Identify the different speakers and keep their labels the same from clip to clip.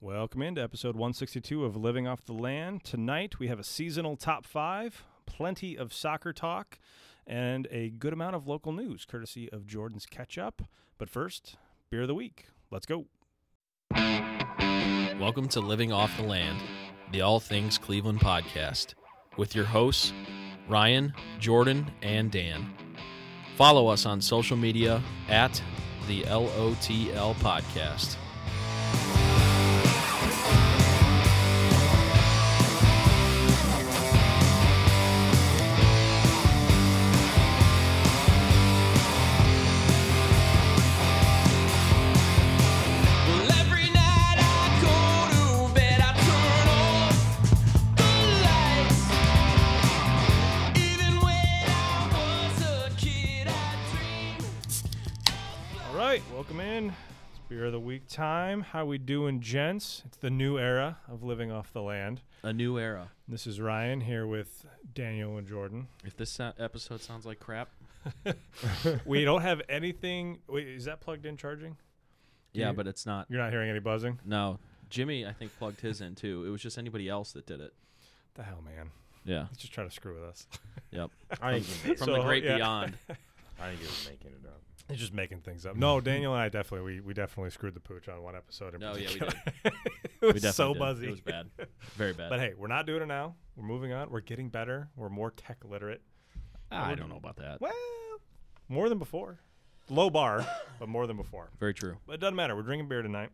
Speaker 1: Welcome into episode 162 of Living Off the Land. Tonight we have a seasonal top five, plenty of soccer talk, and a good amount of local news courtesy of Jordan's Catch Up. But first, beer of the week. Let's go.
Speaker 2: Welcome to Living Off the Land, the All Things Cleveland podcast, with your hosts, Ryan, Jordan, and Dan. Follow us on social media at the LOTL podcast.
Speaker 3: Well, every night I go to bed, I turn off the lights. Even when I was a kid, I dreamed.
Speaker 1: All right, welcome in. It's beer of the week time. How we doing, gents? It's the new era of Living Off the Land.
Speaker 2: A new era.
Speaker 1: This is Ryan here with Daniel and Jordan.
Speaker 2: If this so- episode sounds like crap,
Speaker 1: we don't have anything. Wait, is that plugged in charging?
Speaker 2: yeah,
Speaker 1: you-
Speaker 2: but it's not.
Speaker 1: You're not hearing any buzzing?
Speaker 2: No. Jimmy, I think, plugged his in too. It was just anybody else that did it.
Speaker 1: The hell, man.
Speaker 2: Yeah.
Speaker 1: He's just trying to screw with us.
Speaker 2: Yep.
Speaker 4: I ain't, gonna make,
Speaker 2: From
Speaker 1: So,
Speaker 2: the great
Speaker 1: yeah.
Speaker 2: beyond.
Speaker 4: I ain't gonna make it up.
Speaker 1: He's just making things up. No, Daniel and I definitely we, we definitely screwed the pooch on one episode. In
Speaker 2: No, yeah, we
Speaker 1: particular.
Speaker 2: did.
Speaker 1: it
Speaker 2: We
Speaker 1: was so
Speaker 2: definitely did.
Speaker 1: buzzy.
Speaker 2: It was bad. Very bad.
Speaker 1: But hey, we're not doing it now. We're moving on. We're getting better. We're more tech literate.
Speaker 2: Ah, I don't know about that.
Speaker 1: Well, more than before. Low bar, but more than before.
Speaker 2: Very true.
Speaker 1: But it doesn't matter. We're drinking beer tonight.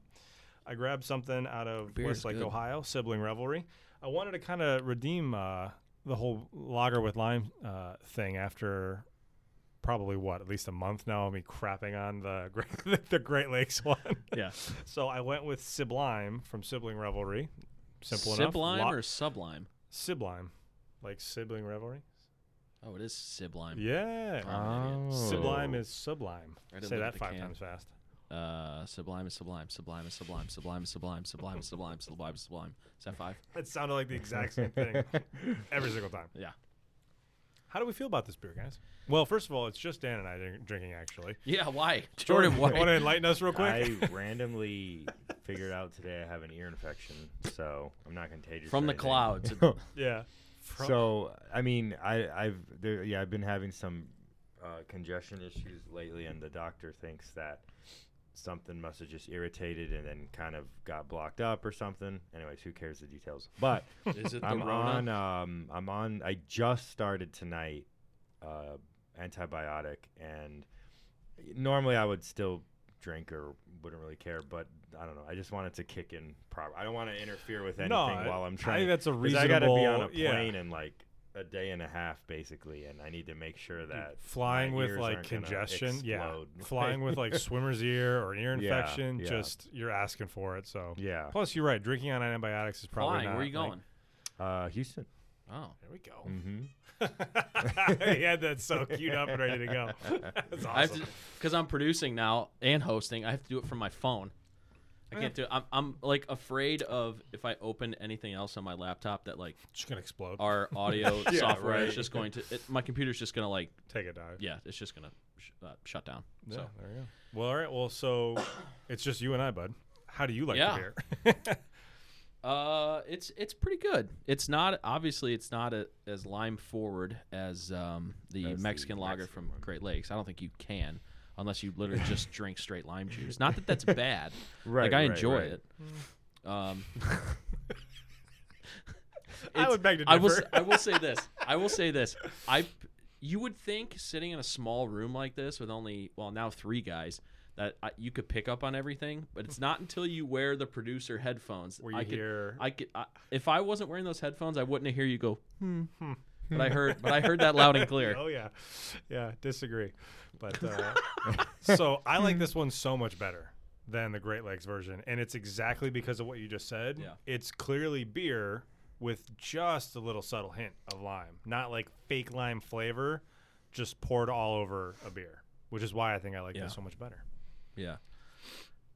Speaker 1: I grabbed something out of
Speaker 2: Beer is
Speaker 1: Westlake,
Speaker 2: good.
Speaker 1: Ohio, Sibling Revelry. I wanted to kind of redeem uh, the whole lager with lime uh, thing after probably what at least a month now of me crapping on the Great, the Great Lakes one.
Speaker 2: Yeah.
Speaker 1: so I went with Sublime from Sibling Revelry. Simple enough.
Speaker 2: Sublime
Speaker 1: Lo-
Speaker 2: or sublime?
Speaker 1: Sublime, like sibling revelry.
Speaker 2: Oh, it is sublime.
Speaker 1: Yeah.
Speaker 2: Oh.
Speaker 1: Sublime is sublime.
Speaker 2: I didn't
Speaker 1: Say
Speaker 2: look
Speaker 1: that
Speaker 2: at the
Speaker 1: five
Speaker 2: can.
Speaker 1: times fast.
Speaker 2: Uh, sublime is sublime. Sublime is sublime. Sublime is sublime. Sublime is sublime. Sublime is sublime. Is that five?
Speaker 1: It sounded like the exact same thing every single time.
Speaker 2: Yeah.
Speaker 1: How do we feel about this beer, guys? Well, first of all, it's just Dan and I drink- drinking, actually.
Speaker 2: Yeah. Why? Jordan.
Speaker 1: want
Speaker 2: Why?
Speaker 1: to enlighten us real quick?
Speaker 4: I randomly figured out today I have an ear infection, so I'm not contagious.
Speaker 2: From the
Speaker 4: or anything.
Speaker 2: clouds.
Speaker 1: yeah.
Speaker 4: so I mean, I, I've there, yeah, I've been having some uh, congestion issues lately, and the doctor thinks that something must have just irritated and then kind of got blocked up or something. Anyways, who cares the details? But
Speaker 2: Is it the
Speaker 4: I'm on.
Speaker 2: Rona?
Speaker 4: Um, I'm on. I just started tonight. Uh, antibiotic, and normally I would still drink or wouldn't really care, but I don't know. I just wanted to kick in. Proper. I don't want to interfere with anything
Speaker 1: No, I-
Speaker 4: while I'm
Speaker 1: I
Speaker 4: trying.
Speaker 1: think that's a
Speaker 4: 'cause I gotta be on a
Speaker 1: reasonable- yeah.
Speaker 4: plane in like a day and a half, basically, and I need to make sure that
Speaker 1: Flying
Speaker 4: my
Speaker 1: with
Speaker 4: ears
Speaker 1: like
Speaker 4: aren't gonna
Speaker 1: congestion. Yeah.
Speaker 4: explode.
Speaker 1: Flying with like swimmer's ear or an ear
Speaker 4: Yeah,
Speaker 1: infection.
Speaker 4: yeah.
Speaker 1: Just, you're asking for it. So.
Speaker 4: yeah.
Speaker 1: Plus, you're right. Drinking on antibiotics is probably
Speaker 2: Flying.
Speaker 1: not.
Speaker 2: Where are you
Speaker 1: like-
Speaker 2: going?
Speaker 4: Uh, Houston.
Speaker 2: Oh.
Speaker 1: there we go.
Speaker 4: hmm
Speaker 1: he had that so queued up and ready to go. That's
Speaker 2: I have
Speaker 1: awesome.
Speaker 2: to because I'm producing now and hosting. I have to do it from my phone. I can't do. I'm I'm like afraid of if I open anything else on my laptop that like
Speaker 1: just gonna explode.
Speaker 2: our audio software
Speaker 4: right.
Speaker 2: is just going to. It, my computer's just gonna like
Speaker 1: Take a dive.
Speaker 2: yeah, it's just gonna sh- uh, shut down.
Speaker 1: Yeah,
Speaker 2: So
Speaker 1: there you go. Well, all right. Well, so it's just you and I, bud. How do you like
Speaker 2: Yeah.
Speaker 1: the beer?
Speaker 2: Uh, it's it's pretty good. It's not obviously it's not a, as lime forward as um, the
Speaker 4: As the
Speaker 2: Mexican lager
Speaker 4: Mexican
Speaker 2: from
Speaker 4: one.
Speaker 2: Great Lakes. I don't think you can unless you literally just drink straight lime juice. Not that that's bad.
Speaker 4: Right,
Speaker 2: like I
Speaker 4: right,
Speaker 2: enjoy
Speaker 4: right.
Speaker 2: it.
Speaker 1: Mm.
Speaker 2: Um,
Speaker 1: I would beg to differ.
Speaker 2: I will s- I will say this. I will say this. I p- you would think sitting in a small room like this with only well now three guys that I, you could pick up on everything, but it's not until you wear the producer headphones
Speaker 1: Where you
Speaker 2: I could,
Speaker 1: hear-
Speaker 2: I could I, if I wasn't wearing those headphones, I wouldn't hear you go hmm. But I heard but I heard that loud and clear.
Speaker 1: oh yeah, yeah. Disagree, but uh, so I like this one so much better than the Great Lakes version, and it's exactly because of what you just said.
Speaker 2: Yeah.
Speaker 1: It's clearly beer with just a little subtle hint of lime, not like fake lime flavor, just poured all over a beer, which is why I think I like
Speaker 2: Yeah.
Speaker 1: this so much better.
Speaker 2: Yeah.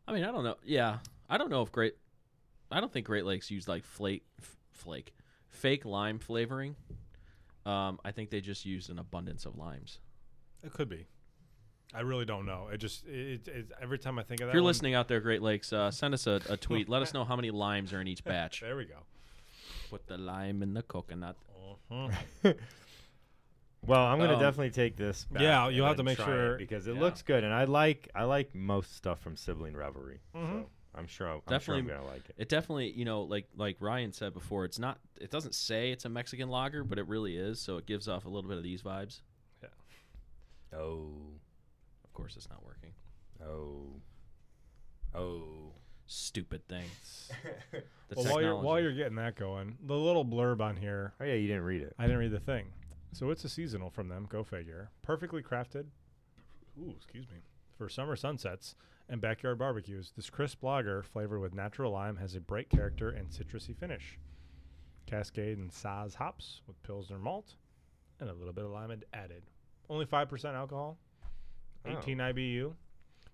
Speaker 2: I mean, I don't know. Yeah. I don't know if Great I don't think Great Lakes used like flake f- flake fake lime flavoring. Um, I think they just used an abundance of limes.
Speaker 1: It could be. I really don't know. It just it, it every time I think of that.
Speaker 2: If you're
Speaker 1: one-
Speaker 2: listening out there, Great Lakes, uh, send us a, a tweet. Let us know how many limes are in each batch.
Speaker 1: there we go.
Speaker 2: Put the lime in the coconut.
Speaker 4: Well, I'm gonna
Speaker 2: Um,
Speaker 4: definitely take this. back
Speaker 1: yeah,
Speaker 4: and
Speaker 1: you'll have
Speaker 4: then
Speaker 1: to make
Speaker 4: try
Speaker 1: sure-
Speaker 4: it because it
Speaker 2: yeah.
Speaker 4: looks good, and I like I like most stuff from Sibling Rivalry.
Speaker 1: Mhm.
Speaker 4: So I'm sure I'm, I'm
Speaker 2: Definitely-
Speaker 4: sure I'm gonna like it.
Speaker 2: It definitely, you know, like like Ryan said before, it's not. It doesn't say it's a Mexican lager, but it really is. So it gives off a little bit of these vibes.
Speaker 4: Oh,
Speaker 2: Of course, it's not working.
Speaker 4: oh, oh.
Speaker 2: Stupid thing.
Speaker 1: Uh-huh.
Speaker 2: The
Speaker 1: Well, while you're while
Speaker 2: technology.
Speaker 1: you're getting that going, the little blurb on here
Speaker 4: Oh yeah, you didn't read it.
Speaker 1: I didn't read the thing. So it's a seasonal from them. Go figure. Perfectly crafted. Ooh, excuse me. For summer sunsets and backyard barbecues, this crisp lager flavored with natural lime has a bright character and citrusy finish. Cascade and Saz hops with Pilsner malt and a little bit of lime ad- added. Only 5% alcohol, 18 IBU.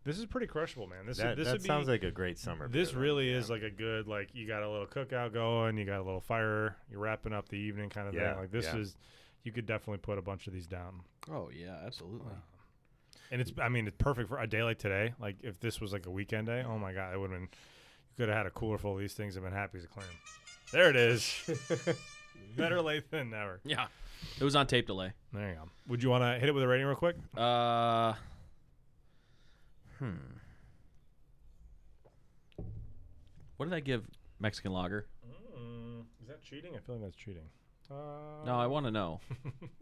Speaker 1: This is pretty crushable, man. This,
Speaker 4: Oh. that
Speaker 1: this
Speaker 4: that
Speaker 1: would be,
Speaker 4: sounds like a great summer.
Speaker 1: this
Speaker 4: beer, though.
Speaker 1: really
Speaker 4: Yeah.
Speaker 1: is like a good like you got a little cookout going, you got a little fire, you're wrapping up the evening kind of
Speaker 4: Yeah,
Speaker 1: thing. Like this
Speaker 4: yeah.
Speaker 1: is you could definitely put a bunch of these down.
Speaker 2: Oh yeah, absolutely.
Speaker 1: And it's I mean it's perfect for a day like today. Like if this was like a weekend day, oh my god, it would have been you could have had a cooler full of these things and been happy as a clam. There it is. Better late than never.
Speaker 2: Yeah, it was on tape delay.
Speaker 1: There you go. Would you want to hit it with a rating real quick?
Speaker 2: Uh, hmm. What did I give Mexican lager?
Speaker 1: Mm, is that cheating? I feel like that's cheating. Uh,
Speaker 2: No, I want to know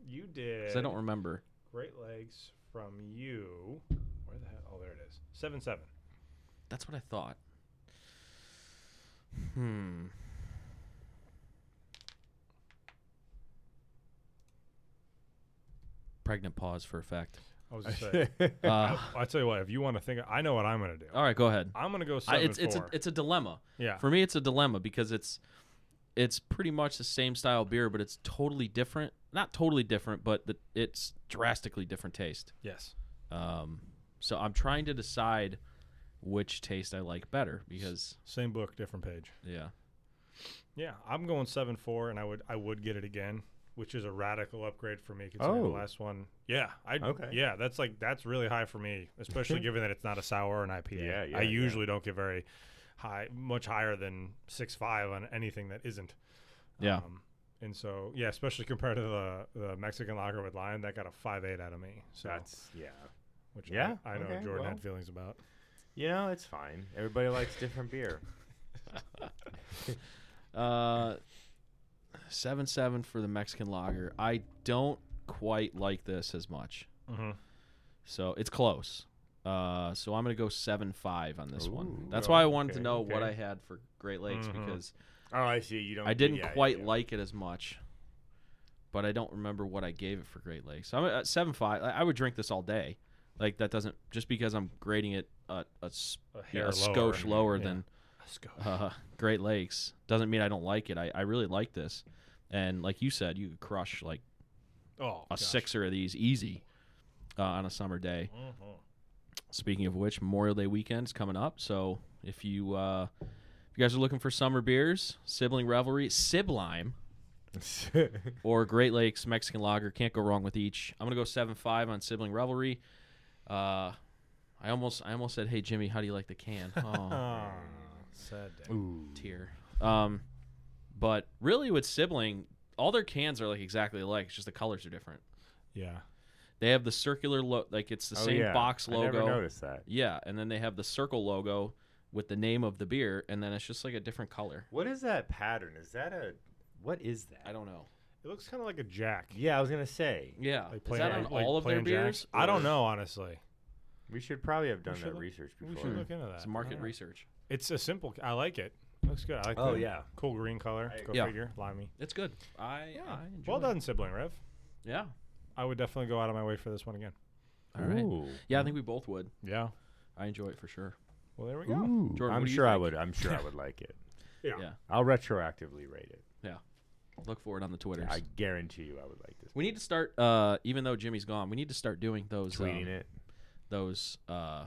Speaker 1: You did.
Speaker 2: because I don't remember.
Speaker 1: Great Lakes from you. Where the hell? Oh, there it is. Seven seven.
Speaker 2: That's what I thought. Hmm. Pregnant pause for effect.
Speaker 1: I was just saying.
Speaker 2: Uh,
Speaker 1: I, I tell you what. If you want to think, I know what I'm gonna do.
Speaker 2: all right, go ahead.
Speaker 1: I'm gonna go
Speaker 2: Oh. I,
Speaker 1: seven
Speaker 2: it's
Speaker 1: four.
Speaker 2: it's a it's a dilemma.
Speaker 1: yeah.
Speaker 2: For me, it's a dilemma because it's it's pretty much the same style beer, but it's totally different. Not totally different, but the, it's drastically different taste.
Speaker 1: yes.
Speaker 2: Um, so I'm trying to decide which taste I like better because
Speaker 1: Same book, different page.
Speaker 2: yeah,
Speaker 1: Yeah, I'm going seven four, and I would I would get it again, which is a radical upgrade for me considering the
Speaker 4: Oh.
Speaker 1: last one. Yeah. I
Speaker 4: Okay.
Speaker 1: Yeah, that's like that's really high for me, especially given that it's not a sour or an IPA.
Speaker 4: Yeah, yeah,
Speaker 1: I
Speaker 4: yeah.
Speaker 1: usually don't get very high, much higher than six five on anything that isn't.
Speaker 2: yeah.
Speaker 1: Um, and so, yeah, especially compared to the, the Mexican lager with lime, that got a five eight out of me. So,
Speaker 4: That's yeah.
Speaker 1: which
Speaker 4: yeah,
Speaker 1: I, I know
Speaker 4: okay,
Speaker 1: Jordan
Speaker 4: well.
Speaker 1: had feelings about.
Speaker 4: You know, it's fine. Everybody likes different beer.
Speaker 2: Uh, seven seven for the Mexican lager. I don't quite like this as much,
Speaker 1: Mm-hmm.
Speaker 2: so it's close. Uh, so I'm gonna go seven five on this one.
Speaker 4: Ooh.
Speaker 2: That's why I wanted to
Speaker 4: Okay,
Speaker 2: know what
Speaker 4: okay.
Speaker 2: I had for Great Lakes
Speaker 1: Mhm.
Speaker 2: because
Speaker 4: Oh, I see. You don't.
Speaker 2: I didn't
Speaker 4: yeah, yeah,
Speaker 2: quite
Speaker 4: yeah.
Speaker 2: like it as much, but I don't remember what I gave it for Great Lakes. So I'm at seven five. I I would drink this all day. Like that doesn't just because I'm grading it a a, s-
Speaker 1: A
Speaker 2: you know,
Speaker 1: hair
Speaker 2: a skosh
Speaker 1: lower.
Speaker 2: lower
Speaker 1: Yeah.
Speaker 2: than uh, Great Lakes doesn't mean I don't like it. I, I really like this, and like you said, you could crush like
Speaker 1: Oh,
Speaker 2: a
Speaker 1: gosh.
Speaker 2: sixer of these easy uh, on a summer day.
Speaker 1: Mhm.
Speaker 2: Speaking of which, Memorial Day weekend's coming up, so if you uh, if you guys are looking for summer beers, sibling revelry, Siblime
Speaker 4: Mm-hmm.
Speaker 2: or Great Lakes Mexican Lager, can't go wrong with each. I'm gonna go seven five on sibling revelry. Uh, I almost I almost said, hey Jimmy, how do you like the can? Oh.
Speaker 1: Ah, sad day.
Speaker 4: Ooh.
Speaker 2: tier. Um, but really with sibling, all their cans are like exactly alike. It's just the colors are different.
Speaker 1: Yeah.
Speaker 2: They have the circular look, like it's the
Speaker 4: Oh,
Speaker 2: same
Speaker 4: yeah.
Speaker 2: box
Speaker 4: I never
Speaker 2: logo.
Speaker 4: noticed that.
Speaker 2: Yeah, and then they have the circle logo with the name of the beer, and then it's just like a different color.
Speaker 4: What is that pattern? Is that a? What is that?
Speaker 2: I don't know.
Speaker 1: It looks kind of like a jack.
Speaker 4: Yeah, I was gonna say
Speaker 2: Yeah,
Speaker 1: Like
Speaker 2: is
Speaker 1: plain-
Speaker 2: that on
Speaker 1: like
Speaker 2: all of their
Speaker 1: plain Jack.
Speaker 2: beers?
Speaker 1: I don't
Speaker 2: or-
Speaker 1: know, honestly.
Speaker 4: we should probably have done
Speaker 1: should
Speaker 4: that
Speaker 1: look-
Speaker 4: research
Speaker 1: We
Speaker 4: before.
Speaker 1: should look into that.
Speaker 2: It's market
Speaker 1: Yeah.
Speaker 2: research.
Speaker 1: It's a simple. I like it. Looks good. I like.
Speaker 4: Oh,
Speaker 1: the
Speaker 4: yeah.
Speaker 1: Cool green color.
Speaker 4: I-
Speaker 1: Go
Speaker 2: Yeah.
Speaker 1: figure. Limey.
Speaker 2: It's good. I, I enjoy.
Speaker 1: Well
Speaker 2: it.
Speaker 1: done, sibling Rev.
Speaker 2: Yeah.
Speaker 1: I would definitely go out of my way for this one again.
Speaker 2: All right.
Speaker 4: Ooh.
Speaker 2: Yeah, I think we both would.
Speaker 1: Yeah.
Speaker 2: I enjoy it for sure.
Speaker 1: Well, there we go.
Speaker 4: Ooh.
Speaker 2: Jordan, what
Speaker 4: I'm
Speaker 2: do you
Speaker 4: sure I
Speaker 2: think?
Speaker 4: would. I'm sure I would like it.
Speaker 1: Yeah.
Speaker 2: Yeah.
Speaker 4: I'll retroactively rate it.
Speaker 2: Look for it on the Twitters.
Speaker 4: I guarantee you, I would like this.
Speaker 2: we need to start. Uh, even though Jimmy's gone, we need to start doing those
Speaker 4: tweeting
Speaker 2: um,
Speaker 4: it.
Speaker 2: those uh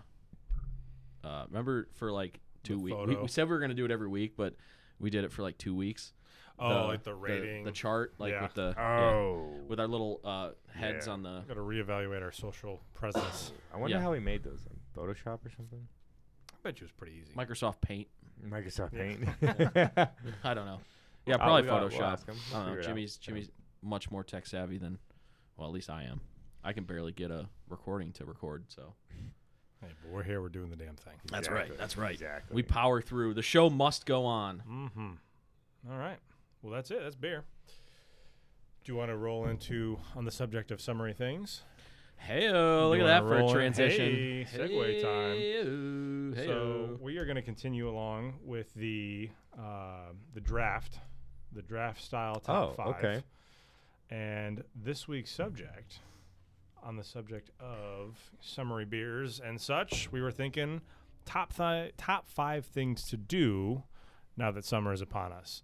Speaker 2: uh remember for like two
Speaker 1: The
Speaker 2: weeks we,
Speaker 1: photo.
Speaker 2: we said we were going to do it every week but We did it for like two weeks.
Speaker 1: Oh, like the rating.
Speaker 2: the, chart, like
Speaker 1: Yeah.
Speaker 2: with the yeah,
Speaker 4: Oh,
Speaker 2: with our little uh, heads
Speaker 4: Yeah.
Speaker 2: on the.
Speaker 1: Got to reevaluate our social presence.
Speaker 4: I wonder
Speaker 2: yeah.
Speaker 4: how he made those. Like Photoshop or something?
Speaker 1: I bet you it was pretty easy.
Speaker 2: Microsoft Paint.
Speaker 4: Microsoft
Speaker 1: Yeah.
Speaker 4: Paint.
Speaker 2: I don't know. Yeah,
Speaker 4: Oh,
Speaker 2: probably
Speaker 4: we gotta- we'll
Speaker 2: Photoshop.
Speaker 4: ask him. We'll
Speaker 2: I don't know.
Speaker 4: figure it out.
Speaker 2: Jimmy's Jimmy's much more tech savvy than, well, at least I am. I can barely get a recording to record. So
Speaker 1: Hey, but we're here. We're doing the damn thing.
Speaker 2: that's
Speaker 4: right,
Speaker 2: That's right.
Speaker 4: Exactly.
Speaker 2: We power through. The show must go on.
Speaker 1: Mm-hmm. All right. Well, that's it. That's beer. Do you want to roll into on the subject of summary things?
Speaker 2: Hey, look
Speaker 1: You wanna
Speaker 2: at that for a
Speaker 1: roll in?
Speaker 2: transition.
Speaker 1: Hey, segue time.
Speaker 2: Hey-o, hey-o.
Speaker 1: So we are going to continue along with the uh, the draft, the draft style top
Speaker 4: Oh,
Speaker 1: five.
Speaker 4: okay.
Speaker 1: And this week's subject, on the subject of summary beers and such, we were thinking top thi- top five things to do now that summer is upon us.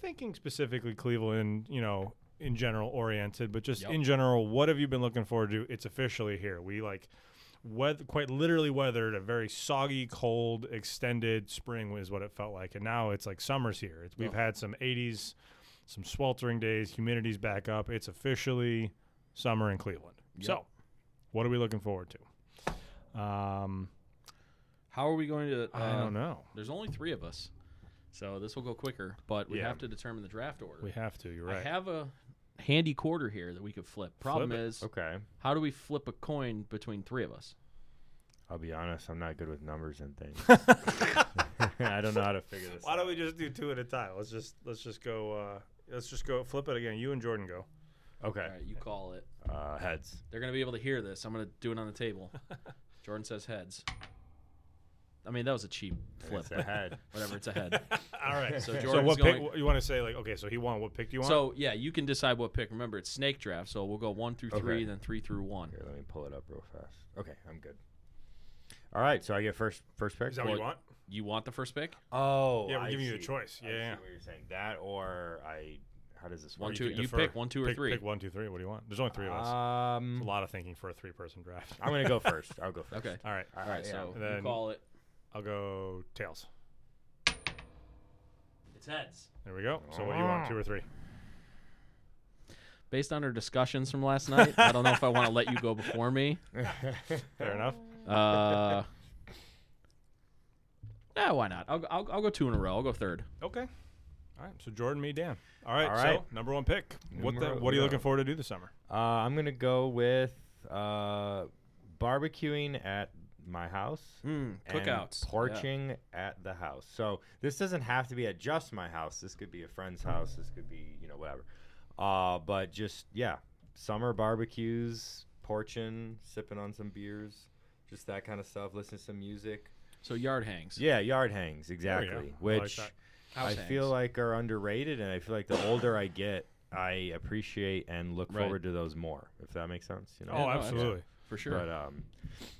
Speaker 1: Thinking specifically Cleveland, you know, in general oriented, but just
Speaker 2: Yep.
Speaker 1: in general, what have you been looking forward to? It's officially here. We like weath- quite literally weathered a very soggy, cold, extended spring is what it felt like, and now it's like summer's here. It's, we've had some 80s, some sweltering days, humidity's back up. It's officially summer in Cleveland.
Speaker 2: Yep.
Speaker 1: So, what are we looking forward to? Um,
Speaker 2: How are we going to? Uh,
Speaker 1: I don't know.
Speaker 2: There's only three of us, so this will go quicker. But we
Speaker 1: Yeah.
Speaker 2: have to determine the draft order.
Speaker 1: We have to. You're right.
Speaker 2: I have a handy quarter here that we could flip. Problem
Speaker 1: it. Oh.
Speaker 2: is,
Speaker 4: okay.
Speaker 2: how do we flip a coin between three of us?
Speaker 4: I'll be honest. I'm not good with numbers and things. I don't know how to figure this.
Speaker 1: Why
Speaker 4: out.
Speaker 1: don't we just do two at a time? Let's just let's just go. Uh, let's just go flip it again. You and Jordan go.
Speaker 4: Okay.
Speaker 2: All right, you call it.
Speaker 4: Uh, heads.
Speaker 2: They're gonna be able to hear this. I'm gonna do it on the table. Jordan says heads. I mean, that was a cheap flip.
Speaker 4: It's a
Speaker 2: but
Speaker 4: head.
Speaker 2: Whatever, it's a head.
Speaker 1: All right.
Speaker 2: So
Speaker 1: so
Speaker 2: Jordan's
Speaker 1: what
Speaker 2: going.
Speaker 1: pick what- you want to say? Like okay, so he won. What pick do you want?
Speaker 2: so yeah, you can decide what pick. Remember, it's snake draft, so we'll go one through three,
Speaker 4: Okay.
Speaker 2: then three through one.
Speaker 4: Here, let me pull it up real fast. Okay, I'm good. All right, so I get first first pick.
Speaker 1: is that what you
Speaker 2: Well,
Speaker 1: want?
Speaker 2: You want the first pick?
Speaker 4: Oh,
Speaker 1: Yeah, we're
Speaker 4: I
Speaker 1: giving you the
Speaker 4: see.
Speaker 1: choice.
Speaker 4: I
Speaker 1: Yeah, yeah.
Speaker 4: see what you're saying that, or I. How does this
Speaker 2: One,
Speaker 4: work?
Speaker 2: two.
Speaker 1: can
Speaker 2: You
Speaker 1: defer.
Speaker 2: pick one, two, or
Speaker 1: Pick-
Speaker 2: three.
Speaker 1: Pick one, two, three. What do you want? There's only three of us.
Speaker 4: Um,
Speaker 1: a lot of thinking for a three-person draft.
Speaker 4: I'm gonna go first. I'll go first. Uh,
Speaker 2: Okay.
Speaker 1: All right.
Speaker 4: All
Speaker 2: All right, so
Speaker 1: And then-
Speaker 2: you call it.
Speaker 1: I'll go tails.
Speaker 2: It's heads.
Speaker 1: There we go. So what do you
Speaker 2: Oh.
Speaker 1: want? Two or three?
Speaker 2: Based on our discussions from last night, I don't know if I want to let you go before me.
Speaker 1: Fair enough.
Speaker 2: Uh, yeah, why not? I'll, I'll, I'll go two in a row. I'll go third.
Speaker 1: Okay. All right. So Jordan, me, Dan. All right.
Speaker 4: All right.
Speaker 1: So number one pick. what the?
Speaker 4: Numero
Speaker 1: What are you
Speaker 4: uno.
Speaker 1: looking forward to do this summer?
Speaker 4: Uh, I'm gonna go with uh, barbecuing at my house.
Speaker 2: Mm,
Speaker 4: and
Speaker 2: cookouts. Yeah.
Speaker 4: Porching at the house. So this doesn't have to be at just my house. This could be a friend's house. This could be, you know, whatever. Uh, but just, yeah, summer barbecues, porching, sipping on some beers, just that kind of stuff, listening to some music.
Speaker 2: So yard hangs.
Speaker 4: Yeah, yard hangs,
Speaker 1: go.
Speaker 4: exactly.
Speaker 1: I like
Speaker 4: Which
Speaker 1: that.
Speaker 2: House
Speaker 4: I
Speaker 2: hangs.
Speaker 4: feel like are underrated. And I feel like the older I get, I appreciate and look
Speaker 2: Right.
Speaker 4: forward to those more, if that makes sense. You know?
Speaker 1: Oh,
Speaker 2: no, that's-
Speaker 1: absolutely.
Speaker 2: for sure.
Speaker 4: But um,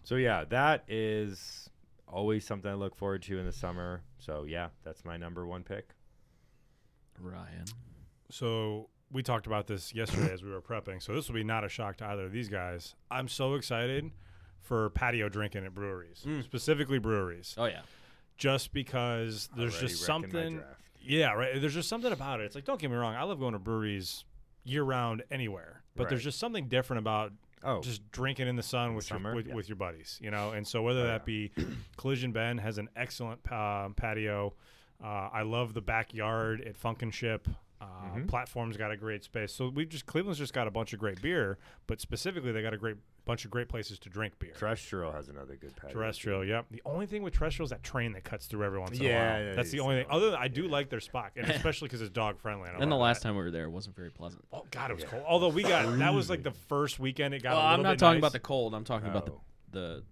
Speaker 4: so yeah, that is always something I look forward to in the summer. So yeah, that's my number one pick.
Speaker 2: Ryan.
Speaker 1: So we talked about this yesterday as we were prepping. So this will be not a shock to either of these guys. I'm so excited for patio drinking at breweries,
Speaker 4: Mm.
Speaker 1: specifically breweries,
Speaker 2: Oh yeah.
Speaker 1: just because there's
Speaker 4: Already
Speaker 1: just
Speaker 4: wrecking my
Speaker 1: something.
Speaker 4: draft.
Speaker 1: Yeah, right. There's just something about it. It's like don't get me wrong, I love going to breweries year round anywhere, but there's
Speaker 4: Right.
Speaker 1: just something different about
Speaker 4: Oh,
Speaker 1: just drinking in the sun with
Speaker 4: summer,
Speaker 1: your with,
Speaker 4: yeah. Oh,
Speaker 1: with your buddies, you know. And so whether that be Collision Bend has an excellent uh, patio. Uh, I love the backyard at Funkinship. Uh,
Speaker 4: Mm-hmm.
Speaker 1: Platform's got a great space. So we've just Cleveland's just got a bunch of great beer, but specifically they got a great bunch of great places to drink beer.
Speaker 4: terrestrial has another good patio.
Speaker 1: Terrestrial, yep. The only thing with terrestrial is that train that cuts through every once in
Speaker 4: Yeah,
Speaker 1: a while.
Speaker 4: that
Speaker 1: That's the
Speaker 4: is
Speaker 1: only
Speaker 4: the
Speaker 1: thing. Other than I do like their spot, and especially because it's dog friendly. I
Speaker 2: And the
Speaker 1: love
Speaker 2: last
Speaker 1: that.
Speaker 2: time we were there, it wasn't very pleasant.
Speaker 1: oh god, it was cold. Although we got that was like the first weekend it got.
Speaker 2: Well,
Speaker 1: a
Speaker 2: I'm
Speaker 1: little
Speaker 2: not
Speaker 1: bit nice.
Speaker 2: talking about the cold. I'm talking about the,
Speaker 4: Oh.
Speaker 2: the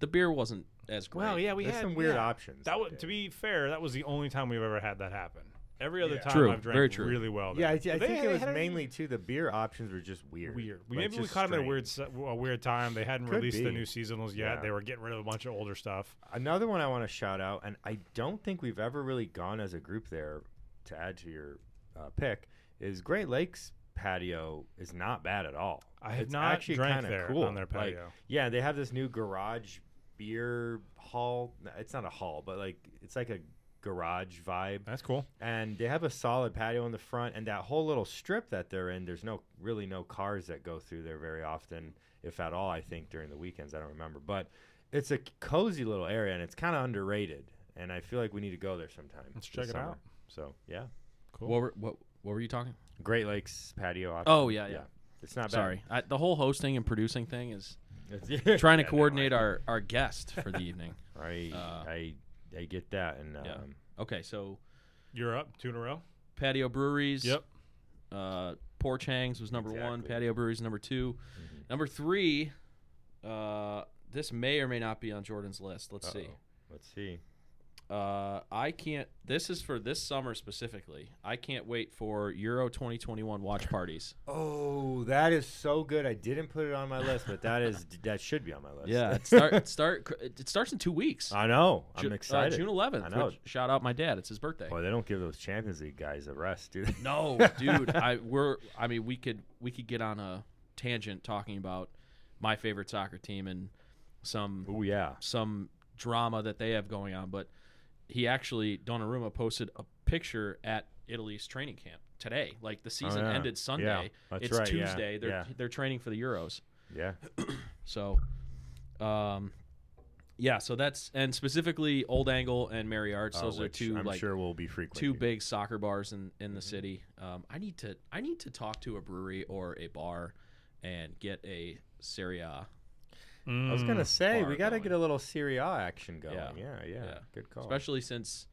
Speaker 2: the beer wasn't as great.
Speaker 1: Well, yeah, we
Speaker 4: There's
Speaker 1: had
Speaker 4: some weird
Speaker 1: yeah.
Speaker 4: options.
Speaker 1: That
Speaker 4: out
Speaker 1: was,
Speaker 4: there.
Speaker 1: to be fair, that was the only time we've ever had that happen. Every other time
Speaker 2: True,
Speaker 1: I've drank
Speaker 2: very true.
Speaker 1: really well.
Speaker 4: Yeah, I,
Speaker 1: there.
Speaker 4: I
Speaker 1: But
Speaker 4: think
Speaker 1: they-
Speaker 4: it
Speaker 1: they
Speaker 4: was
Speaker 1: had a-
Speaker 4: mainly too. The beer options were just weird.
Speaker 1: weird. We-
Speaker 4: Like,
Speaker 1: Maybe we
Speaker 4: just
Speaker 1: caught them at a
Speaker 4: strange.
Speaker 1: weird s- a weird time. They hadn't
Speaker 4: Could
Speaker 1: released the
Speaker 4: be.
Speaker 1: new seasonals yet.
Speaker 4: Yeah.
Speaker 1: They were getting rid of a bunch of older stuff.
Speaker 4: Another one I want to shout out, and I don't think we've ever really gone as a group there. To add to your uh, pick, is Great Lakes patio is not bad at all.
Speaker 1: I have
Speaker 4: it's
Speaker 1: not
Speaker 4: actually
Speaker 1: drank
Speaker 4: kinda
Speaker 1: there
Speaker 4: cool.
Speaker 1: on their
Speaker 4: Like,
Speaker 1: patio.
Speaker 4: yeah, they have this new garage beer hall. It's not a hall, but like it's like a garage vibe
Speaker 1: That's cool.
Speaker 4: and they have a solid patio in the front and that whole little strip that they're in there's no really no cars that go through there very often if at all i think during the weekends i don't remember but it's a cozy little area and it's kind of underrated and i feel like we need to go there sometime
Speaker 1: Let's
Speaker 4: this
Speaker 1: check it
Speaker 4: summer.
Speaker 1: out.
Speaker 4: so yeah
Speaker 1: Cool.
Speaker 2: What were what what were you talking?
Speaker 4: great lakes patio option.
Speaker 2: Oh, yeah, yeah.
Speaker 4: it's not bad
Speaker 2: Sorry, I, the whole hosting and producing thing is
Speaker 4: It's-
Speaker 2: trying to
Speaker 4: Yeah, no,
Speaker 2: coordinate
Speaker 4: I-
Speaker 2: our our guest for the evening.
Speaker 4: I,
Speaker 2: uh,
Speaker 4: I i get that and um,
Speaker 2: yeah. Okay, so
Speaker 1: You're up two in a row.
Speaker 2: patio breweries.
Speaker 1: Yep.
Speaker 2: Uh, Porch Hangs was number one.
Speaker 4: Exactly. Mm-hmm.
Speaker 2: Patio Breweries number 2 Number three. Uh, this may or may not be on Jordan's list. Let's see.
Speaker 4: uh-oh. let's see
Speaker 2: Uh, I can't. This is for this summer specifically. I can't wait for Euro 2021 watch parties.
Speaker 4: oh that is so good i didn't put it on my list but that is that should be on my list
Speaker 2: yeah, it start it start it starts in two weeks.
Speaker 4: I know.
Speaker 2: Ju-
Speaker 4: I'm
Speaker 2: uh,
Speaker 4: excited.
Speaker 2: June 11th.
Speaker 4: I know.
Speaker 2: Which, shout out my dad. It's his birthday.
Speaker 4: Boy, they don't give those Champions League guys a rest, do they?
Speaker 2: No, dude. I we're. I mean, we could we could get on a tangent talking about my favorite soccer team and some
Speaker 4: Oh yeah.
Speaker 2: some drama that they have going on. But he actually Donnarumma posted a picture at Italy's training camp today. Like the season
Speaker 4: Oh, yeah.
Speaker 2: ended Sunday.
Speaker 4: Yeah, that's
Speaker 2: it's
Speaker 4: right, yeah,
Speaker 2: Tuesday. They're
Speaker 4: yeah.
Speaker 2: they're training for the Euros.
Speaker 4: Yeah.
Speaker 2: So, um, yeah. So that's and specifically Old Angle and Mary Arts.
Speaker 4: Uh,
Speaker 2: Those are
Speaker 4: which
Speaker 2: 2
Speaker 4: I'm
Speaker 2: like
Speaker 4: sure will be frequent.
Speaker 2: two big soccer bars in, in
Speaker 4: Mm-hmm.
Speaker 2: the city. Um, I need to I need to talk to a brewery or a bar and get a Serie A.
Speaker 4: I
Speaker 1: Mm.
Speaker 4: was gonna say
Speaker 2: bar
Speaker 4: we got to
Speaker 2: going.
Speaker 4: get a little Serie A action going.
Speaker 2: Mm, Yeah.
Speaker 4: Yeah. Yeah.
Speaker 2: Yeah.
Speaker 4: Good call.
Speaker 2: especially since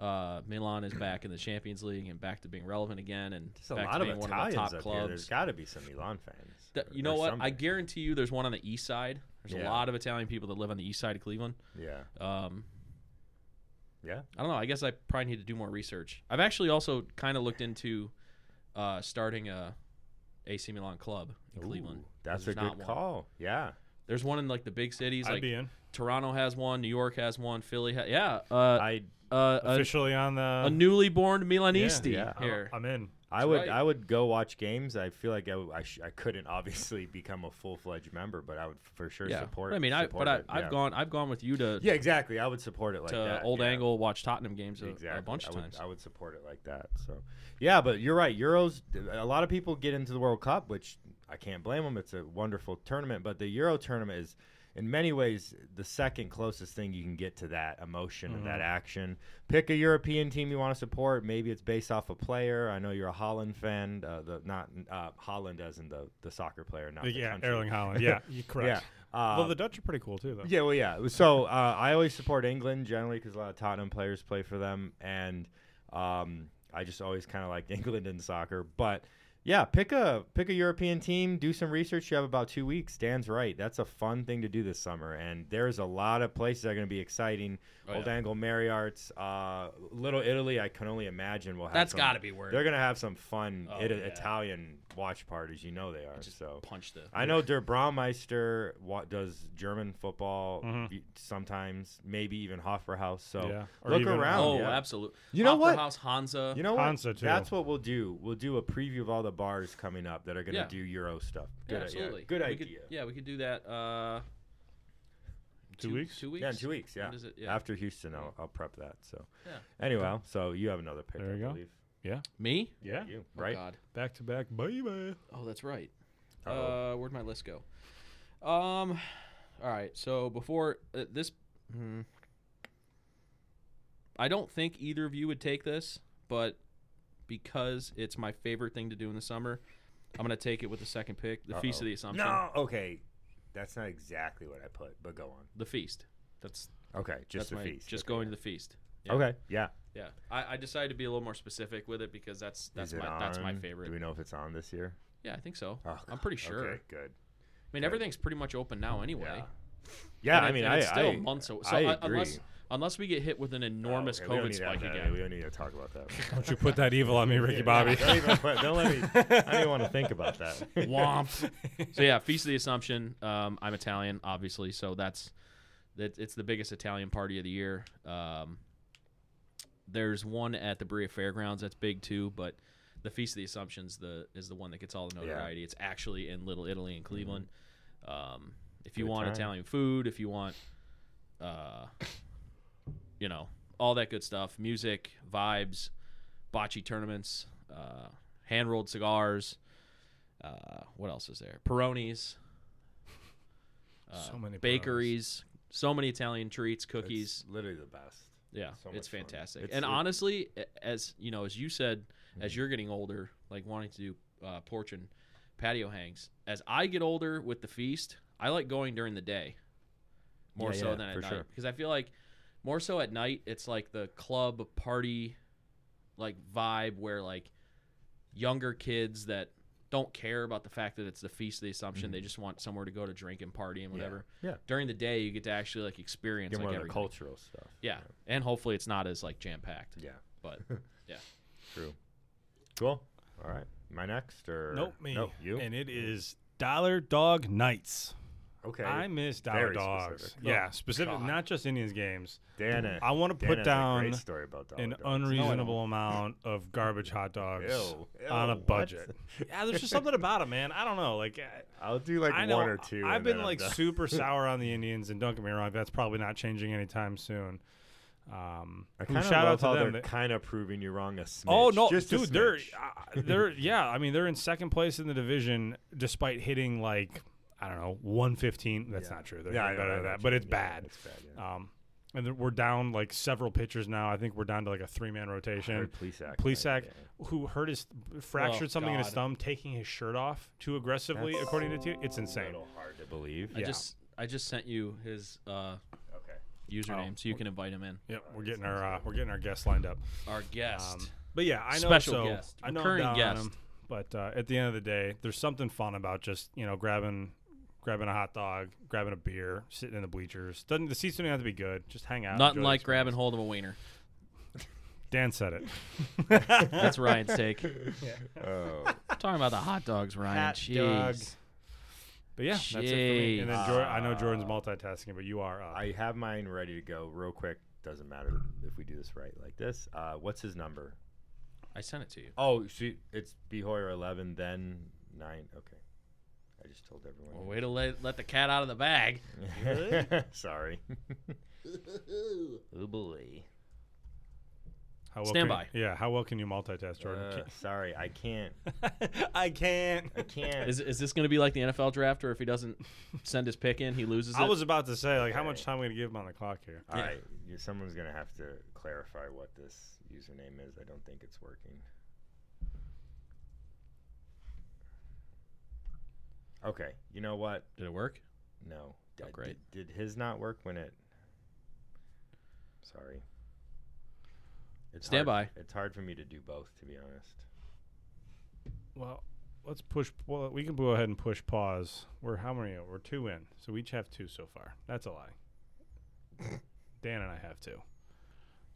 Speaker 2: uh, Milan is back in the Champions League and back to being relevant again and
Speaker 4: There's a
Speaker 2: back
Speaker 4: lot
Speaker 2: to
Speaker 4: of
Speaker 2: being
Speaker 4: Italians
Speaker 2: one of the top
Speaker 4: up here. There's
Speaker 2: clubs.
Speaker 4: got to be some Milan fans.
Speaker 2: That-
Speaker 4: or-
Speaker 2: you know
Speaker 4: or
Speaker 2: what? I
Speaker 4: something.
Speaker 2: guarantee you, there's one on the east side. There's a
Speaker 4: Yeah.
Speaker 2: lot of Italian people that live on the east side of Cleveland.
Speaker 4: Yeah.
Speaker 2: Um,
Speaker 4: Yeah.
Speaker 2: I don't know. I guess I probably need to do more research. I've actually also kind of looked into uh, starting a AC Milan club in Cleveland.
Speaker 4: Ooh, that's a
Speaker 2: There's not one.
Speaker 4: good call. Yeah.
Speaker 2: There's one in like the big cities,
Speaker 1: I'd
Speaker 2: like
Speaker 1: be in
Speaker 2: Toronto has one, New York has one, Philly. Ha- yeah, uh,
Speaker 4: I
Speaker 2: uh, a,
Speaker 1: officially on the.
Speaker 2: a newly born Milanisti
Speaker 4: yeah.
Speaker 1: I'm-
Speaker 2: here.
Speaker 1: I'm in.
Speaker 4: I
Speaker 2: That's
Speaker 4: would
Speaker 2: right.
Speaker 4: I would go watch games. I feel like I w- I, sh- I couldn't obviously become a full fledged member, but I would for sure
Speaker 2: yeah,
Speaker 4: support.
Speaker 2: But I mean, I
Speaker 4: support
Speaker 2: but I,
Speaker 4: it.
Speaker 2: I've
Speaker 4: Yeah.
Speaker 2: gone I've gone with you to
Speaker 4: Yeah, exactly. I would support it like
Speaker 2: to
Speaker 4: that.
Speaker 2: Old
Speaker 4: yeah.
Speaker 2: Angle watch Tottenham games a, a
Speaker 4: exactly.
Speaker 2: bunch of
Speaker 4: I would,
Speaker 2: times.
Speaker 4: I would support it like that. So, yeah, but you're right. Euros. A lot of people get into the World Cup, which I can't blame them. It's a wonderful tournament, but the Euro tournament is, in many ways, the second closest thing you can get to that emotion and that
Speaker 2: Mm-hmm.
Speaker 4: action. Pick a European team you want to support. Maybe it's based off a player. I know you're a Holland fan. Uh, the not uh, Holland as in the the soccer player, not the
Speaker 1: Uh, yeah,
Speaker 4: country.
Speaker 1: Erling Holland. Yeah, you're
Speaker 4: Yeah.
Speaker 1: correct.
Speaker 4: Uh,
Speaker 1: well, the Dutch are pretty cool too, though.
Speaker 4: yeah, well, yeah. So uh, I always support England generally because a lot of Tottenham players play for them, and um, I just always kind of liked England in soccer. But yeah, pick a pick a European team, do some research. You have about two weeks. Dan's right. That's a fun thing to do this summer, and there's a lot of places that are going to be exciting.
Speaker 2: Oh,
Speaker 4: Old
Speaker 2: yeah.
Speaker 4: Angle, Mary Arts, uh, Little Italy. I can only imagine will have
Speaker 2: That's
Speaker 4: some-
Speaker 2: got to be worth.
Speaker 4: They're going to have some fun
Speaker 2: Oh,
Speaker 4: Ita-
Speaker 2: yeah.
Speaker 4: Italian watch parties. You know they are.
Speaker 2: just
Speaker 4: so
Speaker 2: punch the.
Speaker 4: I know Der Braumeister wa- does German football
Speaker 1: Mhm.
Speaker 4: y- sometimes, maybe even Hofbrauhaus. So
Speaker 1: Yeah, or
Speaker 4: look
Speaker 1: even-
Speaker 4: around.
Speaker 2: Oh,
Speaker 4: yeah.
Speaker 2: absolutely.
Speaker 4: You know what?
Speaker 2: House Hansa.
Speaker 4: You know what?
Speaker 1: Hansa, too.
Speaker 4: That's what we'll do. We'll do a preview of all the bars coming up that are going to
Speaker 2: Yeah.
Speaker 4: do Euro stuff.
Speaker 2: Yeah,
Speaker 4: Good, yeah,
Speaker 2: absolutely.
Speaker 4: Good
Speaker 2: We
Speaker 4: idea.
Speaker 2: could- yeah, we could do that. Uh,
Speaker 1: Two weeks?
Speaker 2: Two weeks.
Speaker 4: Yeah, in two weeks. Yeah.
Speaker 2: When is it? Yeah.
Speaker 4: After Houston, I'll, I'll prep that. So,
Speaker 2: Yeah.
Speaker 4: anyway, so you have another pick.
Speaker 1: There you
Speaker 4: I
Speaker 1: go.
Speaker 4: believe.
Speaker 2: Me?
Speaker 1: yeah,
Speaker 4: You,
Speaker 2: Oh,
Speaker 4: right?
Speaker 2: God.
Speaker 1: back to back, baby.
Speaker 2: Oh, that's right.
Speaker 4: Uh-oh.
Speaker 2: Uh, where'd my list go? Um, all right. So before uh, this, hmm. I don't think either of you would take this, but because it's my favorite thing to do in the summer, I'm gonna take it with the second pick, the feast of
Speaker 4: Uh-oh.
Speaker 2: the assumption.
Speaker 4: no, okay. That's not exactly what I put, but go on.
Speaker 2: The feast. That's
Speaker 4: Okay,
Speaker 2: that's
Speaker 4: just the
Speaker 2: my,
Speaker 4: feast.
Speaker 2: Just
Speaker 4: okay.
Speaker 2: going to the feast. Yeah.
Speaker 4: Okay, yeah.
Speaker 2: Yeah. I, I decided to be a little more specific with it because that's that's
Speaker 4: Is it
Speaker 2: my that's my
Speaker 4: on?
Speaker 2: favorite.
Speaker 4: Do we know if it's on this year?
Speaker 2: Yeah, I think so.
Speaker 4: Oh,
Speaker 2: I'm pretty sure.
Speaker 4: Okay, good.
Speaker 2: I mean, everything's pretty much open now anyway.
Speaker 4: Yeah. Yeah,
Speaker 2: And
Speaker 4: I
Speaker 2: it-
Speaker 4: mean,
Speaker 2: and
Speaker 4: I,
Speaker 2: it's still
Speaker 4: I,
Speaker 2: months away. So
Speaker 4: I
Speaker 2: uh,
Speaker 4: agree.
Speaker 2: unless unless we get hit with an enormous
Speaker 4: Okay, we don't
Speaker 2: COVID
Speaker 4: need to have
Speaker 2: spike
Speaker 4: that.
Speaker 2: again,
Speaker 4: We don't need to talk about that.
Speaker 1: Don't you put that evil on me, Ricky Bobby?
Speaker 4: don't, even, put- don't let me. I don't even want to think about that.
Speaker 2: womp. so yeah, feast of the Assumption. Um, I'm Italian, obviously, so that's that. It's the biggest Italian party of the year. Um, there's one at the Berea Fairgrounds that's big too, but the Feast of the Assumptions the is the one that gets all the
Speaker 4: Yeah.
Speaker 2: notoriety. It's actually in Little Italy in Cleveland. Um, if you
Speaker 4: Good
Speaker 2: want
Speaker 4: time.
Speaker 2: Italian food, if you want, uh, you know, all that good stuff. Music, vibes, bocce tournaments, uh, hand rolled cigars. Uh, what else is there? Peronis. Uh,
Speaker 1: So many Peronis.
Speaker 2: bakeries. So many Italian treats, cookies.
Speaker 4: It's literally the best.
Speaker 2: Yeah,
Speaker 4: so
Speaker 2: it's
Speaker 4: much fun.
Speaker 2: fantastic.
Speaker 4: It's-
Speaker 2: and
Speaker 4: it-
Speaker 2: honestly, a- as you know, as you said, as
Speaker 4: Mm-hmm.
Speaker 2: you're getting older, like wanting to do uh, porch and patio hangs. As I get older with the feast, I like going during the day more
Speaker 4: Yeah,
Speaker 2: so
Speaker 4: yeah,
Speaker 2: than at
Speaker 4: for
Speaker 2: night
Speaker 4: sure.
Speaker 2: because I feel like more so at night it's like the club party like vibe where like younger kids that don't care about the fact that it's the feast of the assumption they just want somewhere to go to drink and party and whatever
Speaker 4: Mm-hmm. Yeah.
Speaker 2: during the day you get to actually like experience
Speaker 4: Get
Speaker 2: like
Speaker 4: more of the
Speaker 2: everything.
Speaker 4: cultural stuff.
Speaker 2: Yeah, and hopefully it's not as like jam packed.
Speaker 4: Yeah.
Speaker 2: But
Speaker 4: True. Cool. All right. My next or
Speaker 1: Nope, me.
Speaker 4: Nope, you.
Speaker 1: And it is Dollar Dog Nights.
Speaker 4: okay.
Speaker 1: I miss Dollar
Speaker 4: very
Speaker 1: Dogs.
Speaker 4: specific.
Speaker 1: Yeah, specific,
Speaker 2: God.
Speaker 1: not just Indians games.
Speaker 4: Dana.
Speaker 1: I want to
Speaker 4: Dana
Speaker 1: put
Speaker 4: has a
Speaker 1: down
Speaker 4: great story about Dollar
Speaker 1: an
Speaker 4: Dogs.
Speaker 1: unreasonable amount of garbage hot dogs
Speaker 4: Ew, ew,
Speaker 1: on a
Speaker 4: what?
Speaker 1: budget. yeah, there's just something about it, man. I don't know. Like, I-
Speaker 4: I'll do like
Speaker 1: I know,
Speaker 4: one or two.
Speaker 1: I've
Speaker 4: and
Speaker 1: been
Speaker 4: then I'm
Speaker 1: like
Speaker 4: done.
Speaker 1: super sour on the Indians, and don't get me wrong, that's probably not changing anytime soon. Um,
Speaker 4: I
Speaker 1: who-
Speaker 4: kind of
Speaker 1: shout out
Speaker 4: love
Speaker 1: to
Speaker 4: how
Speaker 1: them.
Speaker 4: they're
Speaker 1: They-
Speaker 4: kind of proving you wrong a smidge.
Speaker 1: Oh no,
Speaker 4: just a
Speaker 1: dude, they're
Speaker 4: smidge.
Speaker 1: uh, they're yeah. I mean, they're in second place in the division despite hitting like I don't know 115. That's
Speaker 4: Yeah.
Speaker 1: not true. They're
Speaker 4: Yeah, I
Speaker 1: hitting
Speaker 4: know,
Speaker 1: better
Speaker 4: I
Speaker 1: than
Speaker 4: know
Speaker 1: that,
Speaker 4: what
Speaker 1: but
Speaker 4: you
Speaker 1: it's
Speaker 4: mean. Yeah,
Speaker 1: bad.
Speaker 4: It's bad. Yeah.
Speaker 1: Um, and then we're down like several pitchers now. I think we're down to like a three man rotation.
Speaker 4: Heard Plesac.
Speaker 1: Plesac,
Speaker 4: Yeah.
Speaker 1: who hurt his fractured something in his
Speaker 2: God.
Speaker 1: thumb, taking his shirt off too aggressively,
Speaker 4: That's
Speaker 1: according to T. It's
Speaker 4: A
Speaker 1: insane.
Speaker 4: little hard to believe.
Speaker 2: I
Speaker 1: Yeah.
Speaker 2: just I just sent you his uh,
Speaker 4: Okay.
Speaker 1: Oh,
Speaker 2: username so you can invite him in.
Speaker 1: Yep, we're getting our uh, we're getting our guests lined up.
Speaker 2: Our guest.
Speaker 1: Um, but yeah, I know.
Speaker 2: Special
Speaker 1: so
Speaker 2: guest.
Speaker 1: I know I'm
Speaker 2: Recurring
Speaker 1: down on
Speaker 2: guest.
Speaker 1: him, but uh, at the end of the day, there's something fun about just you know grabbing grabbing a hot dog, grabbing a beer, sitting in the bleachers. Doesn't the seats don't even have to be good. Just hang out.
Speaker 2: Nothing
Speaker 1: enjoy the
Speaker 2: like
Speaker 1: experience.
Speaker 2: grabbing hold of a wiener.
Speaker 1: Dan said it.
Speaker 2: That's Ryan's take.
Speaker 4: Oh.
Speaker 2: Talking about the hot dogs, Ryan.
Speaker 1: Hot dog.
Speaker 2: Jeez.
Speaker 1: But yeah, that's it for me. And then Jor- I know
Speaker 4: Jeez.
Speaker 1: Jordan's multitasking, but you are up.
Speaker 4: I have mine ready to go real quick. Doesn't matter if we do this right like this. Uh, what's his number?
Speaker 2: I sent it to you.
Speaker 4: Oh, she, it's B Hoyer 11, then 9. Okay. I just told
Speaker 1: Oh,
Speaker 2: Well,
Speaker 4: everyone.
Speaker 2: way to let, let the cat out of the bag.
Speaker 4: Sorry. Oh, Oobly.
Speaker 1: How well
Speaker 2: Stand
Speaker 1: can-
Speaker 2: by.
Speaker 1: Yeah, how well can you multitask,
Speaker 4: Uh,
Speaker 1: Jordan?
Speaker 4: sorry, I can't.
Speaker 2: Uh,
Speaker 1: I can't.
Speaker 4: I can't.
Speaker 2: Is, is this going to be like the NFL draft, or if he doesn't send his pick in, he loses it?
Speaker 1: I was about to say, like, how much
Speaker 4: Okay.
Speaker 1: time are we gonna give him on the clock here?
Speaker 4: All
Speaker 2: Yeah.
Speaker 4: right, you- someone's gonna have to clarify what this username is. I don't think it's working. Okay, you know what?
Speaker 2: Did it work?
Speaker 4: No,
Speaker 2: Oh,
Speaker 4: Did-
Speaker 2: great.
Speaker 4: Did, did his not work when it? Sorry. It's
Speaker 2: Stand
Speaker 4: hard- It's hard for me to do both, to be honest.
Speaker 1: Well, let's push. Well, we can go ahead and push pause. We're how many? are- We're two in, so we each have two so far. That's a lie. Dan and I have two.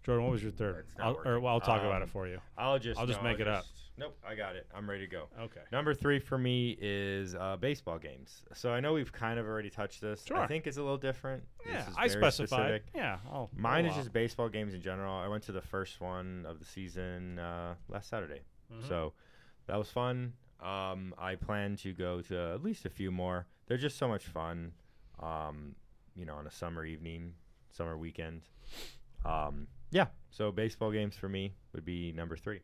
Speaker 1: Jordan, what was your third?
Speaker 4: It's not
Speaker 1: I'll, or,
Speaker 4: working.
Speaker 1: well, I'll talk about
Speaker 4: Um,
Speaker 1: it for you.
Speaker 4: I'll just.
Speaker 1: I'll just
Speaker 4: no,
Speaker 1: make it up.
Speaker 4: just- Nope, I got it. I'm ready to go.
Speaker 1: Okay.
Speaker 4: Number three for me is uh, baseball games. So I know we've kind of already touched this. I
Speaker 1: Sure.
Speaker 4: think it's a little different. This
Speaker 1: Yeah,
Speaker 4: is
Speaker 1: I Oh,
Speaker 4: very
Speaker 1: specified.
Speaker 4: specific.
Speaker 1: Yeah, I'll,
Speaker 4: Mine
Speaker 1: I'll
Speaker 4: is
Speaker 1: allow.
Speaker 4: just baseball games in general. I went to the first one of the season uh, last Saturday,
Speaker 1: Mhm.
Speaker 4: so that was fun. Um, I plan to go to at least a few more. They're just so much fun, um, you know, on a summer evening, summer weekend. Um, yeah, so baseball games for me would be number three.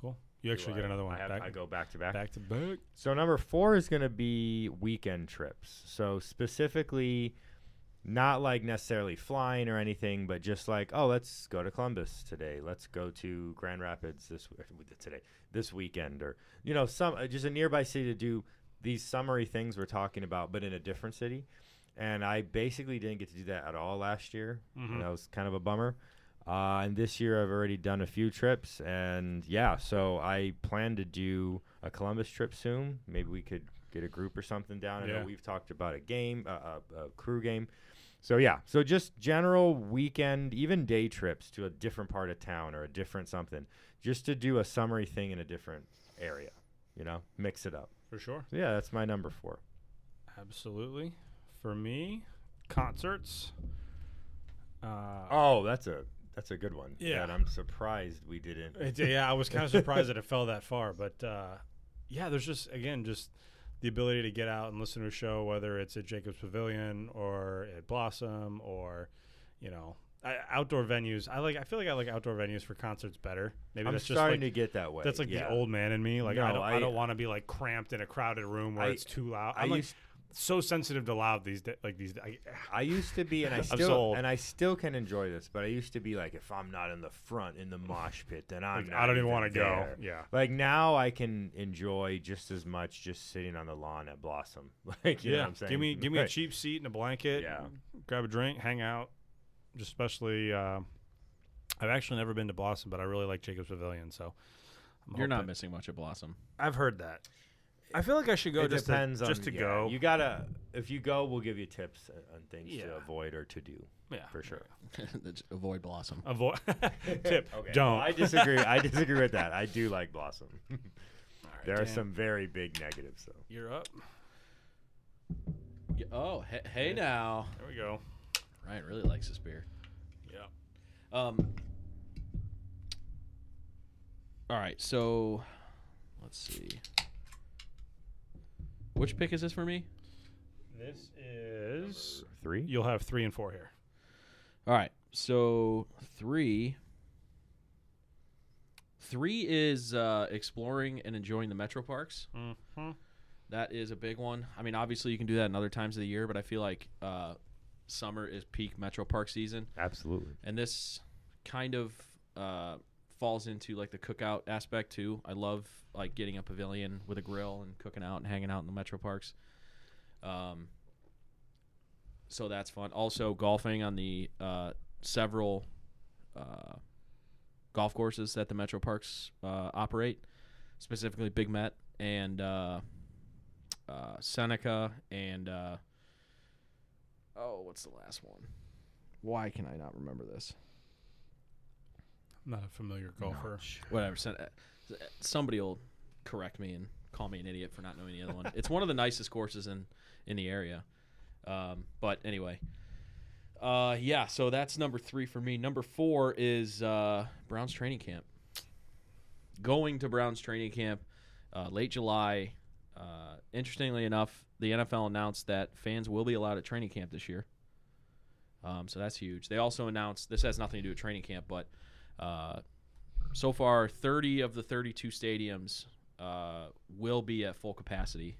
Speaker 1: cool. You actually get
Speaker 4: I-
Speaker 1: another one.
Speaker 4: I, have-
Speaker 1: back,
Speaker 4: I go back to back.
Speaker 1: back to back.
Speaker 4: So number four is going to be weekend trips. So specifically, not like necessarily flying or anything, but just like, oh, let's go to Columbus today. Let's go to Grand Rapids this uh, today, this weekend, or you know, some uh, just a nearby city to do these summary things we're talking about, but in a different city. And I basically didn't get to do that at all last year.
Speaker 1: Mhm.
Speaker 4: And that was kind of a bummer. Uh, and this year I've already done a few trips, and yeah, so I plan to do a Columbus trip soon. Maybe we could get a group or something down. I
Speaker 1: Yeah.
Speaker 4: know we've talked about a game, uh, a, a crew game. So yeah, so just general weekend, even day trips to a different part of town or a different something, just to do a summary thing in a different area. You know, mix it up.
Speaker 1: For sure.
Speaker 4: So yeah, that's my number four.
Speaker 1: Absolutely. For me, concerts. Uh,
Speaker 4: Oh, that's a that's a good one.
Speaker 1: Yeah.
Speaker 4: and I'm surprised we didn't.
Speaker 1: It, yeah, I was kind of surprised that it fell that far, but uh, yeah, there's just again just the ability to get out and listen to a show, whether it's at Jacob's Pavilion or at Blossom or you know I, outdoor venues. I like. I feel like I like outdoor venues for concerts better. Maybe
Speaker 4: I'm
Speaker 1: that's just
Speaker 4: starting
Speaker 1: like
Speaker 4: to get that way.
Speaker 1: that's like
Speaker 4: yeah.
Speaker 1: the old man in me. Like I
Speaker 4: No,
Speaker 1: don't. I,
Speaker 4: I-
Speaker 1: don't want to be like cramped in a crowded room where
Speaker 4: I-
Speaker 1: it's too loud.
Speaker 4: I
Speaker 1: I'm like,
Speaker 4: used-
Speaker 1: so sensitive to loud these days. Like these. da- I,
Speaker 4: I used to be, and I still
Speaker 1: so old.
Speaker 4: and I still can enjoy this, but I used to be like, if I'm not in the front in the mosh pit, then I'm.
Speaker 1: Like,
Speaker 4: not
Speaker 1: I don't even
Speaker 4: want
Speaker 1: wanna
Speaker 4: to
Speaker 1: go. Yeah.
Speaker 4: Like now, I can enjoy just as much just sitting on the lawn at Blossom. Like, you know what I'm saying?
Speaker 1: Give me give me a
Speaker 4: Like,
Speaker 1: cheap seat and a blanket.
Speaker 4: Yeah.
Speaker 1: Grab a drink, hang out. Just especially, uh, I've actually never been to Blossom, but I really like Jacob's Pavilion. So I'm
Speaker 2: You're not
Speaker 1: hoping-
Speaker 2: missing much of Blossom.
Speaker 1: I've heard that. I feel like I should go.
Speaker 4: It
Speaker 1: just
Speaker 4: depends
Speaker 1: to,
Speaker 4: on
Speaker 1: just to
Speaker 4: yeah,
Speaker 1: go.
Speaker 4: You gotta. If you go, we'll give you tips on- on things to
Speaker 1: Yeah.
Speaker 4: avoid or to do.
Speaker 1: yeah,
Speaker 4: For sure.
Speaker 2: Avoid Blossom.
Speaker 1: Avoid tip. Don't.
Speaker 4: I disagree. I disagree with that. I do like Blossom. there are
Speaker 1: Dan.
Speaker 4: some very big negatives though.
Speaker 1: You're up.
Speaker 2: Yeah, Oh, hey, hey now.
Speaker 1: There we go.
Speaker 2: Ryan really likes this beer.
Speaker 1: Yeah.
Speaker 2: Um. All right, so let's see. Which pick is this for me?
Speaker 1: This is.
Speaker 4: Three.
Speaker 1: You'll have three and four here.
Speaker 2: All right, so three. Three is uh, exploring and enjoying the metro parks.
Speaker 1: Mm-hmm.
Speaker 2: That is a big one. I mean, obviously you can do that in other times of the year, but I feel like uh, summer is peak metro park season.
Speaker 4: Absolutely.
Speaker 2: and this kind of uh, falls into like the cookout aspect too. I love like getting a pavilion with a grill and cooking out and hanging out in the metro parks. Um, so that's fun. Also, golfing on the uh, several uh, golf courses that the metro parks uh, operate, specifically Big Met and uh, uh, Seneca and. Uh, Oh, what's the last one? Why can I not remember this?
Speaker 1: I'm not a familiar golfer.
Speaker 2: whatever. Sen- uh, somebody will correct me and call me an idiot for not knowing the other one. It's one of the nicest courses in in the area. Um, but anyway, uh, yeah. So that's number three for me. Number four is uh, Brown's training camp. Going to Brown's training camp, uh, late July. Uh, interestingly enough, the NFL announced that fans will be allowed at training camp this year. Um, so that's huge. They also announced this has nothing to do with training camp, but uh, so far 30 of the 32 stadiums uh, will be at full capacity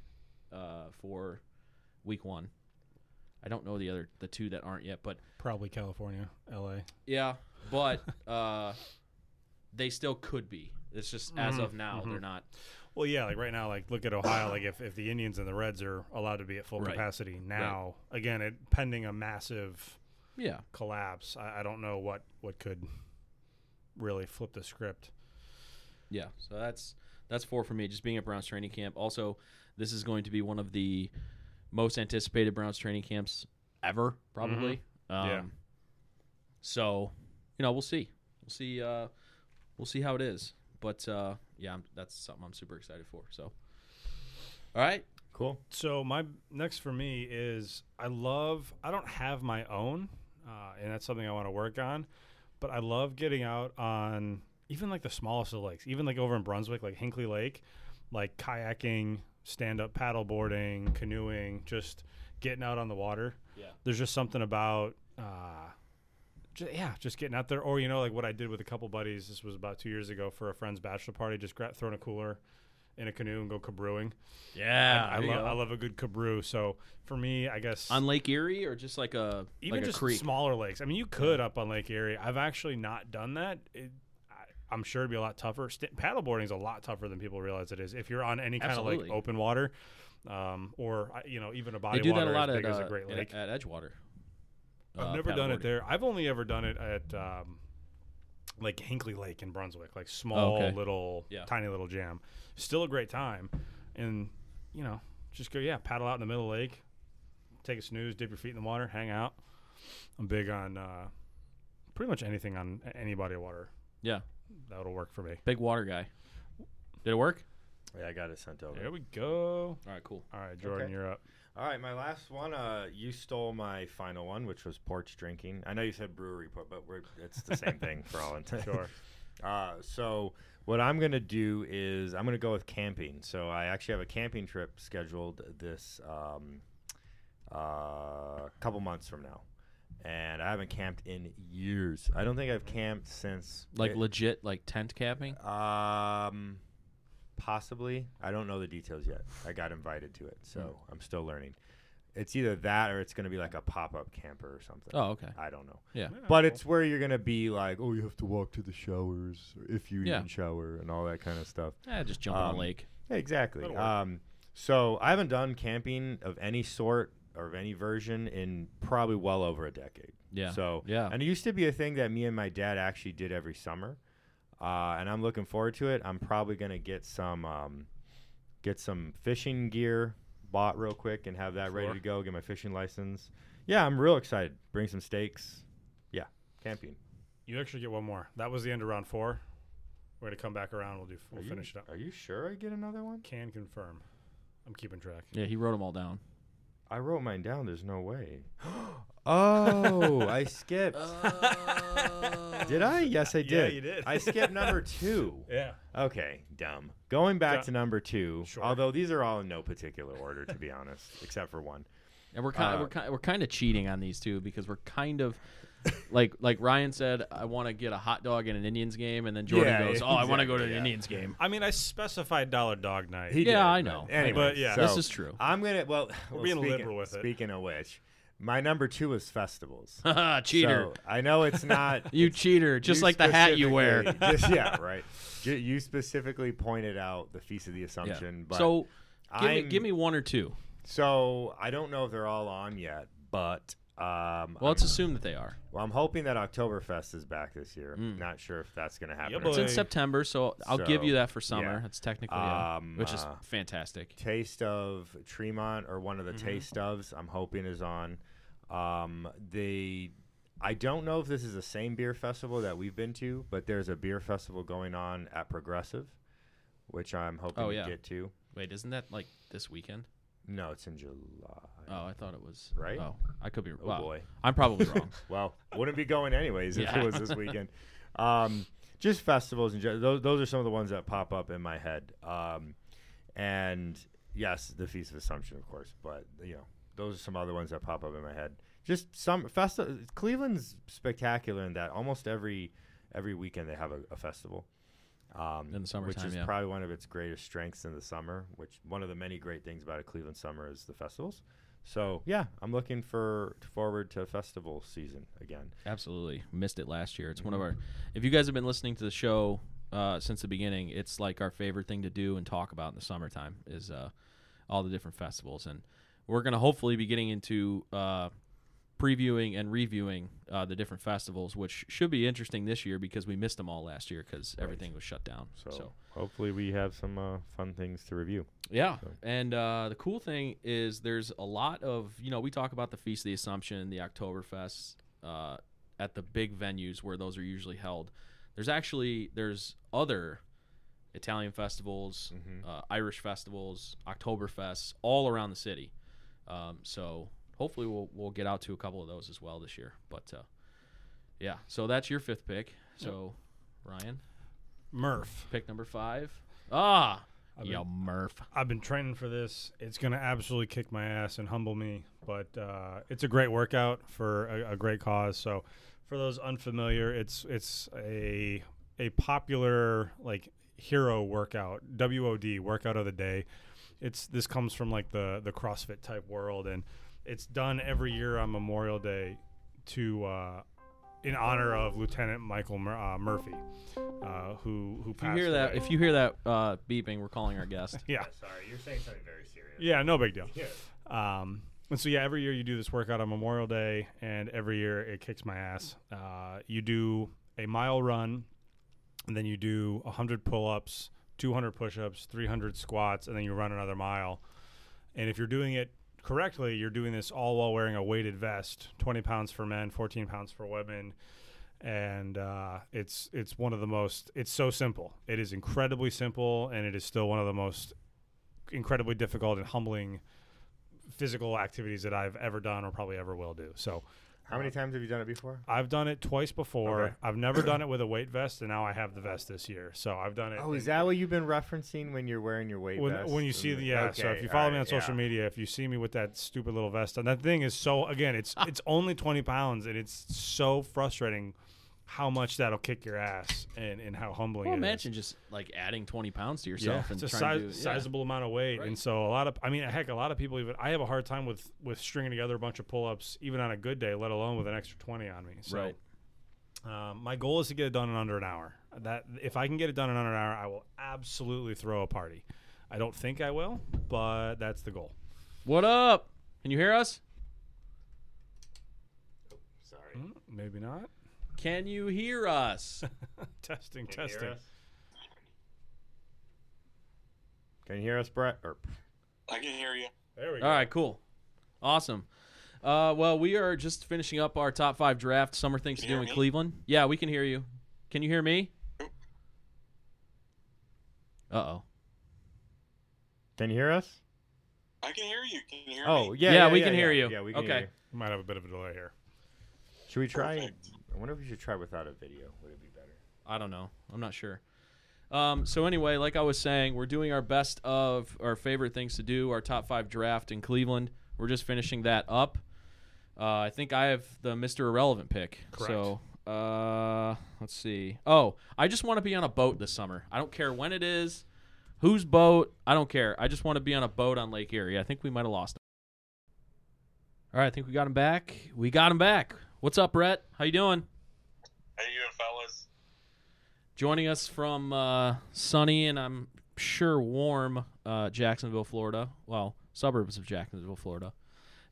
Speaker 2: uh, for week one i don't know the other the two that aren't yet but
Speaker 1: Probably California, L.A.
Speaker 2: yeah but uh, they still could be it's just as of now they're not
Speaker 1: Well, yeah, like right now, like look at Ohio. Like if, if the Indians and the Reds are allowed to be at full
Speaker 2: Right.
Speaker 1: capacity now, again, it pending a massive
Speaker 2: yeah
Speaker 1: collapse. I, I don't know what what could really flip the script.
Speaker 2: Yeah, so that's that's four for me. Just being at Browns training camp. Also, this is going to be one of the most anticipated Browns training camps ever, probably. Um,
Speaker 1: Mm-hmm. Yeah.
Speaker 2: So, you know, we'll see. We'll see. Uh, we'll see how it is. But uh, yeah, I'm, that's something I'm super excited for. So, all right.
Speaker 4: Cool.
Speaker 1: So my next for me is I love. I don't have my own, uh, and that's something I want to work on. But I love getting out on even like the smallest of lakes, even like over in Brunswick, like Hinckley Lake, like kayaking, stand up paddle boarding, canoeing, just getting out on the water.
Speaker 2: Yeah.
Speaker 1: There's just something about. Uh, ju- yeah, just getting out there, or you know, like what I did with a couple buddies. This was about two years ago for a friend's bachelor party. Just grab, throw in a cooler, in a canoe, and go cabrewing.
Speaker 2: Yeah,
Speaker 1: I, love I love a good cabrew. So for me, I guess
Speaker 2: on Lake Erie or just like a
Speaker 1: even
Speaker 2: like
Speaker 1: just
Speaker 2: a creek.
Speaker 1: smaller lakes. I mean, you could up on Lake Erie. I've actually not done that. It, I, I'm sure it'd be a lot tougher. St- paddleboarding is a lot tougher than people realize it is. If you're on any kind of
Speaker 2: Absolutely.
Speaker 1: like open water, um, or I- you know, even a
Speaker 2: they
Speaker 1: body
Speaker 2: do
Speaker 1: water
Speaker 2: that a lot
Speaker 1: as
Speaker 2: at,
Speaker 1: big as
Speaker 2: uh,
Speaker 1: a Great Lake.
Speaker 2: at, at Edgewater.
Speaker 1: I've
Speaker 2: uh,
Speaker 1: never done
Speaker 2: paddleboarding.
Speaker 1: it there. I've only ever done it at um, like Hinckley Lake in Brunswick, like small
Speaker 2: Oh, okay.
Speaker 1: little,
Speaker 2: Yeah.
Speaker 1: tiny little jam. Still a great time, and you know, just go yeah, paddle out in the middle of the lake, take a snooze, dip your feet in the water, hang out. I'm big on uh, pretty much anything on a- any body of water
Speaker 2: Yeah,
Speaker 1: that'll work for me.
Speaker 2: big water guy. Did it work?
Speaker 4: Yeah, I got it sent over.
Speaker 1: There we go.
Speaker 2: All right, cool.
Speaker 1: All right, Jordan,
Speaker 4: Okay.
Speaker 1: you're up.
Speaker 4: All right, my last one. Uh, you stole my final one, which was porch drinking. I know you said brewery, port, but we're it's the same thing for all intents.
Speaker 1: Sure.
Speaker 4: Uh, so what I'm gonna do is I'm gonna go with camping. So I actually have a camping trip scheduled this um, uh, couple months from now, and I haven't camped in years. I don't think I've camped since
Speaker 2: Like
Speaker 4: it-
Speaker 2: legit, like tent camping.
Speaker 4: um, possibly. I don't know the details yet. I got invited to it, so
Speaker 2: Hmm.
Speaker 4: I'm still learning. It's either that or it's going to be like a pop up camper or something.
Speaker 2: Oh, okay.
Speaker 4: I don't know.
Speaker 2: Yeah.
Speaker 4: But it's where you're going to be like, oh, you have to walk to the showers or if you
Speaker 2: Yeah.
Speaker 4: even shower and all that kind of stuff.
Speaker 2: Eh, just jump in
Speaker 4: Um,
Speaker 2: the lake.
Speaker 4: Yeah, exactly.
Speaker 1: That'll work.
Speaker 4: Um, so I haven't done camping of any sort or of any version in probably well over a decade.
Speaker 2: Yeah.
Speaker 4: So
Speaker 2: Yeah.
Speaker 4: and it used to be a thing that me and my dad actually did every summer, uh, and I'm looking forward to it. I'm probably gonna get some um, get some fishing gear bought real quick and have that ready
Speaker 2: Sure.
Speaker 4: to go. Get my fishing license. Yeah, I'm real excited. Bring some steaks. Yeah, camping.
Speaker 1: You actually get one more. That was the end of round four. We're gonna come back around. We'll do. We'll
Speaker 4: you,
Speaker 1: finish it up.
Speaker 4: Are you sure I get another one?
Speaker 1: Can confirm. I'm keeping track.
Speaker 2: Yeah, he wrote them all down.
Speaker 4: I wrote mine down. There's no way. oh, I skipped. Did I? Yes, I did.
Speaker 1: Yeah, you did.
Speaker 4: I skipped number two.
Speaker 1: Yeah.
Speaker 4: Okay, dumb. Going back
Speaker 1: Dumb.
Speaker 4: to number two,
Speaker 1: Sure.
Speaker 4: although these are all in no particular order, to be honest, except for one.
Speaker 2: And we're kind
Speaker 4: Uh,
Speaker 2: we're kind we're kind of cheating on these two because we're kind of like like Ryan said, I want to get a hot dog in an Indians game, and then Jordan
Speaker 4: Yeah,
Speaker 2: goes,
Speaker 4: yeah,
Speaker 2: "Oh, I want to go to
Speaker 4: exactly,
Speaker 2: an
Speaker 4: yeah.
Speaker 2: Indians game."
Speaker 1: I mean, I specified dollar dog night.
Speaker 4: He
Speaker 2: Yeah,
Speaker 4: did,
Speaker 2: I
Speaker 4: but
Speaker 2: know.
Speaker 4: Anyway,
Speaker 1: But, yeah.
Speaker 4: so
Speaker 2: This is true.
Speaker 4: I'm gonna. Well, well,
Speaker 1: being
Speaker 4: speaking,
Speaker 1: liberal with it.
Speaker 4: Speaking of which, my number two is festivals.
Speaker 2: Cheater.
Speaker 4: So I know it's not
Speaker 2: you cheater, just
Speaker 4: you
Speaker 2: like the hat you wear.
Speaker 4: specifically- just- yeah, right. Ju- You specifically pointed out the feast of the Assumption, but
Speaker 2: So give me,
Speaker 4: I'm-
Speaker 2: give me one or two.
Speaker 4: So I don't know if they're all on yet, but um,
Speaker 2: Well, let's
Speaker 4: I'm,
Speaker 2: assume that they are.
Speaker 4: well, I'm hoping that Oktoberfest is back this year.
Speaker 2: Mm.
Speaker 4: Not sure if that's going to happen.
Speaker 1: Yeah,
Speaker 4: or
Speaker 1: boy.
Speaker 2: It's in
Speaker 1: Hey.
Speaker 2: September, so I'll give
Speaker 4: So,
Speaker 2: you that for summer.
Speaker 4: yeah.
Speaker 2: That's technically, yeah,
Speaker 4: Um,
Speaker 2: which is
Speaker 4: uh,
Speaker 2: fantastic.
Speaker 4: Taste of Tremont or one of
Speaker 2: Mm-hmm.
Speaker 4: the Taste ofs. I'm hoping is on. Um, they, I don't know if this is the same beer festival that we've been to, but there's a beer festival going on at Progressive, which I'm hoping
Speaker 2: Oh, yeah.
Speaker 4: to get to.
Speaker 2: Wait, isn't that like this weekend?
Speaker 4: No, it's in July.
Speaker 2: Oh, I thought it was.
Speaker 4: Right?
Speaker 2: Oh, I could be.
Speaker 4: Oh,
Speaker 2: wow.
Speaker 4: boy.
Speaker 2: I'm probably wrong.
Speaker 4: Well, wouldn't be going anyways if
Speaker 2: Yeah.
Speaker 4: it was this weekend. Um, just festivals and ge- those, those are some of the ones that pop up in my head. Um, and yes, the Feast of Assumption, of course, but you know those are some other ones that pop up in my head. Just some festival. Cleveland's spectacular in that almost every every weekend they have a, a festival. Um,
Speaker 2: In the
Speaker 4: which
Speaker 2: summertime,
Speaker 4: is
Speaker 2: yeah.
Speaker 4: probably one of its greatest strengths in the summer. Which one of the many great things about a Cleveland summer is the festivals. So yeah, I'm looking for forward to festival season again.
Speaker 2: Absolutely. Missed it last year. It's one of
Speaker 4: Mm-hmm.
Speaker 2: our if you guys have been listening to the show uh, since the beginning, it's like our favorite thing to do and talk about in the summertime is uh, all the different festivals and we're gonna hopefully be getting into uh, previewing and reviewing uh, the different festivals, which should be interesting this year because we missed them all last year because everything was shut down.
Speaker 4: So,
Speaker 2: so
Speaker 4: hopefully we have some uh, fun things to review.
Speaker 2: yeah, and uh, the cool thing is there's a lot of you know we talk about the Feast of the Assumption, the Oktoberfest uh, at the big venues where those are usually held. There's actually there's other Italian festivals, uh, Irish festivals, Oktoberfests all around the city. Um, so hopefully we'll we'll get out to a couple of those as well this year. But uh, yeah, so that's your fifth pick. So Ryan,
Speaker 1: Murph.
Speaker 2: pick number five. Ah, yo Murph.
Speaker 1: I've been training for this. It's going to absolutely kick my ass and humble me, but uh, it's a great workout for a, a great cause. So, for those unfamiliar, it's it's a a popular like hero workout, WOD workout of the day. It's this comes from like the the CrossFit type world, and it's done every year on Memorial Day to uh, in honor of Lieutenant Michael Mur- uh, Murphy, uh, who who
Speaker 2: If you
Speaker 1: passed
Speaker 2: hear that,
Speaker 1: away.
Speaker 2: if you hear that uh, beeping, we're calling our guest.
Speaker 1: yeah.
Speaker 4: Sorry, you're saying something very serious.
Speaker 1: Yeah, no big deal. Um, and so yeah, every year you do this workout on Memorial Day, and every year it kicks my ass. Uh, you do a mile run, and then you do 100 pull-ups, 200 push-ups, 300 squats, and then you run another mile. And if you're doing it correctly, you're doing this all while wearing a weighted vest, 20 pounds for men, 14 pounds for women. And uh, it's it's one of the most. It's so simple. It is incredibly simple, and it is still one of the most incredibly difficult and humbling physical activities that I've ever done or probably ever will do. So
Speaker 4: How many times have you done it before?
Speaker 1: I've done it twice before.
Speaker 4: Okay.
Speaker 1: I've never done it with a weight vest, and now I have the vest this year. So I've done it.
Speaker 4: Oh, is
Speaker 1: in-
Speaker 4: that what you've been referencing when you're wearing your weight
Speaker 1: when,
Speaker 4: vest?
Speaker 1: when you
Speaker 4: and
Speaker 1: see the yeah? so if
Speaker 4: okay,
Speaker 1: you follow me on
Speaker 4: alright,
Speaker 1: social
Speaker 4: yeah.
Speaker 1: media, if you see me with that stupid little vest, and that thing is so again, it's it's only twenty pounds, and it's so frustrating how much that'll kick your ass and and how humbling.
Speaker 2: Well,
Speaker 1: it is.
Speaker 2: imagine just like adding 20 pounds to yourself and
Speaker 1: it's a
Speaker 2: trying
Speaker 1: size,
Speaker 2: to do, yeah.
Speaker 1: sizable amount of weight,
Speaker 2: Right.
Speaker 1: and so a lot of I mean, heck, a lot of people even I have a hard time with with stringing together a bunch of pull ups, even on a good day, let alone with an extra twenty on me. So,
Speaker 2: Right.
Speaker 1: um, my goal is to get it done in under an hour. That if I can get it done in under an hour, I will absolutely throw a party. I don't think I will, but that's the goal.
Speaker 2: What up? Can you hear us?
Speaker 4: Sorry.
Speaker 1: Hmm, Maybe not.
Speaker 2: Can you hear us?
Speaker 1: Testing,
Speaker 4: Can you hear
Speaker 1: testing.
Speaker 4: us? Can you hear us, Brett? Or
Speaker 5: I can hear you.
Speaker 1: There we
Speaker 2: All right, cool. Awesome. Uh, well, we are just finishing up our top five draft summer things
Speaker 5: Can
Speaker 2: to
Speaker 5: you
Speaker 2: do
Speaker 5: hear
Speaker 2: in
Speaker 5: me?
Speaker 2: Cleveland. Yeah, we can hear you. Can you hear me? Uh oh.
Speaker 4: can you hear us?
Speaker 5: I can hear you. Can you hear
Speaker 4: Oh,
Speaker 5: me?
Speaker 4: yeah.
Speaker 2: Yeah, we can hear you.
Speaker 4: Yeah, we can
Speaker 2: Okay.
Speaker 4: hear you.
Speaker 1: Might have a bit of a delay here.
Speaker 4: Should we try?
Speaker 5: Perfect.
Speaker 4: I wonder if we should try without a video. Would it be better?
Speaker 2: I don't know. I'm not sure. Um, so anyway, like I was saying, we're doing our best of our favorite things to do, our top five draft in Cleveland. We're just finishing that up. Uh, I think I have the Mr. Irrelevant pick.
Speaker 1: Correct.
Speaker 2: So uh, let's see. Oh, I just want to be on a boat this summer. I don't care when it is, whose boat. I don't care. I just want to be on a boat on Lake Erie. I think we might have lost. Him. All right, I think we got him back. We got him back. What's up, Brett? How you doing?
Speaker 5: How you doing, fellas?
Speaker 2: Joining us from uh, sunny and I'm sure warm uh, Jacksonville, Florida. Well, suburbs of Jacksonville, Florida.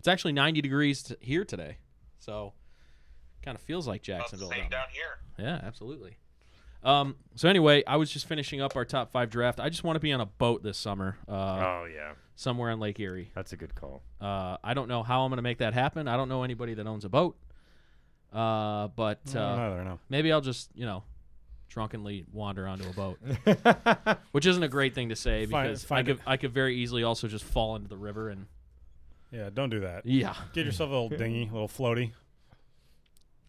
Speaker 2: It's actually 90 degrees t- here today, so kind of feels like
Speaker 5: About the
Speaker 2: Jacksonville.
Speaker 5: same
Speaker 2: down there.
Speaker 5: down here.
Speaker 2: Yeah, absolutely. Um, so anyway, I was just finishing up our top five draft. I just want to be on a boat this summer, uh,
Speaker 4: oh yeah,
Speaker 2: somewhere on Lake Erie.
Speaker 4: that's a good call.
Speaker 2: Uh, I don't know how I'm going to make that happen. I don't know anybody that owns a boat, uh, but uh,
Speaker 1: Neither, no.
Speaker 2: Maybe I'll just, you know, drunkenly wander onto a boat, which isn't a great thing to say
Speaker 1: Find-
Speaker 2: because
Speaker 1: find
Speaker 2: I could I could very easily also just fall into the river and
Speaker 1: Yeah, don't do that.
Speaker 2: yeah,
Speaker 1: Get yourself a little dinghy, a little floaty,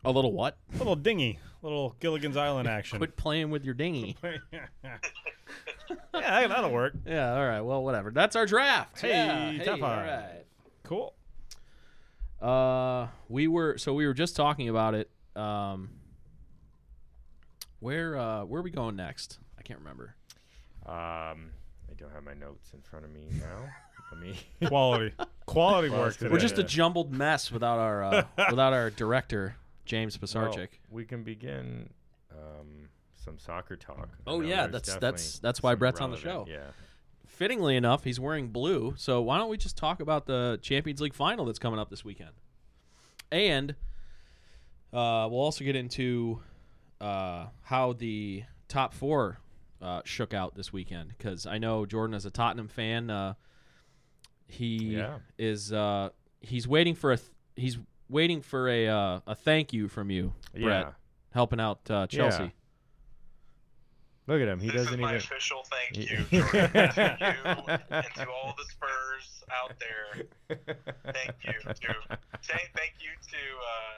Speaker 2: a little what?
Speaker 1: a little dinghy, a little Gilligan's Island action.
Speaker 2: Quit playing with your dinghy.
Speaker 1: yeah, that'll work.
Speaker 2: yeah, all right. Well, whatever. That's our draft.
Speaker 1: Hey,
Speaker 2: yeah,
Speaker 1: top
Speaker 2: all
Speaker 1: five.
Speaker 2: right.
Speaker 1: Cool.
Speaker 2: Uh, we were so we were just talking about it. Um, where uh, where are we going next? I can't remember.
Speaker 4: Um, I don't have my notes in front of me now. Let me.
Speaker 1: Quality, quality work today.
Speaker 2: We're just a jumbled mess without our uh, without our director James
Speaker 4: Well,
Speaker 1: Oh.
Speaker 2: Pisarczyk.
Speaker 4: Oh, we can begin um, some soccer talk. I
Speaker 2: Oh,
Speaker 4: know
Speaker 2: yeah,
Speaker 4: there's
Speaker 2: that's-
Speaker 4: definitely
Speaker 2: that's- that's why
Speaker 4: some
Speaker 2: Brett's on the
Speaker 4: relevant-
Speaker 2: show.
Speaker 4: Yeah.
Speaker 2: fittingly enough, he's wearing blue. So why don't we just talk about the Champions League final that's coming up this weekend? And uh, we'll also get into uh, how the top four uh, shook out this weekend because I know Jordan is a Tottenham fan. Uh, he
Speaker 4: Yeah.
Speaker 2: is uh, he's waiting for a th- he's waiting for a uh, a thank you from you, Brett,
Speaker 4: Yeah.
Speaker 2: helping out uh, Chelsea.
Speaker 4: Yeah. Look at him. He
Speaker 5: this
Speaker 4: doesn't
Speaker 5: is my
Speaker 4: even.
Speaker 5: official thank you, Jordan. thank you, and to all the Spurs out there. Thank you to say thank you to uh,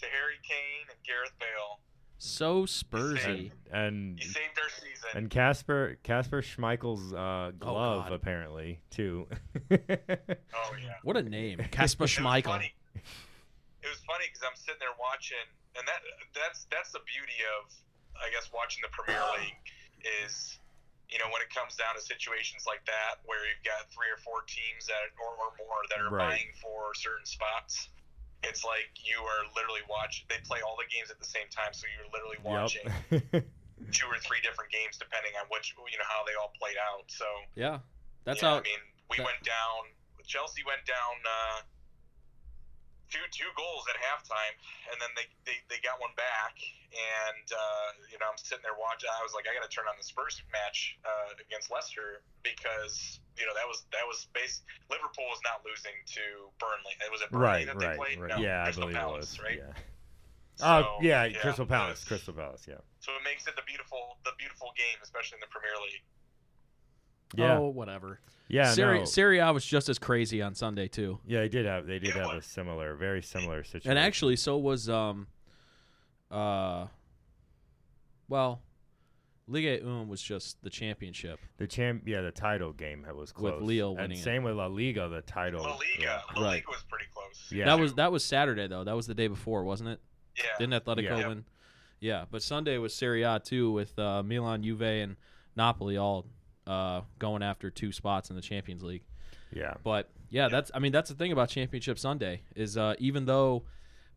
Speaker 5: to Harry Kane and Gareth Bale.
Speaker 2: So Spursy.
Speaker 4: and and
Speaker 5: You saved our season.
Speaker 4: and Casper Casper Schmeichel's uh, glove
Speaker 2: Oh, God.
Speaker 4: apparently too.
Speaker 5: oh yeah.
Speaker 2: What a name, Casper
Speaker 5: It was
Speaker 2: Schmeichel.
Speaker 5: funny. It was funny because I'm sitting there watching, and that that's that's the beauty of, I guess, watching the Premier League is, you know, when it comes down to situations like that where you've got three or four teams that or, or more that are
Speaker 4: Right.
Speaker 5: vying for certain spots. It's like you are literally watching. They play all the games at the same time, so you're literally watching
Speaker 4: yep.
Speaker 5: two or three different games depending on which you know how they all played out. So
Speaker 2: Yeah, that's how.
Speaker 5: yeah, I mean, we
Speaker 2: that-
Speaker 5: went down. Chelsea went down uh, two two goals at halftime, and then they, they, they got one back. And uh, you know, I'm sitting there watching. I was like, I got to turn on this first match uh, against Leicester because you know that was that was base. Liverpool was not losing to Burnley. It was at Burnley
Speaker 4: Right,
Speaker 5: that they
Speaker 4: right,
Speaker 5: played.
Speaker 4: right.
Speaker 5: No,
Speaker 4: yeah, I
Speaker 5: Crystal
Speaker 4: believe
Speaker 5: Palace,
Speaker 4: it was.
Speaker 5: right?
Speaker 4: Yeah. oh
Speaker 5: So,
Speaker 4: yeah, Crystal
Speaker 5: it
Speaker 4: Palace,
Speaker 5: was-
Speaker 4: Crystal Palace, yeah.
Speaker 5: So it makes it the beautiful the beautiful game, especially in the Premier League.
Speaker 4: Yeah.
Speaker 2: Oh, whatever.
Speaker 4: Yeah,
Speaker 2: Serie,
Speaker 4: no.
Speaker 2: Serie A was just as crazy on Sunday too,
Speaker 4: yeah, they did have they did have a similar, very similar situation.
Speaker 2: and actually, so was um, uh, well, Liga Um was just the championship.
Speaker 4: the champ, yeah, the title game ha- was
Speaker 2: With
Speaker 4: close.
Speaker 2: Leo
Speaker 4: and
Speaker 2: winning it.
Speaker 4: same with La Liga, the title.
Speaker 5: La Liga.
Speaker 4: yeah.
Speaker 5: La
Speaker 2: Right.
Speaker 5: Liga was pretty close.
Speaker 4: Yeah.
Speaker 2: That was that was Saturday though. That was the day before, wasn't it?
Speaker 5: Yeah.
Speaker 2: Didn't Atletico
Speaker 4: Yeah.
Speaker 2: win? Yeah, but Sunday was Serie A too, with uh, Milan, Juve, and Napoli all uh, going after two spots in the Champions League.
Speaker 4: Yeah,
Speaker 2: But yeah, that's I mean that's the thing about Championship Sunday is uh, even though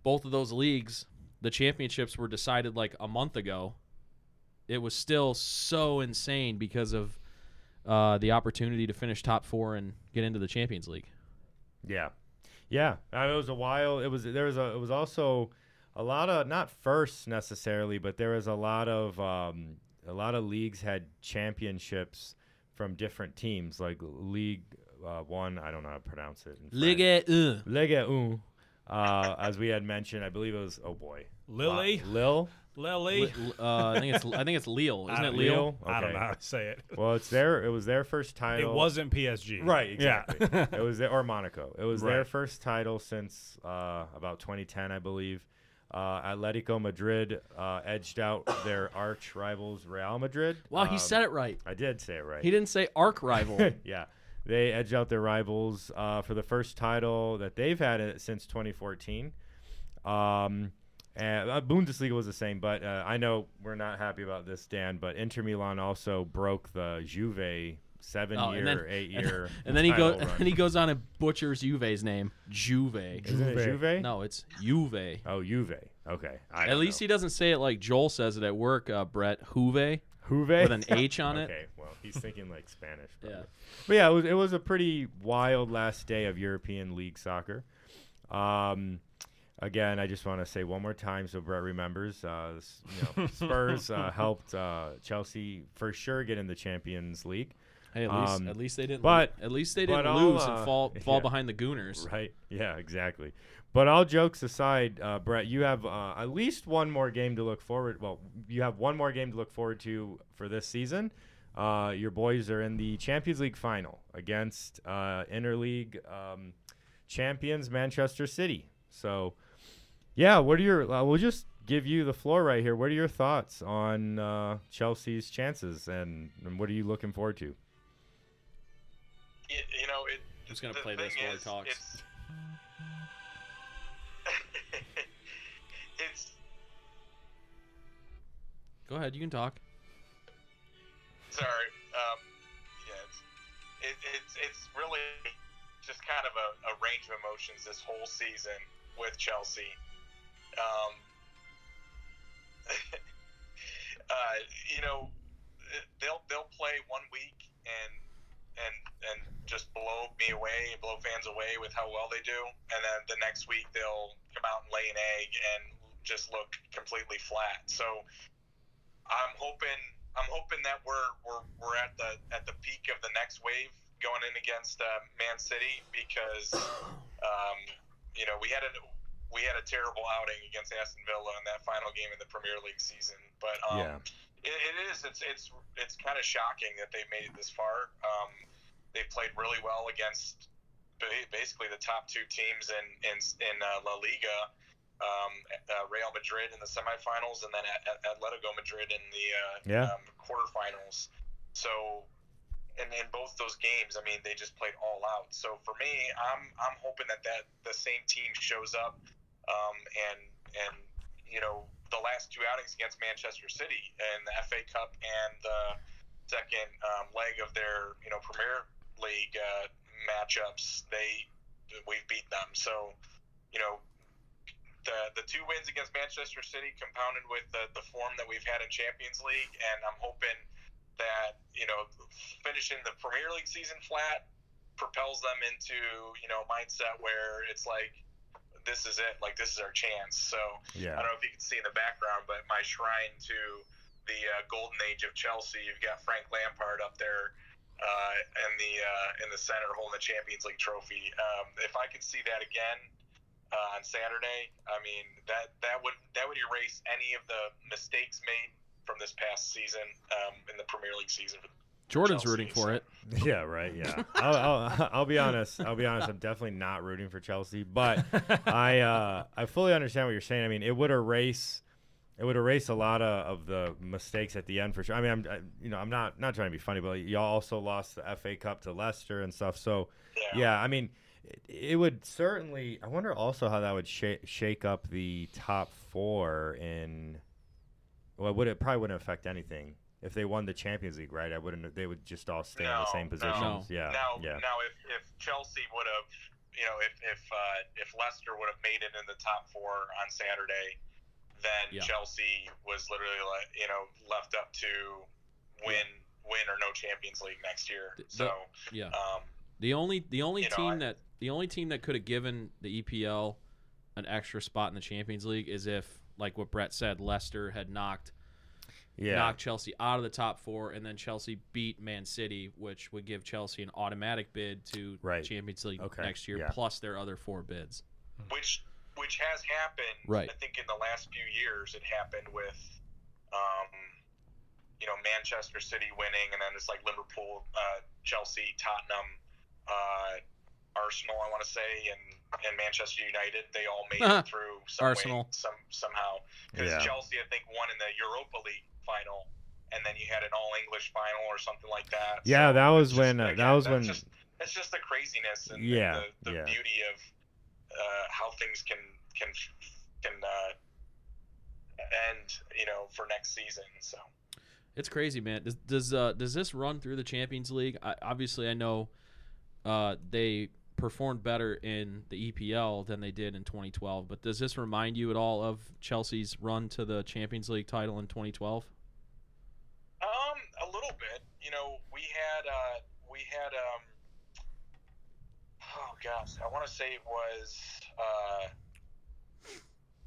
Speaker 2: both of those leagues, the championships were decided like a month ago, it was still so insane because of uh, the opportunity to finish top four and get into the Champions League.
Speaker 4: yeah, yeah. I mean, it was a while. It was there was a it was also a lot of not firsts necessarily, but there was a lot of um, a lot of leagues had championships from different teams, like League uh, One. I don't know how to pronounce it. in French.
Speaker 2: Ligue
Speaker 4: Ligue 1, uh, as we had mentioned, I believe it was, oh boy.
Speaker 6: Lily?
Speaker 4: Wow. Lil?
Speaker 6: Lily.
Speaker 2: Li- uh, I think it's I think it's Lille, isn't it? Lille.
Speaker 4: Lille?
Speaker 6: I don't
Speaker 4: Okay.
Speaker 6: know how to say it.
Speaker 4: Well, it's their, it was their first
Speaker 6: It
Speaker 4: title.
Speaker 6: wasn't PSG.
Speaker 4: Right,
Speaker 6: Yeah.
Speaker 4: exactly. it was their, or Monaco. It was their
Speaker 6: Right.
Speaker 4: first title since uh, about 2010, I believe. Uh, Atletico Madrid uh, edged out their arch rivals, Real Madrid.
Speaker 2: Wow, he
Speaker 4: Um,
Speaker 2: said it right.
Speaker 4: I did say it right.
Speaker 2: He didn't say arc rival.
Speaker 4: yeah. They edge out their rivals uh, for the first title that they've had it since 2014. Um, and uh, Bundesliga was the same, but uh, I know we're not happy about this, Dan. But Inter Milan also broke the Juve
Speaker 2: Oh,
Speaker 4: seven-year,
Speaker 2: and then-
Speaker 4: eight-year,
Speaker 2: and then he
Speaker 4: title
Speaker 2: goes and
Speaker 4: run.
Speaker 2: then he goes on and butchers Juve's name. Juve.
Speaker 4: Isn't it
Speaker 6: Juve.
Speaker 4: Juve?
Speaker 2: No, it's Juve.
Speaker 4: Oh, Juve. Okay. I
Speaker 2: At least he doesn't say it like Joel says it at work, uh, Brett. Juve
Speaker 4: Juve
Speaker 2: with an H on it.
Speaker 4: Okay, well, he's thinking like Spanish. Probably.
Speaker 2: Yeah.
Speaker 4: But yeah, it was, it was a pretty wild last day of European League soccer. Um, again, I just want to say one more time so Brett remembers. Uh, s- you know, Spurs uh, helped uh, Chelsea for sure get in the Champions League.
Speaker 2: Hey, at least
Speaker 4: Um,
Speaker 2: at least they didn't.
Speaker 4: but-
Speaker 2: at least they
Speaker 4: but
Speaker 2: didn't
Speaker 4: I'll,
Speaker 2: lose and
Speaker 4: uh,
Speaker 2: fall fall
Speaker 4: yeah.
Speaker 2: behind the Gooners.
Speaker 4: Right. Yeah, exactly. But all jokes aside, uh, Brett, you have uh, at least one more game to look forward. Well, you have one more game to look forward to for this season. Uh, your boys are in the Champions League final against uh, interleague um, champions Manchester City. So, yeah, what are your? Uh, we'll just give you the floor right here. What are your thoughts on uh, Chelsea's chances, and, and what are you looking forward to?
Speaker 5: You, you know, it,
Speaker 2: Who's gonna
Speaker 5: the
Speaker 2: play
Speaker 5: thing
Speaker 2: this while he
Speaker 5: is,
Speaker 2: talks?
Speaker 5: It's, it's
Speaker 2: Go ahead, you can talk.
Speaker 5: sorry. Um, yeah, it's, it, it's it's really just kind of a, a range of emotions this whole season with Chelsea. Um, uh, you know, it- they'll they'll play one week and and and just blow me away, blow fans away with how well they do, and then the next week they'll come out and lay an egg and just look completely flat. So I'm hoping I'm hoping that we're we're, we're at the at the peak of the next wave going in against uh, Man City because um, you know we had a we had a terrible outing against Aston Villa in that final game of the Premier League season, but um,
Speaker 4: Yeah.
Speaker 5: it, it is it's it's it's kind of shocking that they made it this far. Um, they played really well against ba- basically the top two teams in in in uh, La Liga, um, uh, Real Madrid in the semifinals, and then at, at Atletico Madrid in the uh,
Speaker 4: Yeah.
Speaker 5: um, quarterfinals. So, and in both those games, I mean, they just played all out. So for me, I'm I'm hoping that that the same team shows up, um, and and you know the last two outings against Manchester City and the FA Cup and the second um, leg of their you know Premier League uh, matchups, they we've beat them. So you know the the two wins against Manchester City compounded with the, the form that we've had in Champions League, and I'm hoping that you know finishing the Premier League season flat propels them into you know a mindset where it's like this is it, like this is our chance. So.
Speaker 4: Yeah.
Speaker 5: I don't know if you can see in the background, but my shrine to the uh, golden age of Chelsea, you've got Frank Lampard up there uh, in the uh, in the center holding the Champions League trophy. Um, if I could see that again uh, on Saturday, I mean that that would that would erase any of the mistakes made from this past season um, in the Premier League season.
Speaker 2: Jordan's
Speaker 5: Chelsea,
Speaker 2: rooting for
Speaker 5: so-
Speaker 2: it.
Speaker 4: Yeah, right. Yeah, I'll, I'll, I'll be honest. I'll be honest. I'm definitely not rooting for Chelsea, but I uh, I fully understand what you're saying. I mean, it would erase it would erase a lot of, of the mistakes at the end for sure. I mean, I'm I, you know I'm not not trying to be funny, but y'all also lost the FA Cup to Leicester and stuff. So
Speaker 5: Yeah.
Speaker 4: yeah, I mean, it, it would certainly. I wonder also how that would sha- shake up the top four in. Well, would it probably wouldn't affect anything if they won the Champions League, right? I wouldn't. They would just all stay in the
Speaker 5: No,
Speaker 4: same
Speaker 5: no.
Speaker 4: positions. Yeah,
Speaker 5: now,
Speaker 4: yeah,
Speaker 5: now if, if Chelsea would have, you know, if if uh, if Leicester would have made it in the top four on Saturday, then
Speaker 2: Yeah.
Speaker 5: Chelsea was literally like, you know, left up to win win or no Champions League next year.
Speaker 2: Th-
Speaker 5: So,
Speaker 2: Yeah.
Speaker 5: um,
Speaker 2: The only the only
Speaker 5: You know,
Speaker 2: team
Speaker 5: I-
Speaker 2: that the only team that could have given the EPL an extra spot in the Champions League is if like what Brett said, Leicester had knocked
Speaker 4: yeah.
Speaker 2: knocked Chelsea out of the top four, and then Chelsea beat Man City, which would give Chelsea an automatic bid to
Speaker 4: Right.
Speaker 2: Champions League
Speaker 4: Okay,
Speaker 2: next year,
Speaker 4: yeah.
Speaker 2: plus their other four bids.
Speaker 5: which which has happened.
Speaker 2: Right.
Speaker 5: I think in the last few years, it happened with, um, you know, Manchester City winning, and then it's like Liverpool, uh, Chelsea, Tottenham, uh, Arsenal. I want to say, and and Manchester United. They all made it through some way,
Speaker 2: Arsenal.
Speaker 5: some somehow because
Speaker 4: Yeah.
Speaker 5: Chelsea, I think, won in the Europa League final. And then you had an all English final or something like that.
Speaker 4: Yeah,
Speaker 5: So
Speaker 4: that
Speaker 5: it's
Speaker 4: was
Speaker 5: just-
Speaker 4: when, uh,
Speaker 5: again,
Speaker 4: that was
Speaker 5: that's
Speaker 4: when-
Speaker 5: just- it's just the craziness and, and
Speaker 4: Yeah,
Speaker 5: the, the
Speaker 4: yeah.
Speaker 5: beauty of uh, how things can can can uh, end, you know, for next season. So
Speaker 2: It's crazy, man. Does does uh, does this run through the Champions League? I, obviously, I know uh, they performed better in the EPL than they did in 2012. But does this remind you at all of Chelsea's run to the Champions League title in 2012?
Speaker 5: Um, a little bit. You know, we had uh, we had um, oh gosh, I want to say it was uh,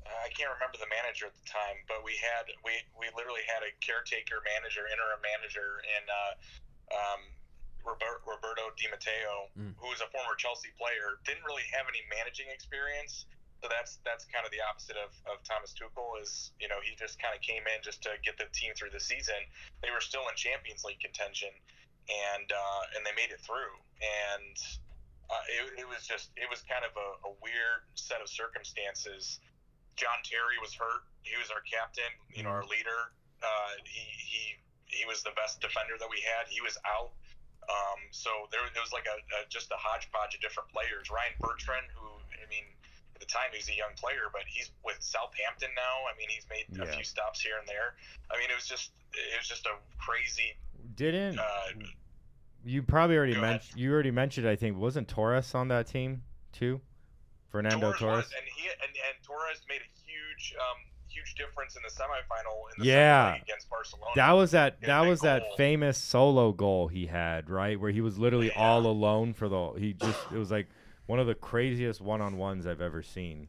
Speaker 5: I can't remember the manager at the time, but we had we we literally had a caretaker manager, interim manager in uh, um, Robert, Roberto Di Matteo,
Speaker 2: Mm.
Speaker 5: who was a former Chelsea player, didn't really have any managing experience. So that's that's kind of the opposite of, of Thomas Tuchel is you know he just kind of came in just to get the team through the season, they were still in Champions League contention, and uh, and they made it through. And uh, it, it was just it was kind of a, a weird set of circumstances. John Terry was hurt. He was our captain, you know, our leader. Uh, he he he was the best defender that we had. He was out. Um, so there it was like a, a just a hodgepodge of different players. Ryan Bertrand, who I mean. At the time, he was a young player, but he's with Southampton now. I mean, he's made a
Speaker 4: Yeah.
Speaker 5: few stops here and there. I mean, it was just it was just a crazy.
Speaker 4: Didn't
Speaker 5: Uh,
Speaker 4: you probably already
Speaker 5: go ahead.
Speaker 4: mentioned? You already mentioned. I think wasn't Torres on that team too? Fernando
Speaker 5: Torres,
Speaker 4: Torres.
Speaker 5: was, and he and, and Torres made a huge um, huge difference in the semifinal in the
Speaker 4: Yeah.
Speaker 5: second leg against Barcelona.
Speaker 4: That was that.
Speaker 5: Yeah,
Speaker 4: That
Speaker 5: big
Speaker 4: was that
Speaker 5: goal.
Speaker 4: famous solo goal he had, right? Where he was literally
Speaker 5: Yeah.
Speaker 4: all alone for the. He just. It was like one of the craziest one-on-ones I've ever seen.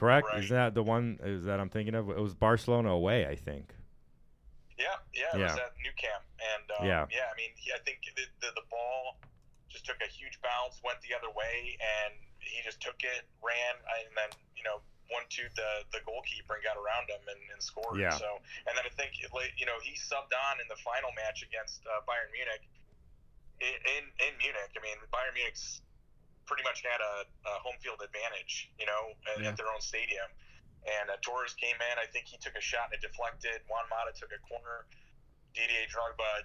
Speaker 4: Correct?
Speaker 5: Right.
Speaker 4: Is that the one? Is that I'm thinking of? It was Barcelona away, I think.
Speaker 5: yeah, yeah, it was
Speaker 4: Yeah.
Speaker 5: at New Camp, and um,
Speaker 4: Yeah.
Speaker 5: yeah. I mean, he, I think the, the the ball just took a huge bounce, went the other way, and he just took it, ran, and then you know one two the the goalkeeper and got around him and, and scored.
Speaker 4: Yeah.
Speaker 5: So and then I think like, you know he subbed on in the final match against uh, Bayern Munich in, in in Munich. I mean Bayern Munich's pretty much had a, a home field advantage, you know, at,
Speaker 2: Yeah.
Speaker 5: at their own stadium. And uh, Torres came in. I think he took a shot and it deflected. Juan Mata took a corner. DDA Drogba,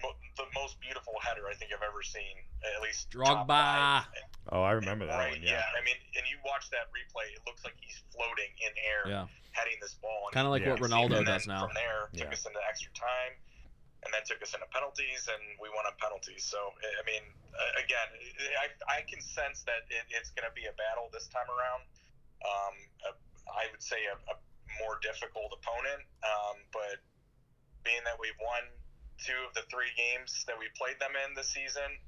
Speaker 5: mo- the most beautiful header I think I've ever seen, at least top
Speaker 2: Drogba.
Speaker 5: five.
Speaker 4: Oh, I remember that
Speaker 5: right?
Speaker 4: one. Yeah.
Speaker 5: I mean, and you watch that replay, it looks like he's floating in air,
Speaker 2: Yeah,
Speaker 5: heading this ball. and
Speaker 2: kind of like
Speaker 4: Yeah.
Speaker 2: what Ronaldo
Speaker 5: and then
Speaker 2: does now.
Speaker 5: From there,
Speaker 4: Yeah.
Speaker 5: took us into extra time, and then took us into penalties, and we won on penalties. So I I mean, uh, again, I, I can sense that it, it's going to be a battle this time around. Um, a, I would say a, a more difficult opponent, um, but being that we've won two of the three games that we played them in this season,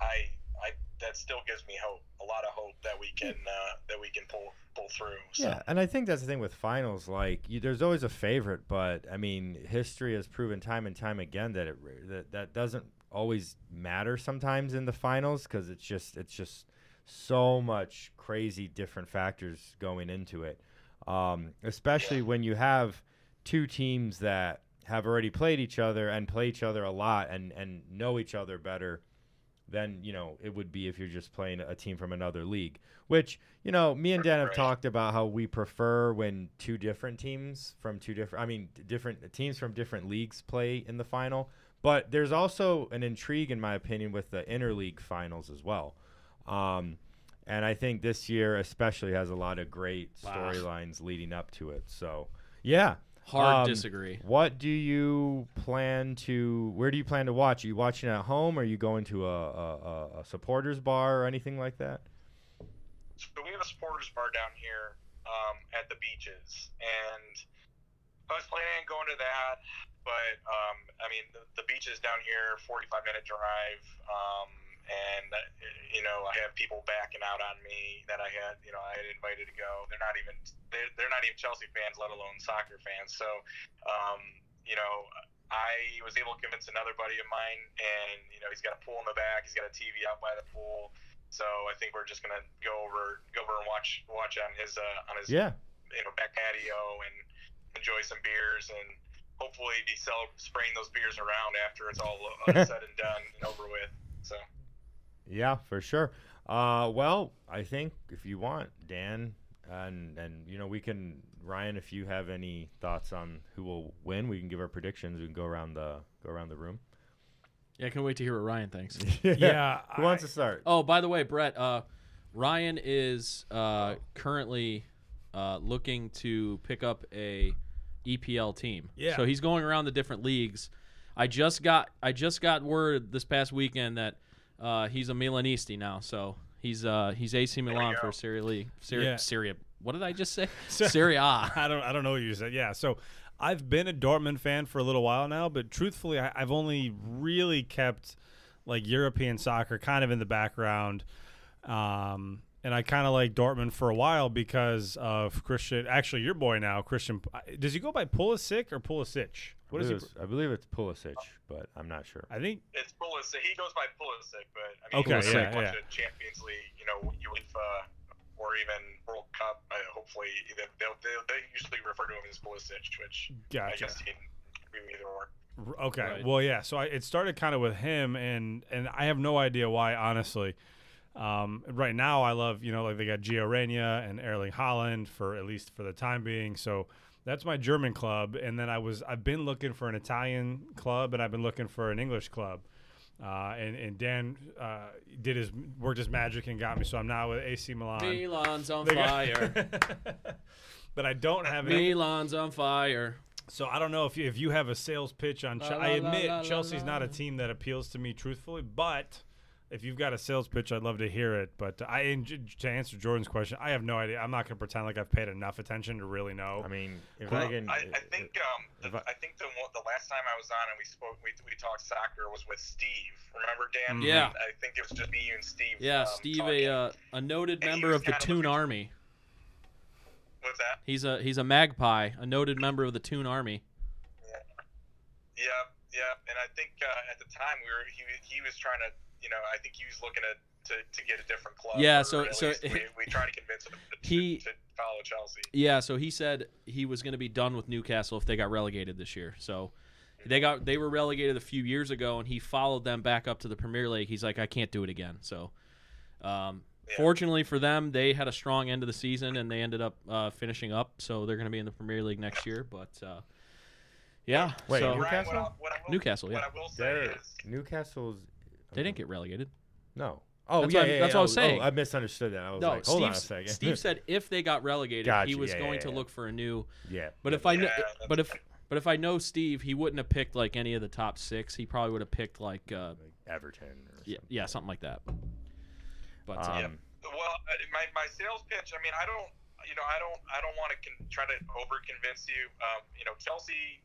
Speaker 5: I. I, that still gives me hope, a lot of hope that we can uh, that we can pull pull through. So.
Speaker 4: Yeah, and I think that's the thing with finals. Like, you, there's always a favorite, but I mean, history has proven time and time again that it re- that that doesn't always matter sometimes in the finals because it's just it's just so much crazy different factors going into it. Um, especially when you have two teams that have already played each other and play each other a lot and and know each other better than you know it would be if you're just playing a team from another league. Which you know, me and Dan have
Speaker 5: Right.
Speaker 4: talked about how we prefer when two different teams from two different, I mean, d- different teams from different leagues play in the final. But there's also an intrigue, in my opinion, with the interleague finals as well. Um, and I think this year especially has a lot of great
Speaker 2: Wow.
Speaker 4: storylines leading up to it. So yeah,
Speaker 2: Hard
Speaker 4: Um,
Speaker 2: disagree.
Speaker 4: What do you plan to? Where do you plan to watch? Are you watching at home? Or are you going to a, a, a- a supporters bar or anything like that?
Speaker 5: so we have a supporters bar down here um, at the beaches, and I was planning on going to that, but um, I mean the, the beaches down here, 45 minute drive, um, and uh, you know I have people backing out on me that I had, you know I had invited to go. They're not even they're, they're not even Chelsea fans, let alone soccer fans. So um, you know. I was able to convince another buddy of mine, and you know he's got a pool in the back. He's got a TV out by the pool. So I think we're just gonna go over go over and watch watch on his uh, on his
Speaker 4: Yeah,
Speaker 5: you know back patio and enjoy some beers and hopefully be sell, spraying those beers around after it's all uh, said and done and over with. So
Speaker 4: yeah, for sure. Uh, well, I think if you want, Dan, and and you know we can Ryan, if you have any thoughts on who will win, we can give our predictions. We can go around the go around the room.
Speaker 2: Yeah, I can wait to hear what Ryan thinks.
Speaker 1: Yeah,
Speaker 4: who wants to start?
Speaker 2: Oh, by the way, Brett, uh, Ryan is uh, currently uh, looking to pick up a EPL team.
Speaker 1: Yeah.
Speaker 2: So he's going around the different leagues. I just got I just got word this past weekend that uh, he's a Milanisti now. So he's uh, he's AC Milan
Speaker 5: go.
Speaker 2: for Serie League. Serie,
Speaker 1: Yeah.
Speaker 2: Syria. What did I just say? Serie A.
Speaker 1: I don't I don't know what you said. Yeah, so I've been a Dortmund fan for a little while now, but truthfully, I, I've only really kept like European soccer kind of in the background. Um, and I kind of like Dortmund for a while because of Christian. Actually, your boy now, Christian. Does he go by Pulisic or Pulisic? What
Speaker 4: I
Speaker 1: is he?
Speaker 4: believe it's- I believe it's Pulisic, but I'm not sure.
Speaker 1: I think
Speaker 5: it's Pulisic. He goes by Pulisic, but I mean,
Speaker 1: Okay,
Speaker 5: he's
Speaker 1: yeah,
Speaker 5: watch
Speaker 1: yeah.
Speaker 5: a Champions League, you know, UEFA or even World Cup. Uh, hopefully, they they'll, they they usually refer to him as Pulisic, which I
Speaker 1: gotcha.
Speaker 5: guess he can do either or.
Speaker 1: R- Okay.
Speaker 2: Right.
Speaker 1: Well, yeah. So I, it started kind of with him, and and I have no idea why, honestly. Um, right now, I love you know like they got Gio Reyna and Erling Holland for at least for the time being. So that's my German club, and then I was I've been looking for an Italian club, and I've been looking for an English club. Uh, and and Dan uh, did his worked his magic and got me, so I'm now with AC Milan.
Speaker 2: Milan's on
Speaker 1: They got-
Speaker 2: fire.
Speaker 1: but I don't have any.
Speaker 2: Milan's on fire.
Speaker 1: So I don't know if you, if you have a sales pitch on. Che-
Speaker 2: La,
Speaker 1: I
Speaker 2: la, la,
Speaker 1: admit
Speaker 2: la, la,
Speaker 1: Chelsea's
Speaker 2: la.
Speaker 1: not a team that appeals to me, truthfully. But if you've got a sales pitch, I'd love to hear it. But I and j- to answer Jordan's question, I have no idea. I'm not going to pretend like I've paid enough attention to really know.
Speaker 4: I mean, if
Speaker 1: Well,
Speaker 4: I can, uh,
Speaker 5: I, I think um, the,
Speaker 4: if I-
Speaker 5: I, think the one- the last time I was on and we spoke, we, we talked soccer was with Steve. Remember, Dan?
Speaker 4: Mm-hmm.
Speaker 1: Mhm.
Speaker 2: Yeah.
Speaker 5: I think it was just me, you, and Steve.
Speaker 2: Yeah,
Speaker 5: um,
Speaker 2: Steve,
Speaker 5: talking.
Speaker 2: a, uh, a noted
Speaker 5: And he
Speaker 2: member
Speaker 5: was
Speaker 2: of the
Speaker 5: kind of
Speaker 2: Toon
Speaker 5: looking-
Speaker 2: Army.
Speaker 5: What's that?
Speaker 2: He's a he's a magpie, a noted member of the Toon Army.
Speaker 5: Yeah, yeah. And I think uh, at the time we were he he was trying to you know I think he was looking to to, to get a different club.
Speaker 2: Yeah,
Speaker 5: or
Speaker 2: so-
Speaker 5: at
Speaker 2: so-
Speaker 5: least we, we tried to convince him to,
Speaker 2: He-
Speaker 5: to follow Chelsea.
Speaker 2: Yeah, so he said he was going to be done with Newcastle if they got relegated this year. So they got they were relegated a few years ago, and he followed them back up to the Premier League. He's like, I can't do it again. So, um,
Speaker 5: Yeah.
Speaker 2: fortunately for them, they had a strong end of the season and they ended up uh, finishing up. So they're going to be in the Premier League next year. But uh, yeah,
Speaker 4: Wait,
Speaker 2: so
Speaker 4: you're-
Speaker 5: Ryan,
Speaker 4: Newcastle?
Speaker 5: what I, what I will,
Speaker 2: Newcastle, yeah.
Speaker 5: What I will say
Speaker 4: they're-
Speaker 5: is
Speaker 4: Newcastle's.
Speaker 2: they didn't get relegated.
Speaker 4: No. Oh,
Speaker 2: That's
Speaker 4: yeah,
Speaker 2: what I-
Speaker 4: yeah,
Speaker 2: that's
Speaker 4: yeah.
Speaker 2: what I was
Speaker 4: Oh,
Speaker 2: saying.
Speaker 4: I misunderstood that. I was
Speaker 2: No,
Speaker 4: like, hold
Speaker 2: Steve,
Speaker 4: on a second.
Speaker 2: Steve said if they got relegated, he
Speaker 4: Gotcha,
Speaker 2: was
Speaker 4: yeah,
Speaker 2: going
Speaker 4: yeah,
Speaker 2: to
Speaker 4: yeah.
Speaker 2: look for a new
Speaker 4: yeah.
Speaker 2: But if I knew,
Speaker 5: Yeah, that's-
Speaker 2: but if but if I know Steve, he wouldn't have picked like any of the top six. He probably would have picked like uh,
Speaker 4: Like Everton. Or
Speaker 2: yeah, yeah, something like that. But
Speaker 4: something.
Speaker 2: uh,
Speaker 4: Um,
Speaker 5: Well, uh, my, my sales pitch. I mean, I don't, you know, I don't, I don't want to con- try to over convince you. Um, you know, Chelsea,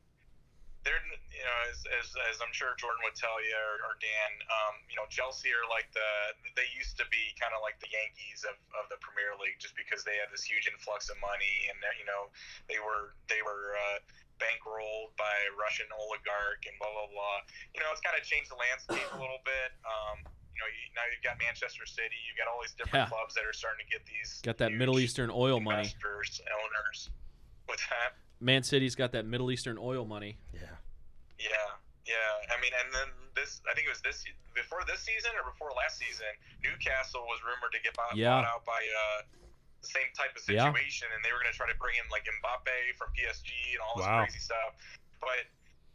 Speaker 5: they're, n- you know, as, as, as I'm sure Jordan would tell you or, or Dan, um, you know, Chelsea are like the they used to be kind of like the Yankees of, of the Premier League, just because they had this huge influx of money and uh, you know they were they were uh, bankrolled by a Russian oligarch and blah blah blah. You know, it's kind of changed the landscape a little bit. Um, you know, you, now you've got Manchester City, you've got all these different
Speaker 2: Yeah.
Speaker 5: clubs that are starting to get these
Speaker 2: got that Middle
Speaker 5: huge
Speaker 2: Eastern oil money.
Speaker 5: investors, owners. What's that?
Speaker 2: Man City's got that Middle Eastern oil money.
Speaker 4: yeah.
Speaker 5: Yeah, yeah. I mean, and then this, I think it was this before this season or before last season, Newcastle was rumored to get bought,
Speaker 2: Yeah.
Speaker 5: bought out by uh, the same type of
Speaker 2: Yeah.
Speaker 5: situation, and they were going to try to bring in like Mbappe from PSG and all this
Speaker 1: Wow.
Speaker 5: crazy stuff. But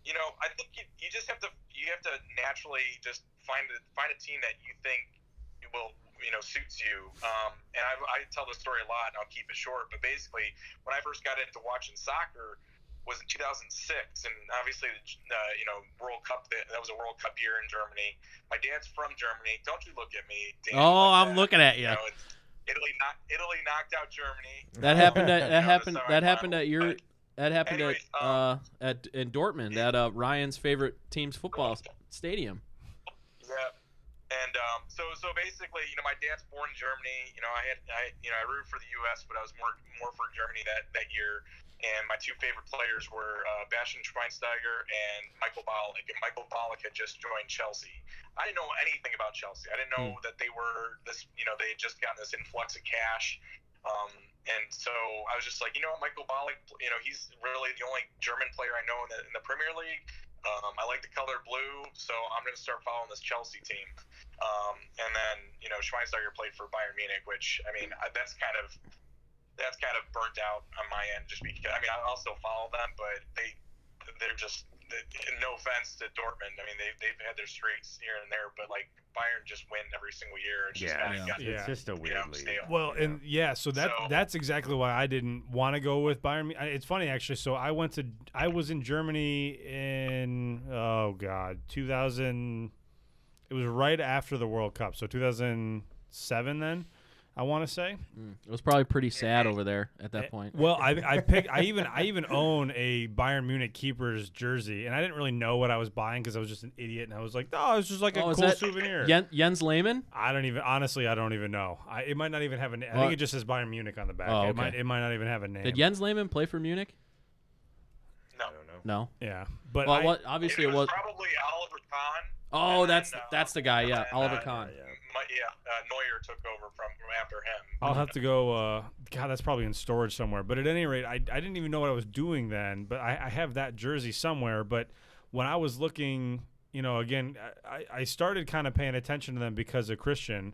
Speaker 5: you know, I think you, you just have to you have to naturally just find a, find a team that you think will you know suits you. Um, and I, I tell this story a lot, and I'll keep it short. But basically, when I first got into watching soccer was in 2006, and obviously, the, uh, you know, World Cup. That, that was a World Cup year in Germany. My dad's from Germany. Don't you look at me? Dan,
Speaker 2: Oh,
Speaker 5: like
Speaker 2: I'm
Speaker 5: that.
Speaker 2: looking at you.
Speaker 5: You know, it's, Italy, knock, Italy knocked out Germany.
Speaker 2: That happened. At,
Speaker 5: No,
Speaker 2: that happened.
Speaker 5: sorry,
Speaker 2: That happened
Speaker 5: Miles,
Speaker 2: at your.
Speaker 5: but-
Speaker 2: That happened
Speaker 5: Anyway,
Speaker 2: at
Speaker 5: um,
Speaker 2: uh at in Dortmund
Speaker 5: yeah.
Speaker 2: at uh Ryan's favorite team's football s- stadium.
Speaker 5: Yeah. And um, so, so basically, you know, my dad's born in Germany. You know, I had, I, you know, I rooted for the U.S., but I was more, more for Germany that, that year. And my two favorite players were uh, Bastian Schweinsteiger and Michael Ballack. And Michael Ballack had just joined Chelsea. I didn't know anything about Chelsea. I didn't know that they were this, you know, they had just gotten this influx of cash. Um, and so I was just like, you know what, Michael Ballack, you know, he's really the only German player I know in the, in the Premier League. Um, I like the color blue, so I'm going to start following this Chelsea team. Um, and then, you know, Schweinsteiger played for Bayern Munich, which I mean, I, that's kind of that's kind of burnt out on my end. Just because I mean, I will still follow them, but they they're just they, and no offense to Dortmund. I mean, they they've had their streaks here and there, but like Bayern just win every single year. It's just
Speaker 4: Yeah,
Speaker 5: kinda
Speaker 2: yeah.
Speaker 5: gotten-
Speaker 4: It's
Speaker 1: Yeah.
Speaker 4: just a weird
Speaker 5: Yeah, I'm
Speaker 4: league.
Speaker 5: stale.
Speaker 1: Well,
Speaker 4: you
Speaker 1: and yeah, so that
Speaker 5: So-
Speaker 1: that's exactly why I didn't want to go with Bayern. Mu- I- It's funny actually. So I went to I was in Germany in oh god, 2000 it was right after the World Cup. So 2007 then, I want to say.
Speaker 2: Mm. It was probably pretty sad over there at
Speaker 1: Eh,
Speaker 2: that point.
Speaker 1: Well, I I pick I even I even own a Bayern Munich keeper's jersey and I didn't really know what I was buying cuz I was just an idiot and I was like, "Oh, it's just like
Speaker 2: Oh,
Speaker 1: a
Speaker 2: is
Speaker 1: cool
Speaker 2: that-
Speaker 1: souvenir."
Speaker 2: Jen, Jens Lehman.
Speaker 1: I don't even honestly. I don't even know. I, it might not even have a name. I
Speaker 2: Well-
Speaker 1: think it just says Bayern Munich on the back.
Speaker 2: Oh, okay.
Speaker 1: it, might, it might not even have a name.
Speaker 2: Did Jens Lehman play for Munich?
Speaker 5: No,
Speaker 4: I don't know.
Speaker 2: No.
Speaker 1: yeah, but
Speaker 2: Well,
Speaker 1: I-
Speaker 2: what, obviously it was.
Speaker 5: probably Oliver Kahn.
Speaker 2: Oh,
Speaker 5: and
Speaker 2: that's
Speaker 5: then, uh,
Speaker 2: that's the guy. Yeah,
Speaker 5: and,
Speaker 2: Oliver
Speaker 5: uh,
Speaker 2: Kahn.
Speaker 4: Yeah.
Speaker 5: My, yeah, uh, Neuer took over from, from after him.
Speaker 2: Oh.
Speaker 1: I'll have to go. Uh, God, that's probably in storage somewhere. But at any rate, I, I didn't even know what I was doing then. But I, I have that jersey somewhere. But when I was looking, you know, again, I, I- I started kind of paying attention to them because of Christian.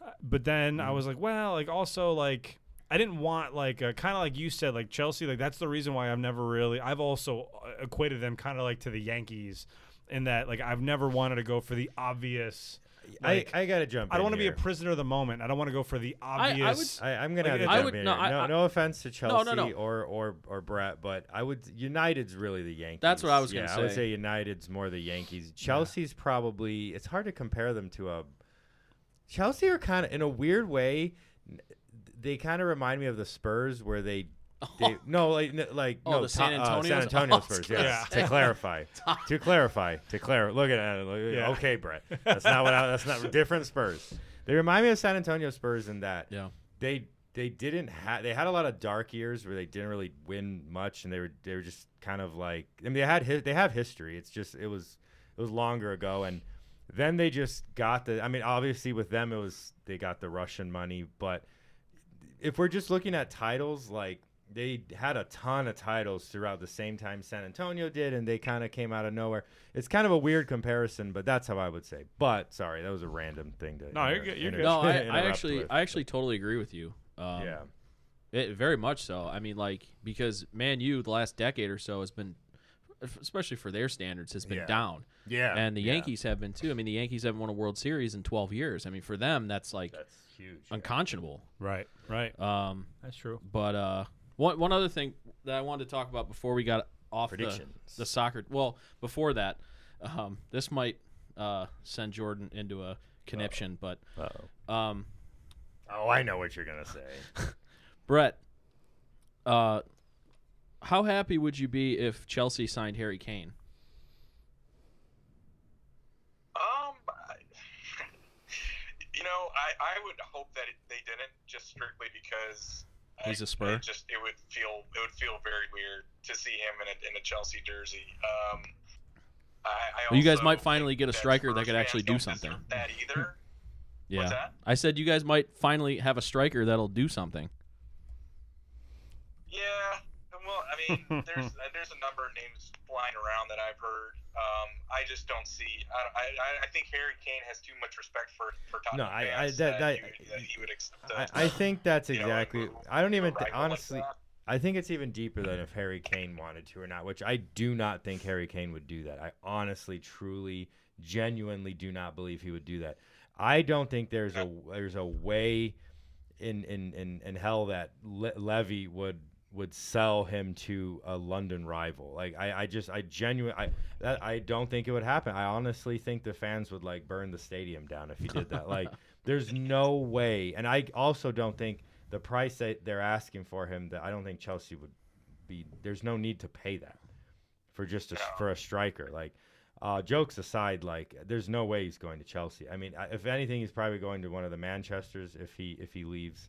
Speaker 1: Uh, But then
Speaker 2: Mm-hmm.
Speaker 1: I was like, well, like also like I didn't want like uh, kind of like you said, like Chelsea. Like that's the reason why I've never really. I've also uh, equated them kind of like to the Yankees, in that like I've never wanted to go for the obvious. Like,
Speaker 4: I, I gotta jump.
Speaker 1: I don't
Speaker 4: want to
Speaker 1: be a prisoner of the moment. I don't want to go for the
Speaker 2: I
Speaker 1: obvious.
Speaker 2: would-
Speaker 4: I, I'm gonna
Speaker 1: Like,
Speaker 4: have
Speaker 1: it's-
Speaker 4: to
Speaker 1: I
Speaker 4: jump
Speaker 2: would-
Speaker 4: in
Speaker 2: no,
Speaker 4: here.
Speaker 2: I-
Speaker 4: no,
Speaker 2: I-
Speaker 4: no offense to
Speaker 2: No,
Speaker 4: Chelsea
Speaker 2: no, no.
Speaker 4: or or or Brett, but I would United's really the Yankees.
Speaker 2: what I was
Speaker 4: yeah,
Speaker 2: gonna
Speaker 4: I would
Speaker 2: say.
Speaker 4: say United's more the Yankees. Chelsea's probably it's hard to compare them to a Chelsea are kind of in a weird way. n- They kind of remind me of the Spurs where they. They, no, like n- like
Speaker 2: Oh,
Speaker 4: no,
Speaker 2: the San
Speaker 4: to- uh,
Speaker 2: Antonios?
Speaker 4: San
Speaker 2: I
Speaker 4: Antonio
Speaker 2: was
Speaker 4: Spurs.
Speaker 2: gonna
Speaker 4: Yes,
Speaker 2: say.
Speaker 4: to clarify, to clarify, to clarify. Look at it. look-
Speaker 1: Yeah.
Speaker 4: Okay, Brett. That's not what. I, that's not different Spurs. They remind me of San Antonio Spurs in that
Speaker 2: Yeah.
Speaker 4: they they didn't have they had a lot of dark years where they didn't really win much and they were they were just kind of like I mean they had hi- they have history it's just it was it was longer ago and then they just got the I mean obviously with them it was they got the Russian money but if we're just looking at titles like they had a ton of titles throughout the same time San Antonio did and they kind of came out of nowhere it's kind of a weird comparison but that's how I would say but sorry that was a random thing to
Speaker 1: No, you're good- you're good.
Speaker 2: No, I, I
Speaker 4: interrupt
Speaker 2: actually
Speaker 4: with.
Speaker 2: I actually totally agree with you. Um,
Speaker 4: yeah
Speaker 2: It, very much so. I mean, like because Man U the last decade or so has been, f- especially for their standards, has been
Speaker 4: Yeah.
Speaker 2: down,
Speaker 4: yeah
Speaker 2: and the
Speaker 4: yeah.
Speaker 2: Yankees have been too. I mean, the Yankees haven't won a World Series in 12 years. I mean, for them that's like
Speaker 4: That's huge.
Speaker 2: unconscionable.
Speaker 1: Right, right.
Speaker 6: Uh,
Speaker 2: Um,
Speaker 1: That's true.
Speaker 2: but uh, one one other thing that I wanted to talk about before we got off the,
Speaker 4: Predictions.
Speaker 2: the soccer. Well, before that, um, this might uh, send Jordan into a conniption, but um,
Speaker 4: Oh, I know what you're gonna say.
Speaker 2: Brett, uh, how happy would you be if Chelsea signed Harry Kane?
Speaker 5: Um, I- you know, I, I would hope that it, they didn't just strictly because
Speaker 2: He's
Speaker 5: I-
Speaker 2: a Spur?
Speaker 5: I just it would feel it would feel very weird to see him in a, in a Chelsea jersey. Um, I, I
Speaker 2: Well, you guys
Speaker 5: also
Speaker 2: might finally
Speaker 5: think
Speaker 2: get a striker that
Speaker 5: Spurs
Speaker 2: could
Speaker 5: fans
Speaker 2: actually do
Speaker 5: don't
Speaker 2: something.
Speaker 5: deserve That either.
Speaker 2: Yeah,
Speaker 5: What's that?
Speaker 2: I said you guys might finally have a striker that'll do something.
Speaker 5: Yeah. Well, I mean, there's uh, there's a number of names flying around that I've heard. Um, I just don't see. I, I, I think Harry Kane has too much respect for for
Speaker 4: No,
Speaker 5: Tottenham
Speaker 4: I- I-
Speaker 5: fans
Speaker 4: that-
Speaker 5: that,
Speaker 4: that-
Speaker 5: he, that he would accept.
Speaker 4: I,
Speaker 5: a-
Speaker 4: I think that's
Speaker 5: you know, like,
Speaker 4: exactly.
Speaker 5: a-
Speaker 4: I don't
Speaker 5: a
Speaker 4: even th-
Speaker 5: rival like
Speaker 4: honestly.
Speaker 5: that.
Speaker 4: I think it's even deeper than if Harry Kane wanted to or not, which I do not think Harry Kane would do that. I honestly, truly, genuinely do not believe he would do that. I don't think there's a there's a way in in in, in hell that Le- Levy would would sell him to a London rival. Like I, I just I genuinely I that, I don't think it would happen. I honestly think the fans would like burn the stadium down if he did that. Like there's no way. And I also don't think the price that they're asking for him that I don't think Chelsea would be there's no need to pay that for just a, for a striker. Like uh, jokes aside, like there's no way he's going to Chelsea. I mean, I- if anything, he's probably going to one of the Manchester's if he if he leaves.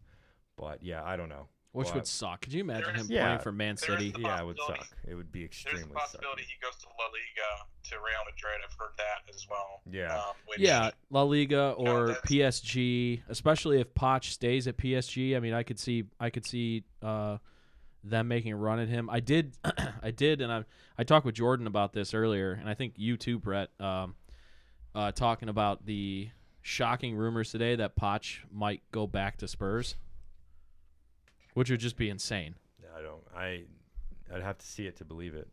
Speaker 4: But yeah, I don't know.
Speaker 2: which
Speaker 4: Well,
Speaker 2: would suck. Could you imagine him
Speaker 5: There's-
Speaker 2: playing
Speaker 4: Yeah.
Speaker 2: for Man
Speaker 5: there's
Speaker 2: City?
Speaker 5: the
Speaker 4: yeah, it would
Speaker 5: possibility.
Speaker 4: suck. It would be
Speaker 5: There's
Speaker 4: extremely
Speaker 5: a
Speaker 4: suck.
Speaker 5: possibility he goes to La Liga to Real Madrid. I've heard that as well.
Speaker 4: Yeah.
Speaker 5: Um, which,
Speaker 2: Yeah, La Liga or
Speaker 5: that's-
Speaker 2: PSG, especially if Poch stays at PSG. I mean, I could see I could see uh, them making a run at him. I did, I did, and I I talked with Jordan about this earlier, and I think you too, Brett, um, uh, talking about the shocking rumors today that Poch might go back to Spurs, which would just be insane.
Speaker 4: I don't. I I'd have to see it to believe it.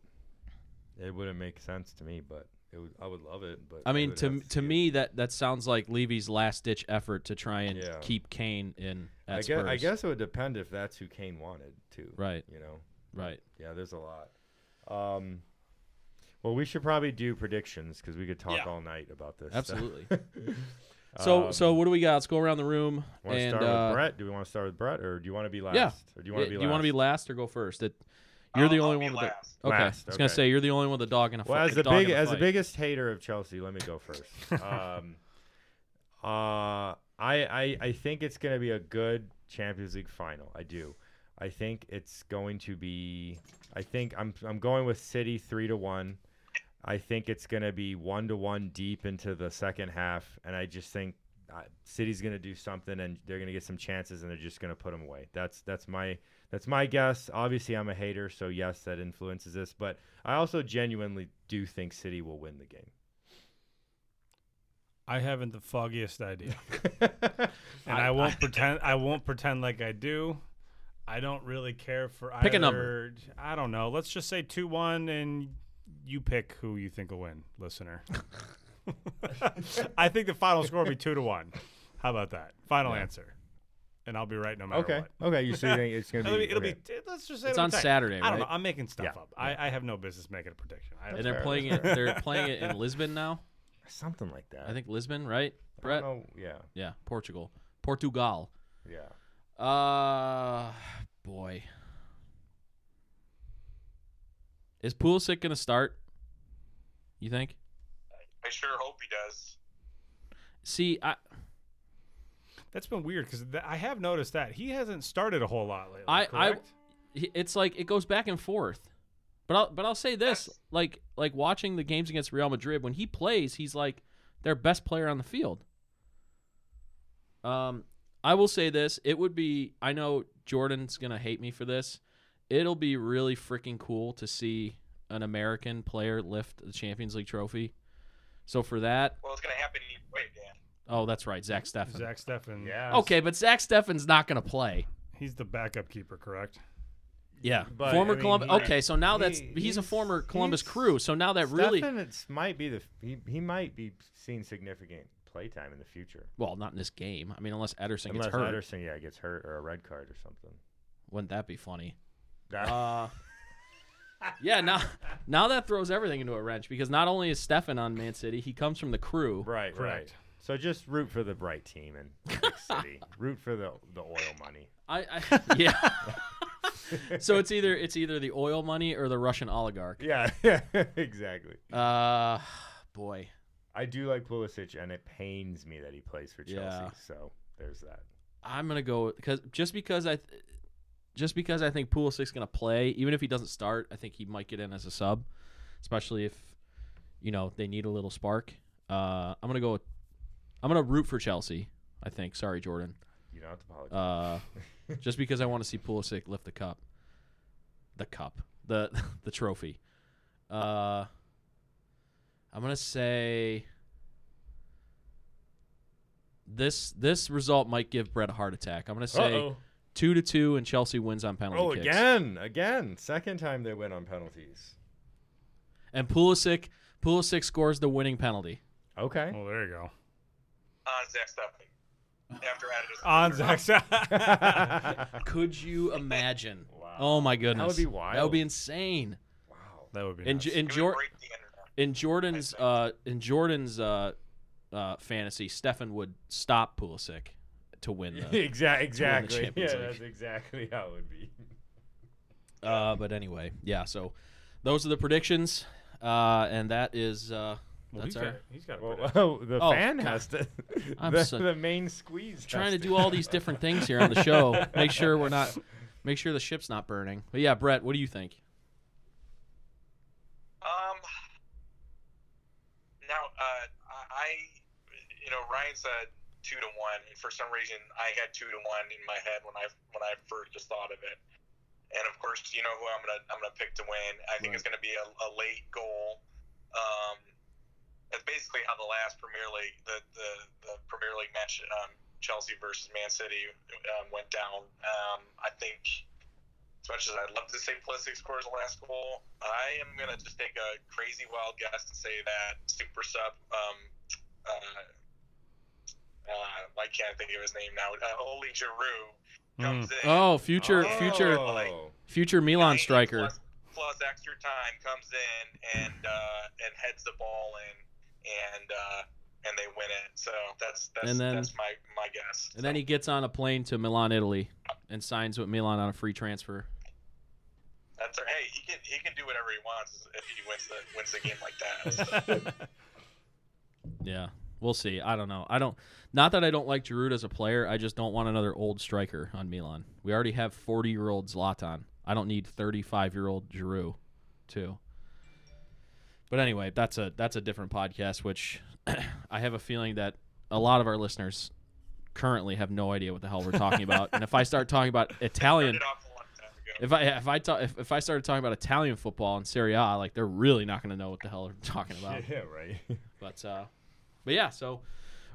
Speaker 4: It wouldn't make sense to me, but it would. I would love it, but
Speaker 2: I mean,
Speaker 4: would
Speaker 2: to
Speaker 4: have
Speaker 2: to
Speaker 4: see it.
Speaker 2: me that that sounds like Levy's last ditch effort to try and
Speaker 4: Yeah.
Speaker 2: keep Kane in at
Speaker 4: I guess
Speaker 2: Spurs.
Speaker 4: I guess it would depend if that's who Kane wanted too.
Speaker 2: Right.
Speaker 4: You know.
Speaker 2: right.
Speaker 4: Yeah, there's a lot. Um, well, we should probably do predictions because we could talk all night about this. stuff.
Speaker 2: Absolutely. so
Speaker 4: Um,
Speaker 2: so what do we got? Let's go around the room
Speaker 4: Want to
Speaker 2: and
Speaker 4: start
Speaker 2: uh,
Speaker 4: with Brett? Do we want to start with Brett, or do you want to be last?
Speaker 2: yeah.
Speaker 4: Or do you want
Speaker 2: Yeah,
Speaker 4: to be?
Speaker 2: do you want to be last or go first? It, you're the
Speaker 5: Um, I'll-
Speaker 2: only
Speaker 5: I'll be
Speaker 2: one with
Speaker 5: last.
Speaker 2: the okay.
Speaker 4: Last,
Speaker 2: I was gonna
Speaker 4: okay.
Speaker 2: say you're the only one with the dog in a
Speaker 4: Well,
Speaker 2: fight.
Speaker 4: as the
Speaker 2: dog in
Speaker 4: big
Speaker 2: a
Speaker 4: as the
Speaker 2: fight.
Speaker 4: biggest hater of Chelsea, let me go first. um, uh, I, I I think it's gonna be a good Champions League final. I do. I think it's going to be. I think I'm I'm going with City three to one. I think it's gonna be one to one deep into the second half, and I just think uh, City's gonna do something, and they're gonna get some chances, and they're just gonna put them away. That's that's my that's my guess. Obviously, I'm a hater, so yes, that influences this. But I also genuinely do think City will win the
Speaker 6: I haven't the foggiest idea,
Speaker 4: game.
Speaker 6: and I, won't pretend. I won't pretend like I do. I don't really care for
Speaker 2: Pick a
Speaker 6: either.
Speaker 2: number.
Speaker 6: I don't know. Let's just say two one, and you pick who you think will win, listener. I think the final score will be two to one. How about that? Final answer, and I'll be right no matter
Speaker 4: okay,
Speaker 6: what.
Speaker 4: okay. You so you think it's gonna be?
Speaker 6: It'll, be, it'll
Speaker 4: okay.
Speaker 6: be. Let's just say
Speaker 2: It's
Speaker 6: it'll be
Speaker 2: on
Speaker 6: tight.
Speaker 2: Saturday,
Speaker 6: I don't know.
Speaker 2: right?
Speaker 6: I'm making stuff
Speaker 4: Yeah.
Speaker 6: up. I, I have no business making a prediction. I don't
Speaker 2: and they're
Speaker 4: fair,
Speaker 2: playing it.
Speaker 4: that's
Speaker 2: They're playing it in Lisbon now.
Speaker 4: something like that.
Speaker 2: I think Lisbon, right?
Speaker 4: I don't
Speaker 2: Brett.
Speaker 4: know. Yeah,
Speaker 2: Yeah, Portugal, Portugal.
Speaker 4: yeah.
Speaker 2: Uh, boy. Is Pulisic gonna start? You think?
Speaker 5: I sure hope he does.
Speaker 2: See, I
Speaker 6: That's been weird because th- I have noticed that he hasn't started a whole lot lately.
Speaker 2: I- I-
Speaker 6: correct?
Speaker 2: he- it's like it goes back and forth. But I'll but I'll say this, like like watching the games against Real Madrid when he plays, he's like their best player on the field. Um I will say this, it would be I know Jordan's going to hate me for this. It'll be really freaking cool to see an American player lift the Champions League trophy. So for that,
Speaker 5: Well, it's going to happen either way, Dan.
Speaker 2: oh that's right, Zach Steffen.
Speaker 6: Zach Steffen.
Speaker 4: Yeah.
Speaker 2: Okay, but Zach Steffen's not going to play.
Speaker 6: He's the backup keeper, correct?
Speaker 2: Yeah,
Speaker 4: But,
Speaker 2: former
Speaker 4: I mean,
Speaker 2: Columbus.
Speaker 4: he-
Speaker 2: okay, so now that's
Speaker 4: he-
Speaker 2: he's, a
Speaker 4: he's-
Speaker 2: former Columbus
Speaker 4: he's-
Speaker 2: Crew. So now that really,
Speaker 4: Stefan, it's might be the he, he might be seeing significant play time in the future.
Speaker 2: well, not in this game. I mean, unless Ederson
Speaker 4: Unless
Speaker 2: gets hurt,
Speaker 4: Ederson, yeah, gets hurt or a red card or something.
Speaker 2: wouldn't that be funny?
Speaker 4: That,
Speaker 2: Uh, yeah. Now, now that throws everything into a wrench because not only is Stefan on Man City, he comes from the Crew.
Speaker 4: right, right.
Speaker 6: correct.
Speaker 4: So just root for the bright team and pick City. root for the the oil money.
Speaker 2: I, I yeah. so it's either it's either the oil money or the Russian oligarch.
Speaker 4: Yeah, yeah, exactly.
Speaker 2: Uh, boy.
Speaker 4: I do like Pulisic, and it pains me that he plays for Chelsea.
Speaker 2: Yeah.
Speaker 4: So there's that.
Speaker 2: I'm gonna go because just because I, th- just because I think Pulisic's gonna play, even if he doesn't start, I think he might get in as a sub, especially if, you know, they need a little spark. Uh, I'm gonna go. with- I'm gonna root for Chelsea. I think. Sorry, Jordan.
Speaker 4: You don't have to apologize.
Speaker 2: Uh, just because I want to see Pulisic lift the cup, the cup, the the trophy. Uh, I'm gonna say this this result might give Brett a heart attack. I'm gonna say
Speaker 4: Uh-oh.
Speaker 2: two to two, and Chelsea wins on penalty
Speaker 4: Oh,
Speaker 2: kicks.
Speaker 4: again, again. Second time they went on penalties.
Speaker 2: And Pulisic Pulisic scores the winning penalty.
Speaker 4: Okay.
Speaker 6: Well, there you go.
Speaker 5: on Zach Stephanie. After Adidas.
Speaker 6: On Zach.
Speaker 2: Oh,
Speaker 4: wow.
Speaker 2: Could you imagine?
Speaker 4: Wow.
Speaker 2: Oh my goodness,
Speaker 4: be
Speaker 2: That would
Speaker 4: wild.
Speaker 2: be insane.
Speaker 6: That would be.
Speaker 2: And
Speaker 6: nuts.
Speaker 2: J- and
Speaker 5: It
Speaker 2: Jor-
Speaker 5: would break the internet.
Speaker 2: in Jordan's uh, in Jordan's uh, uh, fantasy, Stefan would stop Pulisic to win the
Speaker 4: Exactly. Exactly.
Speaker 2: Champions
Speaker 4: Yeah,
Speaker 2: League.
Speaker 4: that's exactly how it would be.
Speaker 2: Uh, but anyway, yeah. So those are the predictions, uh, and that is uh, that's
Speaker 6: he's
Speaker 2: our
Speaker 6: got, he's got a
Speaker 4: Well,
Speaker 6: good-
Speaker 4: well, the
Speaker 2: Oh,
Speaker 4: fan
Speaker 2: God.
Speaker 4: has to.
Speaker 2: I'm
Speaker 4: the,
Speaker 2: so-
Speaker 4: the main squeeze.
Speaker 2: trying
Speaker 4: has
Speaker 2: to do all these different things here on the show. Make sure we're not, make sure the ship's not burning. But yeah, Brett, what do you think?
Speaker 5: Um. Now, uh, I- I, you know, Ryan said two to one, and for some reason, I had two to one in my head when I when I first just thought of it. And of course, you know who I'm gonna I'm gonna pick to win. I think it's gonna be a, a late goal. Um, that's basically how the last Premier League the the, the Premier League match um, Chelsea versus Man City um, went down. Um, I think as much as I'd love to say Pulisic scores the last goal, I am going to just take a crazy wild guess and say that super sub, um, uh, uh, I can't I think of his name now, uh, Oli Giroud comes in.
Speaker 2: Oh, future,
Speaker 5: Oh.
Speaker 2: future,
Speaker 4: Oh.
Speaker 2: future Milan
Speaker 5: 90
Speaker 2: striker.
Speaker 5: Plus, plus extra time comes in and uh, and heads the ball in and uh, and they win it. So that's that's,
Speaker 2: And then-
Speaker 5: that's my, my guess.
Speaker 2: And then he gets on a plane to Milan, Italy, and signs with Milan on a free transfer.
Speaker 5: That's hey, he can he can do whatever he wants if he wins the wins the game like that. So.
Speaker 2: Yeah, we'll see. I don't know. I don't. Not that I don't like Giroud as a player. I just don't want another old striker on Milan. We already have forty-year-old Zlatan. I don't need thirty-five-year-old Giroud, too. But anyway, that's a that's a different podcast. Which I have a feeling that a lot of our listeners currently have no idea what the hell we're talking about. and if I start talking about Italian,
Speaker 5: Turned it off a long time ago.
Speaker 2: if I if I ta- if, if I started talking about Italian football and Serie A, like they're really not going to know what the hell I'm talking about.
Speaker 4: Yeah, right.
Speaker 2: But uh, but yeah. So,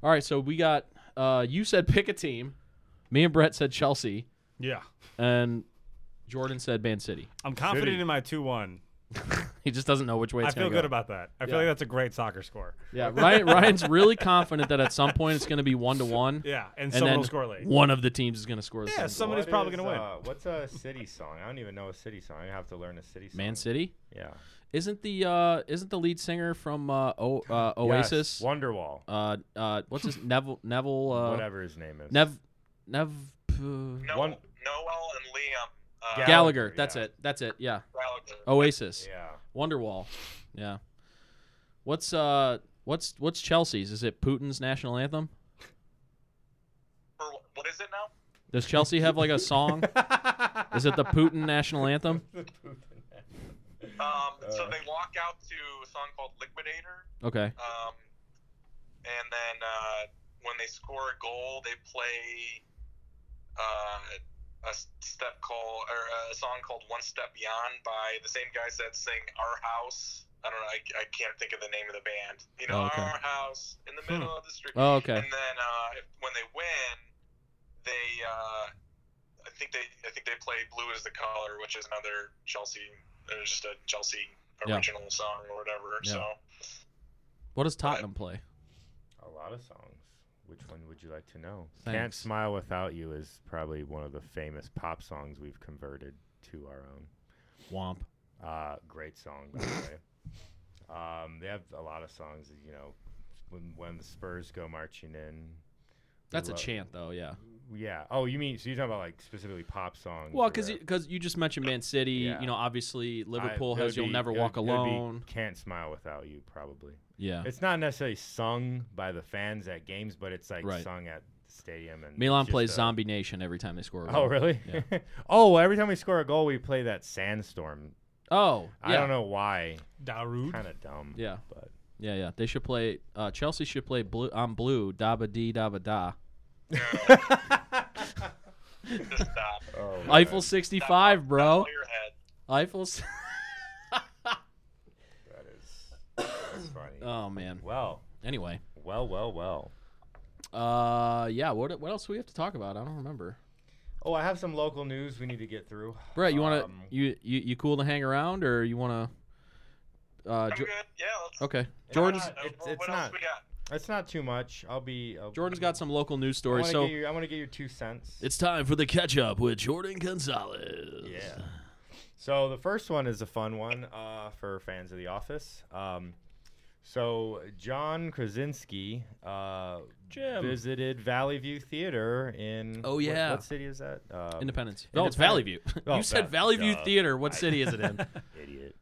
Speaker 2: all right. So we got. Uh, you said pick a team. Me and Brett said Chelsea,
Speaker 6: yeah.
Speaker 2: and Jordan said Man City.
Speaker 6: I'm confident
Speaker 4: City.
Speaker 6: in my two one.
Speaker 2: He just doesn't know which way
Speaker 6: I
Speaker 2: it's
Speaker 6: feel
Speaker 2: going to go.
Speaker 6: good about that. I feel
Speaker 2: Yeah.
Speaker 6: like that's a great soccer score.
Speaker 2: yeah, Ryan, Ryan's really confident that at some point it's going to be one to one,
Speaker 6: Yeah, and,
Speaker 2: and
Speaker 6: someone
Speaker 2: then
Speaker 6: will score late.
Speaker 2: one of the teams is going to score. The
Speaker 6: Yeah,
Speaker 2: same goal.
Speaker 6: some- Somebody's
Speaker 4: What
Speaker 6: probably
Speaker 4: is,
Speaker 6: gonna win.
Speaker 4: Uh, what's a city song? I don't even know a city song. I have to learn a city song.
Speaker 2: Man City
Speaker 4: Yeah.
Speaker 2: isn't the uh, isn't the lead singer from uh, o- uh, Oasis?
Speaker 4: Yes. Wonderwall.
Speaker 2: Uh, uh, what's his Neville Neville uh,
Speaker 4: Whatever his name is.
Speaker 2: Nev Nev p-
Speaker 5: No,
Speaker 4: One-
Speaker 5: Noel and Liam uh,
Speaker 4: Gallagher,
Speaker 2: Gallagher. That's
Speaker 4: yeah.
Speaker 2: it. That's it. Yeah,
Speaker 5: Gallagher.
Speaker 2: Oh. Oasis.
Speaker 4: Yeah.
Speaker 2: Wonderwall. Yeah. What's uh what's what's Chelsea's? Is it Putin's national anthem?
Speaker 5: For- what is it now?
Speaker 2: Does Chelsea have like a song? Is it the Putin national anthem?
Speaker 5: Um,
Speaker 4: Uh,
Speaker 5: so they walk out to a song called Liquidator,
Speaker 2: Okay.
Speaker 5: um, and then uh, when they score a goal, they play uh, a step call or a song called One Step Beyond by the same guys that sing Our House. I don't know. I, I can't think of the name of the band. You know,
Speaker 2: Oh, okay.
Speaker 5: Our House in the middle of the street.
Speaker 2: Oh, okay.
Speaker 5: And then uh, if, when they win, they uh, I think they I think they play "Blue Is the Color," which is another Chelsea. There's just a Chelsea
Speaker 2: Yeah.
Speaker 5: original song or whatever.
Speaker 2: Yeah.
Speaker 5: So
Speaker 2: What does Tottenham play?
Speaker 4: A lot of songs. Which one would you like to know? Can't
Speaker 2: Thanks.
Speaker 4: Smile Without You is probably one of the famous pop songs we've converted to our own.
Speaker 2: Womp.
Speaker 4: Uh, great song, by the way. Um, they have a lot of songs, that, you know, when, when the Spurs go marching in. We
Speaker 2: That's a
Speaker 4: lo-
Speaker 2: chant though, yeah.
Speaker 4: Yeah. Oh, you mean, so you're talking about like specifically pop songs?
Speaker 2: Well,
Speaker 4: or
Speaker 2: cuz
Speaker 4: whatever.
Speaker 2: cuz you just mentioned Man City,
Speaker 4: Yeah.
Speaker 2: you know, obviously
Speaker 4: I-
Speaker 2: Liverpool
Speaker 4: it
Speaker 2: has
Speaker 4: would
Speaker 2: You'll
Speaker 4: be-
Speaker 2: Never
Speaker 4: it would-
Speaker 2: Walk
Speaker 4: it would be
Speaker 2: Alone.
Speaker 4: Can't Smile Without You, probably.
Speaker 2: Yeah.
Speaker 4: It's not necessarily sung by the fans at games, but it's like
Speaker 2: Right.
Speaker 4: sung at the stadium. And
Speaker 2: Milan
Speaker 4: it's just
Speaker 2: plays
Speaker 4: a-
Speaker 2: Zombie Nation every time they score a goal.
Speaker 4: Oh really?
Speaker 2: Yeah.
Speaker 4: oh, every time we score a goal, we play that sandstorm.
Speaker 2: Oh, yeah.
Speaker 4: I don't know why.
Speaker 6: Darude.
Speaker 4: Kind of dumb.
Speaker 2: Yeah.
Speaker 4: But
Speaker 2: Yeah, yeah. They should play uh, Chelsea should play blue on blue, da ba dee da ba da.
Speaker 5: just stop.
Speaker 4: oh,
Speaker 2: Eiffel 65, bro.
Speaker 5: Clear your head.
Speaker 2: Eiffel s-
Speaker 4: that is that's funny.
Speaker 2: Oh man.
Speaker 4: Well,
Speaker 2: Anyway,
Speaker 4: well, well, well.
Speaker 2: uh, yeah. What what else do we have to talk about? I don't remember.
Speaker 4: Oh, I have some local news we need to get through.
Speaker 2: Brett, you want to
Speaker 4: Um,
Speaker 2: you, you you cool to hang around or you want to? Uh,
Speaker 5: I'm
Speaker 2: jo-
Speaker 5: good. Yeah. Let's,
Speaker 2: okay. Jordan's
Speaker 4: Jordan's-
Speaker 5: All right,
Speaker 4: it's-
Speaker 5: what
Speaker 4: it's
Speaker 5: else
Speaker 4: not-
Speaker 5: we got?
Speaker 4: It's not too much. I'll be. I'll,
Speaker 2: Jordan's got some local news
Speaker 4: I
Speaker 2: stories.
Speaker 4: want to
Speaker 2: So
Speaker 4: get, you- I wanna get your two cents.
Speaker 2: it's time for the catch up with Jordan Gonzalez.
Speaker 4: Yeah. So the first one is a fun one uh, for fans of The Office. Um, so John Krasinski uh,
Speaker 1: Jim.
Speaker 4: visited Valley View Theater in.
Speaker 2: Oh,
Speaker 4: what-
Speaker 2: yeah.
Speaker 4: What, city is that? Um,
Speaker 2: Independence. No, it's
Speaker 4: Independent-
Speaker 2: Valley View.
Speaker 4: Oh,
Speaker 2: you said
Speaker 4: duh,
Speaker 2: Valley View
Speaker 4: duh.
Speaker 2: Theater. What city is it in?
Speaker 4: Idiot.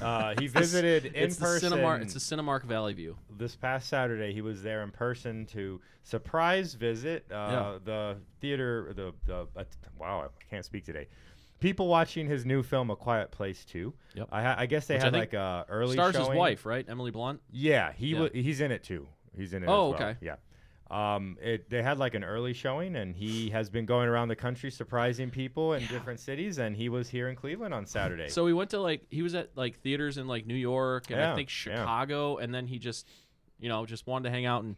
Speaker 4: uh, he visited in
Speaker 2: it's
Speaker 4: person.
Speaker 2: The Cinemark, it's the Cinemark Valley View.
Speaker 4: this past Saturday, he was there in person to surprise visit uh,
Speaker 2: Yeah.
Speaker 4: the theater. The the uh, wow, I can't speak today. People watching his new film, A Quiet Place Two.
Speaker 2: Yep.
Speaker 4: I, ha- I guess they
Speaker 2: Which I
Speaker 4: had
Speaker 2: think
Speaker 4: like a early
Speaker 2: Stars his
Speaker 4: showing.
Speaker 2: wife, right? Emily Blunt.
Speaker 4: Yeah, he
Speaker 2: Yeah.
Speaker 4: wa he's in it too. He's in it.
Speaker 2: Oh,
Speaker 4: as well.
Speaker 2: okay.
Speaker 4: Yeah. Um, it, they had like an early showing, and he has been going around the country surprising people in different cities. And he was here in Cleveland on Saturday.
Speaker 2: So he went to like he was at like theaters in like New York and I
Speaker 4: Yeah,
Speaker 2: think
Speaker 4: yeah.
Speaker 2: Chicago, and then he just you know just wanted to hang out in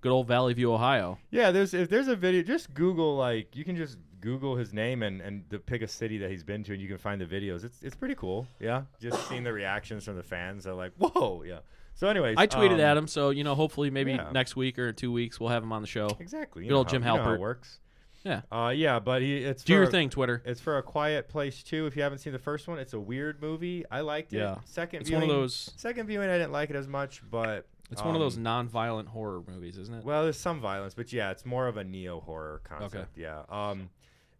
Speaker 2: good old Valley View, Ohio.
Speaker 4: Yeah, there's if there's a video, just Google like you can just Google his name and and the, pick a city that he's been to, and you can find the videos. It's it's pretty cool. Yeah, just seeing the reactions from the fans, they're like, whoa, yeah. So, anyways,
Speaker 2: I tweeted
Speaker 4: um,
Speaker 2: at him, so you know hopefully maybe
Speaker 4: yeah.
Speaker 2: next week or in two weeks we'll have him on the show.
Speaker 4: Exactly. You
Speaker 2: Good
Speaker 4: know
Speaker 2: old
Speaker 4: how-
Speaker 2: Jim
Speaker 4: you know how
Speaker 2: Halpert.
Speaker 4: it works.
Speaker 2: Yeah.
Speaker 4: Uh, yeah, but he it's
Speaker 2: Do your
Speaker 4: for-
Speaker 2: thing, Twitter.
Speaker 4: It's for a quiet place too. If you haven't seen the first one, it's a weird movie. I liked
Speaker 2: Yeah.
Speaker 4: it. Second
Speaker 2: It's one
Speaker 4: viewing,
Speaker 2: of those.
Speaker 4: second viewing, I didn't like it as much, but
Speaker 2: It's one of those
Speaker 4: um,
Speaker 2: non-violent horror movies, isn't it?
Speaker 4: Well, there's some violence, but yeah, it's more of a neo horror concept. Yeah. Um,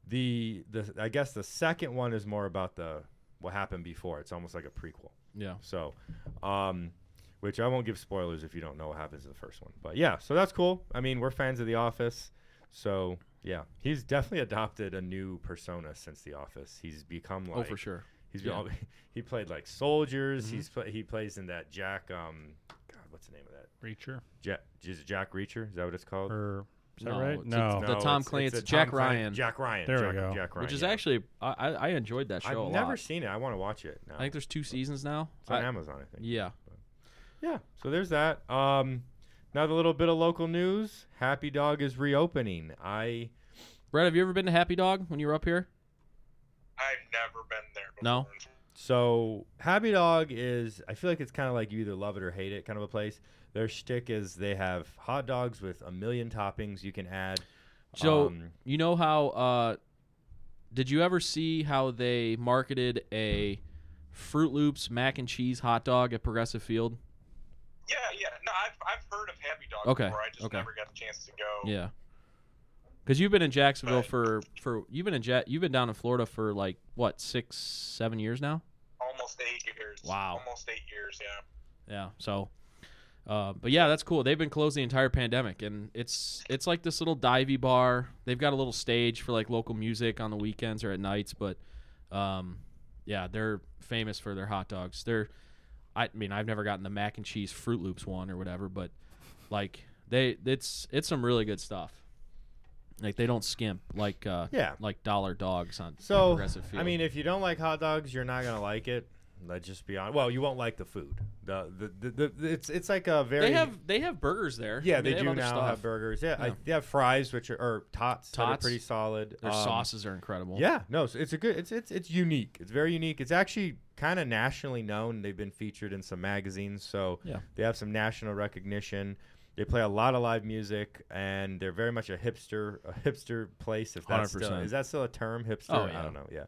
Speaker 4: the the I guess the second one is more about the what happened before. It's almost like a prequel.
Speaker 2: Yeah.
Speaker 4: So, um, which I won't give spoilers if you don't know what happens in the first one. But yeah, so that's cool. I mean, we're fans of The Office, so yeah, he's definitely adopted a new persona since The Office. He's become like
Speaker 2: Oh, for sure.
Speaker 4: He's
Speaker 2: Yeah. Mm-hmm.
Speaker 4: all, he played like soldiers. He's pla he plays in that Jack um God, what's the name of that?
Speaker 6: Reacher.
Speaker 4: Jack is it Jack Reacher? Is that what it's called?
Speaker 6: Or is that
Speaker 2: No,
Speaker 6: right?
Speaker 2: it's-
Speaker 6: No.
Speaker 2: The Tom Clancy-
Speaker 4: a
Speaker 2: it's Jack
Speaker 4: Clan-
Speaker 2: Ryan.
Speaker 4: Jack Ryan.
Speaker 6: There we
Speaker 4: Jack,
Speaker 6: go.
Speaker 4: Jack Ryan.
Speaker 2: Which is
Speaker 4: yeah.
Speaker 2: actually I, I I enjoyed that show a
Speaker 4: I've
Speaker 2: lot.
Speaker 4: never seen it. I want to watch it. Now.
Speaker 2: I think there's two seasons now.
Speaker 4: it's on
Speaker 2: I-
Speaker 4: Amazon. I think.
Speaker 2: yeah.
Speaker 4: Yeah. So there's that. Um, another little bit of local news. Happy Dog is reopening. I
Speaker 2: Brett, have you ever been to Happy Dog when you were up here?
Speaker 5: I've never been there.
Speaker 2: No.
Speaker 5: Before.
Speaker 4: so Happy Dog is. I feel like it's kind of like you either love it or hate it kind of a place. Their shtick is they have hot dogs with a million toppings you can add.
Speaker 2: So
Speaker 4: Um,
Speaker 2: you know how? Uh, did you ever see how they marketed a Fruit Loops mac and cheese hot dog at Progressive Field?
Speaker 5: Yeah, yeah. No, I've, I've heard of Happy Dog
Speaker 2: Okay,
Speaker 5: before. I just
Speaker 2: okay.
Speaker 5: never got the chance to go.
Speaker 2: Yeah. Because you've been in Jacksonville
Speaker 5: Oh. Right.
Speaker 2: for for you've been in ja- you've been down in Florida for like what six seven years now.
Speaker 5: Almost eight years.
Speaker 2: Wow.
Speaker 5: Almost eight years. Yeah.
Speaker 2: Yeah. So, uh, but yeah, that's cool. They've been closed the entire pandemic, and it's it's like this little divey bar. They've got a little stage for like local music on the weekends or at nights. But, um, yeah, they're famous for their hot dogs. They're, I mean, I've never gotten the mac and cheese Fruit Loops one or whatever, but like they, it's it's some really good stuff. Like they don't skimp like uh,
Speaker 4: Yeah.
Speaker 2: like dollar dogs on on
Speaker 4: So
Speaker 2: Progressive Field.
Speaker 4: I mean, if you don't like hot dogs, you're not gonna like it. Let's just be honest. Well, you won't like the food. The the, the, the it's it's like a very
Speaker 2: they have they have burgers there. I
Speaker 4: yeah
Speaker 2: mean,
Speaker 4: they,
Speaker 2: have
Speaker 4: do
Speaker 2: other
Speaker 4: now
Speaker 2: stuff.
Speaker 4: have burgers. Yeah, I,
Speaker 2: Yeah.
Speaker 4: they have fries which are or tots, that are
Speaker 2: Tots.
Speaker 4: pretty solid.
Speaker 2: Their
Speaker 4: Um,
Speaker 2: sauces are incredible.
Speaker 4: Yeah, no, so it's a good. It's it's it's unique. It's very unique. It's actually kind of nationally known. They've been featured in some magazines, so
Speaker 2: Yeah.
Speaker 4: they have some national recognition. They play a lot of live music, and they're very much a hipster a hipster place. If that's still,
Speaker 2: 100%.
Speaker 4: is that still a term, hipster?
Speaker 2: Oh, yeah.
Speaker 4: I don't know. Yeah.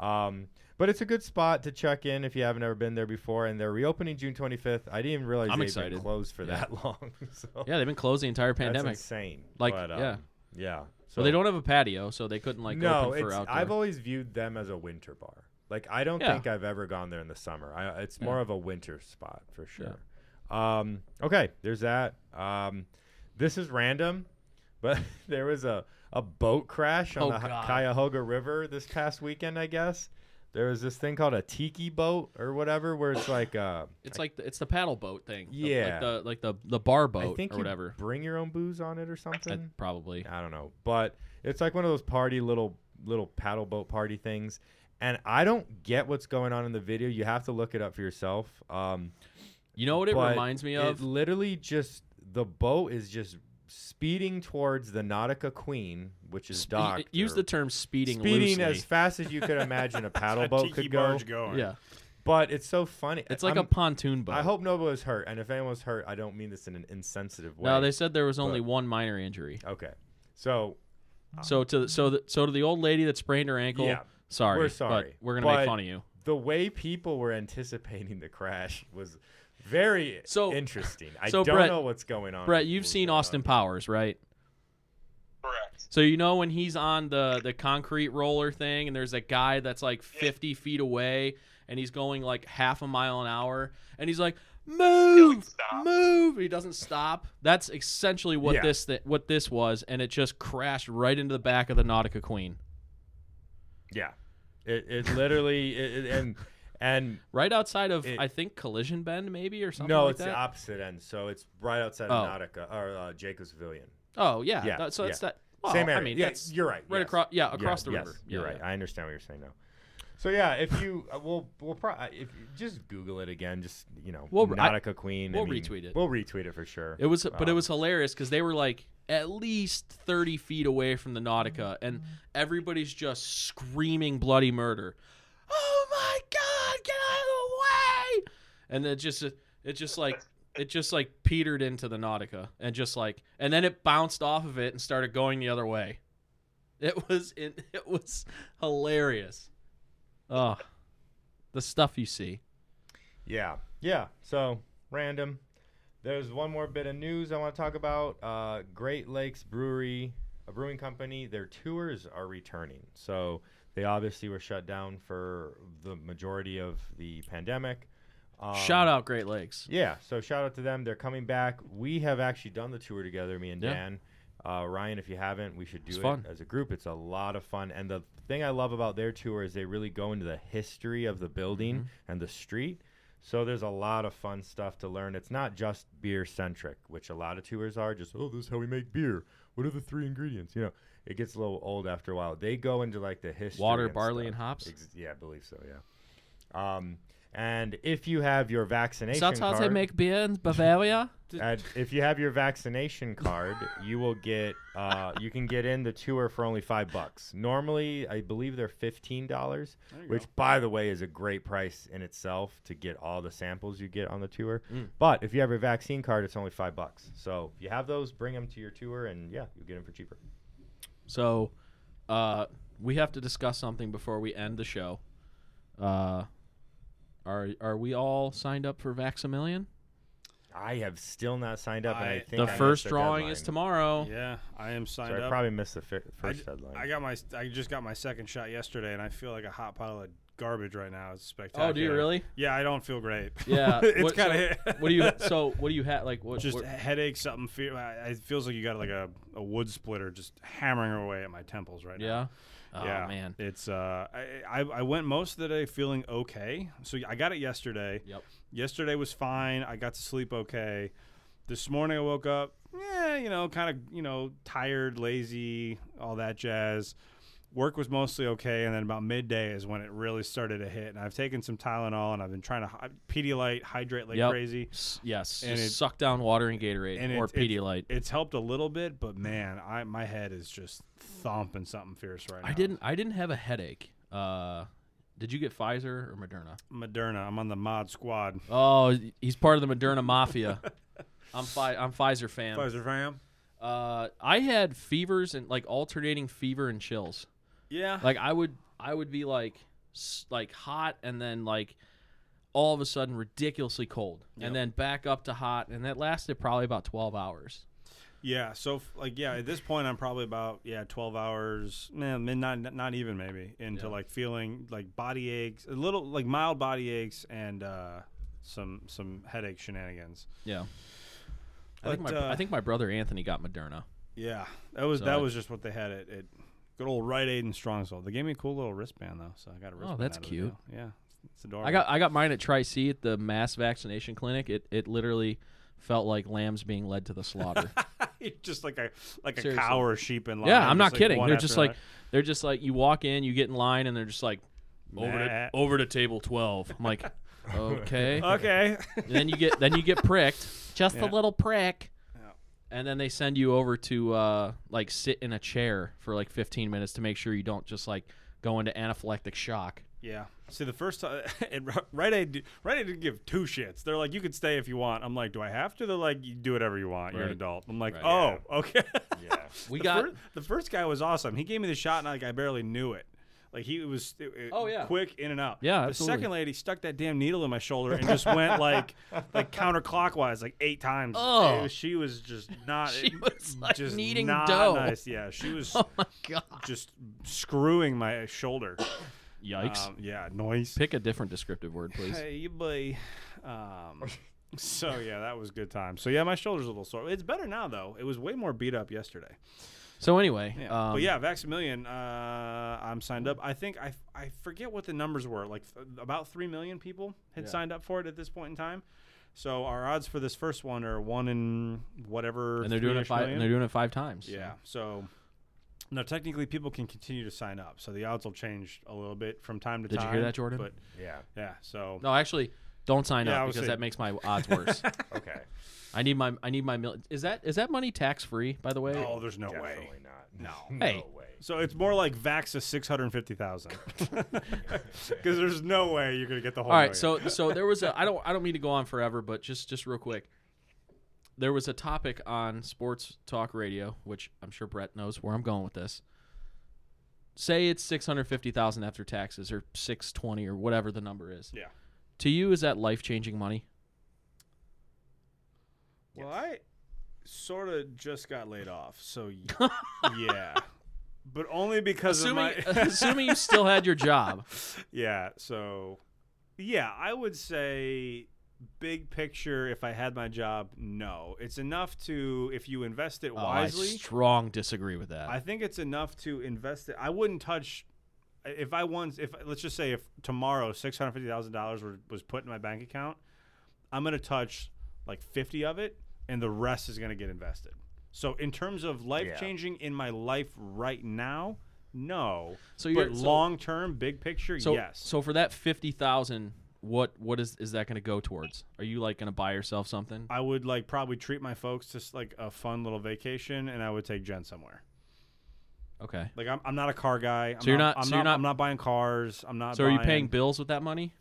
Speaker 4: Um, but it's a good spot to check in if you haven't ever been there before, and they're reopening June 25th. I didn't even realize
Speaker 2: I'm
Speaker 4: they've
Speaker 2: excited.
Speaker 4: been closed for
Speaker 2: Yeah.
Speaker 4: that long. so
Speaker 2: Yeah, they've been closed the entire pandemic.
Speaker 4: That's insane.
Speaker 2: Like,
Speaker 4: But, um,
Speaker 2: yeah.
Speaker 4: yeah. So
Speaker 2: Well, they don't have a patio, so they couldn't like
Speaker 4: no,
Speaker 2: open for
Speaker 4: it's,
Speaker 2: outdoor.
Speaker 4: I've always viewed them as a winter bar. Like I don't
Speaker 2: Yeah.
Speaker 4: think I've ever gone there in the summer. I, it's more of a winter spot for
Speaker 2: Yeah.
Speaker 4: sure. Um, okay, there's that. Um, this is random, but there was a, a boat crash on
Speaker 2: Oh,
Speaker 4: the Hi-
Speaker 2: God.
Speaker 4: Cuyahoga River this past weekend. I guess there was this thing called a tiki boat or whatever, where it's like uh,
Speaker 2: it's like the, it's the paddle boat thing. The-
Speaker 4: Yeah.
Speaker 2: like the like the, the bar
Speaker 4: I
Speaker 2: boat
Speaker 4: think
Speaker 2: or
Speaker 4: you
Speaker 2: whatever.
Speaker 4: bring your own booze on it or
Speaker 2: That
Speaker 4: something.
Speaker 2: probably.
Speaker 4: I don't know, but it's like one of those party little little paddle boat party things. And I don't get what's going on in the video. You have to look it up for yourself. Um,
Speaker 2: You know what it
Speaker 4: but
Speaker 2: reminds me
Speaker 4: it
Speaker 2: of?
Speaker 4: literally just the boat is just speeding towards the Nautica Queen, which is
Speaker 2: Spe-
Speaker 4: docked.
Speaker 2: Use
Speaker 4: or-
Speaker 2: the term speeding.
Speaker 4: speeding
Speaker 2: loosely.
Speaker 4: as fast as you could imagine a paddle
Speaker 1: A
Speaker 4: boat
Speaker 1: tiki
Speaker 4: could go.
Speaker 1: barge going.
Speaker 2: yeah.
Speaker 4: But it's so funny.
Speaker 2: It's like
Speaker 4: I'm-
Speaker 2: a pontoon boat.
Speaker 4: I hope nobody was hurt, and if anyone was hurt, I don't mean this in an insensitive way.
Speaker 2: No, they said there was only
Speaker 4: but-
Speaker 2: one minor injury.
Speaker 4: Okay, so
Speaker 2: So to the, so the, so to the old lady that sprained her ankle.
Speaker 4: Yeah,
Speaker 2: sorry,
Speaker 4: we're sorry,
Speaker 2: but we're gonna make
Speaker 4: but-
Speaker 2: fun of you.
Speaker 4: the way people were anticipating the crash was very
Speaker 2: So-
Speaker 4: interesting. I
Speaker 2: so,
Speaker 4: don't
Speaker 2: Brett-
Speaker 4: know what's going on.
Speaker 2: Brett,
Speaker 4: with
Speaker 2: you've
Speaker 4: what's
Speaker 2: seen
Speaker 4: going on.
Speaker 2: Austin Powers, right?
Speaker 5: Correct.
Speaker 2: So you know when he's on the the concrete roller thing, and there's a guy that's like 50 feet away, and he's going like half a mile an hour, and he's like, "Move,
Speaker 5: stop."
Speaker 2: move!" He doesn't stop. That's essentially what
Speaker 4: Yeah.
Speaker 2: this th- what this was, and it just crashed right into the back of the Nautica Queen,
Speaker 4: Yeah, it, it literally it, it- and and
Speaker 2: right outside of
Speaker 4: It-
Speaker 2: I think Collision Bend, maybe or something.
Speaker 4: no,
Speaker 2: like
Speaker 4: it's the
Speaker 2: that.
Speaker 4: opposite end. So it's right outside
Speaker 2: Oh.
Speaker 4: of Nautica or uh, Jacob's Pavilion.
Speaker 2: oh yeah,
Speaker 4: Yeah,
Speaker 2: that- so that's
Speaker 4: yeah.
Speaker 2: that. Well,
Speaker 4: Same
Speaker 2: I
Speaker 4: area.
Speaker 2: mean,
Speaker 4: yeah,
Speaker 2: that's
Speaker 4: you're right.
Speaker 2: right
Speaker 4: yes.
Speaker 2: across. Yeah,
Speaker 4: Yeah,
Speaker 2: across the
Speaker 4: yes,
Speaker 2: river.
Speaker 4: You're
Speaker 2: Yeah,
Speaker 4: right.
Speaker 2: yeah.
Speaker 4: I understand what you're saying now. So yeah, if you uh, we'll we'll pro- uh, if you just Google it again, just you know,
Speaker 2: We'll- I-
Speaker 4: Nautica Queen. I
Speaker 2: we'll
Speaker 4: mean,
Speaker 2: retweet it.
Speaker 4: We'll retweet it for sure.
Speaker 2: It was, but it
Speaker 4: Um,
Speaker 2: was hilarious because they were like at least thirty feet away from the Nautica, and everybody's just screaming bloody murder. Oh my God! Get out of the way! And it just, it just like, it just like petered into the Nautica, and just like, and then it bounced off of it and started going the other way. It was, it, it was hilarious. Oh, the stuff you see.
Speaker 4: Yeah, yeah. So random. There's one more bit of news I want to talk about. Uh, Great Lakes Brewery, a brewing company, their tours are returning. So they obviously were shut down for the majority of the pandemic. Um,
Speaker 2: Shout out Great Lakes.
Speaker 4: Yeah, so shout out to them. They're coming back. We have actually done the tour together, me and
Speaker 2: Yeah.
Speaker 4: Dan. Uh, Ryan, if you haven't, we should do
Speaker 2: It's
Speaker 4: it
Speaker 2: fun.
Speaker 4: as a group. It's a lot of fun. And the thing I love about their tour is they really go into the history of the building
Speaker 2: Mm-hmm.
Speaker 4: and the street. So there's a lot of fun stuff to learn. It's not just beer centric, which a lot of tours are just, oh, this is how we make beer. What are the three ingredients? You know, it gets a little old after a while. They go into like the history
Speaker 2: Water,
Speaker 4: and
Speaker 2: barley,
Speaker 4: stuff.
Speaker 2: and hops?
Speaker 4: Ex- yeah, I believe so, yeah. Um, and if you have your vaccination
Speaker 2: That's how
Speaker 4: card,
Speaker 2: they make beer in Bavaria.
Speaker 4: and if you have your vaccination card, you will get uh, you can get in the tour for only five bucks. Normally, I believe they're fifteen dollars, which by the way is a great price in itself to get all the samples you get on the tour.
Speaker 1: Mm.
Speaker 4: But if you have your vaccine card, it's only five bucks. So if you have those, bring them to your tour, and yeah, you'll get them for cheaper.
Speaker 2: So, uh, we have to discuss something before we end the show. Uh, are are we all signed up for Vaximillion?
Speaker 4: I have still not signed up, and I
Speaker 1: I-
Speaker 4: think
Speaker 2: The
Speaker 4: I missed
Speaker 2: first
Speaker 4: the
Speaker 2: drawing
Speaker 4: deadline.
Speaker 2: is tomorrow.
Speaker 1: Yeah, I am
Speaker 4: So
Speaker 1: signed
Speaker 4: I
Speaker 1: up.
Speaker 4: probably missed the fi-
Speaker 1: I
Speaker 4: first
Speaker 1: j-
Speaker 4: deadline.
Speaker 1: I got my. I just got my second shot yesterday, and I feel like a hot pile of garbage right now. It's spectacular.
Speaker 2: Oh, do you really?
Speaker 1: Yeah, I don't feel great.
Speaker 2: Yeah.
Speaker 1: it's
Speaker 2: What-
Speaker 1: kind of.
Speaker 2: so, what do you? So what do you have? Like what?
Speaker 1: just
Speaker 2: what-
Speaker 1: headache, something. Fear. I- It feels like you got like a, a wood splitter just hammering away at my temples right now.
Speaker 2: yeah. Oh
Speaker 1: yeah,
Speaker 2: man.
Speaker 1: It's uh, I, I I went most of the day feeling okay. So I got it yesterday.
Speaker 2: Yep.
Speaker 1: Yesterday was fine. I got to sleep okay. This morning I woke up, yeah, you know, kind of, you know, tired, lazy, all that jazz. Work was mostly okay, and then about midday is when it really started to hit. And I've taken some Tylenol, and I've been trying to hy- Pedialyte hydrate like
Speaker 2: Yep.
Speaker 1: crazy.
Speaker 2: S- Yes.
Speaker 1: And
Speaker 2: just
Speaker 1: it-
Speaker 2: suck down water and Gatorade
Speaker 1: and
Speaker 2: or
Speaker 1: it- it-
Speaker 2: Pedialyte.
Speaker 1: It's helped a little bit, but man, I my head is just thumping something fierce right now.
Speaker 2: I didn't. I didn't have a headache. Uh, did you get Pfizer or Moderna?
Speaker 1: Moderna. I'm on the mod squad.
Speaker 2: Oh, he's part of the Moderna mafia. I'm Pfi- I'm Pfizer fan.
Speaker 1: fam.
Speaker 2: Uh, I had fevers and like alternating fever and chills.
Speaker 1: Yeah.
Speaker 2: Like I would, I would be like, s- like hot and then like, all of a sudden ridiculously cold and then back up to hot and that lasted probably about twelve hours.
Speaker 1: Yeah. So f- like yeah, at this point I'm probably about yeah twelve hours, nah, min- not not even maybe into
Speaker 2: Yeah.
Speaker 1: like feeling like body aches, a little like mild body aches and uh, some some headache shenanigans.
Speaker 2: Yeah. I think,
Speaker 1: But,
Speaker 2: my, I
Speaker 1: uh,
Speaker 2: think my brother Anthony got Moderna.
Speaker 1: Yeah, that was
Speaker 2: So
Speaker 1: that
Speaker 2: I-
Speaker 1: was just what they had at, at good old Rite Aid and Strongsville. They gave me a cool little wristband though, so I got a wristband.
Speaker 2: Oh, that's
Speaker 1: out of the
Speaker 2: cute.
Speaker 1: deal. Yeah, it's adorable.
Speaker 2: I got I got mine at Tri C at the mass vaccination clinic. It it literally felt like lambs being led to the slaughter.
Speaker 1: just like a like a
Speaker 2: Seriously.
Speaker 1: cow or a sheep in line.
Speaker 2: yeah,
Speaker 1: just,
Speaker 2: I'm not
Speaker 1: like,
Speaker 2: kidding.
Speaker 1: one
Speaker 2: They're
Speaker 1: after
Speaker 2: just like
Speaker 1: another.
Speaker 2: they're just like you walk in, you get in line, and they're just like over to
Speaker 1: Nah.
Speaker 2: over to table twelve. I'm like, Okay.
Speaker 1: Okay.
Speaker 2: And then you get then you get pricked, just
Speaker 1: Yeah.
Speaker 2: a little prick. And then they send you over to uh, like sit in a chair for like 15 minutes to make sure you don't just like go into anaphylactic shock.
Speaker 1: Yeah. See, the first time, and Ri- Rite Aid, Rite Aid didn't give two shits. They're like, you could stay if you want. I'm like, do I have to? They're like, you do whatever you want. You're an
Speaker 2: Right.
Speaker 1: adult. I'm like,
Speaker 2: Right.
Speaker 1: oh, okay.
Speaker 4: yeah.
Speaker 2: We
Speaker 1: the
Speaker 2: got
Speaker 1: first, the first guy was awesome. He gave me the shot, and like I barely knew it. Like he was, it- it-
Speaker 2: Oh, yeah.
Speaker 1: quick in and out.
Speaker 2: Yeah,
Speaker 1: The
Speaker 2: absolutely.
Speaker 1: second lady stuck that damn needle in my shoulder and just went like, like counterclockwise, like eight times.
Speaker 2: Oh.
Speaker 1: It was- she was just not.
Speaker 2: She was, like,
Speaker 1: just
Speaker 2: kneading
Speaker 1: not
Speaker 2: dough.
Speaker 1: Nice. Yeah, she was
Speaker 2: Oh my god.
Speaker 1: just screwing my shoulder.
Speaker 2: Yikes.
Speaker 1: Um, yeah, noise.
Speaker 2: Pick a different descriptive word, please.
Speaker 1: Hey, boy. Um, so yeah, that was good time. So yeah, my shoulder's a little sore. It's better now though. It was way more beat up yesterday.
Speaker 2: So anyway,
Speaker 1: Yeah.
Speaker 2: um,
Speaker 1: but yeah, Vaximillion, uh, I'm signed up. I think I, I forget what the numbers were. Like th- about three million people had signed up for it at this point in time. So our odds for this first one are one in whatever.
Speaker 2: and they're doing it
Speaker 1: three-ish
Speaker 2: five. And
Speaker 1: million.
Speaker 2: they're doing it five times.
Speaker 1: Yeah. So now technically people can continue to sign up. So the odds will change a little bit from time to
Speaker 2: Did you
Speaker 1: time.
Speaker 2: hear that, Jordan?
Speaker 1: But
Speaker 4: Yeah.
Speaker 1: yeah. So
Speaker 2: No, actually, don't sign
Speaker 1: Yeah, I
Speaker 2: up
Speaker 1: was
Speaker 2: because
Speaker 1: saying-
Speaker 2: that makes my odds worse.
Speaker 4: Okay.
Speaker 2: I need my I need my mil- is that is that money tax free by the way?
Speaker 1: oh, there's no way.
Speaker 4: Definitely not.
Speaker 1: No.
Speaker 4: No
Speaker 2: Hey.
Speaker 4: way.
Speaker 1: So it's more like Vaxa six hundred fifty thousand, because there's no way you're gonna get the whole.
Speaker 2: All right, so so there was a I don't I don't mean to go on forever, but just just real quick. There was a topic on sports talk radio, which I'm sure Brett knows where I'm going with this. Say it's 650,000 after taxes or 620 or whatever the number is.
Speaker 1: Yeah.
Speaker 2: To you is that life-changing money?
Speaker 1: Well, I sort of just got laid off, so y- yeah, but only because
Speaker 2: Assuming
Speaker 1: of my
Speaker 2: assuming you still had your job.
Speaker 1: yeah. So yeah, I would say big picture. If I had my job, no, it's enough to if you invest it
Speaker 2: Oh, I
Speaker 1: wisely.
Speaker 2: strong disagree with that.
Speaker 1: I think it's enough to invest it. I wouldn't touch if I once if let's just say if tomorrow six hundred fifty thousand dollars was put in my bank account, I'm gonna touch like fifty of it, and the rest is gonna get invested. So in terms of life changing in my life right now, no.
Speaker 2: So
Speaker 1: but
Speaker 2: you're- so-
Speaker 1: long term, big picture,
Speaker 2: So
Speaker 1: yes.
Speaker 2: so for that 50,000 what what is is that going to go towards? Are you like going to buy yourself something?
Speaker 1: I would like probably treat my folks to s- like a fun little vacation, and I would take Jen somewhere.
Speaker 2: Okay.
Speaker 1: Like I'm, I'm not a car guy. I'm
Speaker 2: So you're not-
Speaker 1: I'm
Speaker 2: so you're
Speaker 1: not.
Speaker 2: not-
Speaker 1: I'm not buying cars. I'm not.
Speaker 2: So are you
Speaker 1: buying-
Speaker 2: paying bills with that money?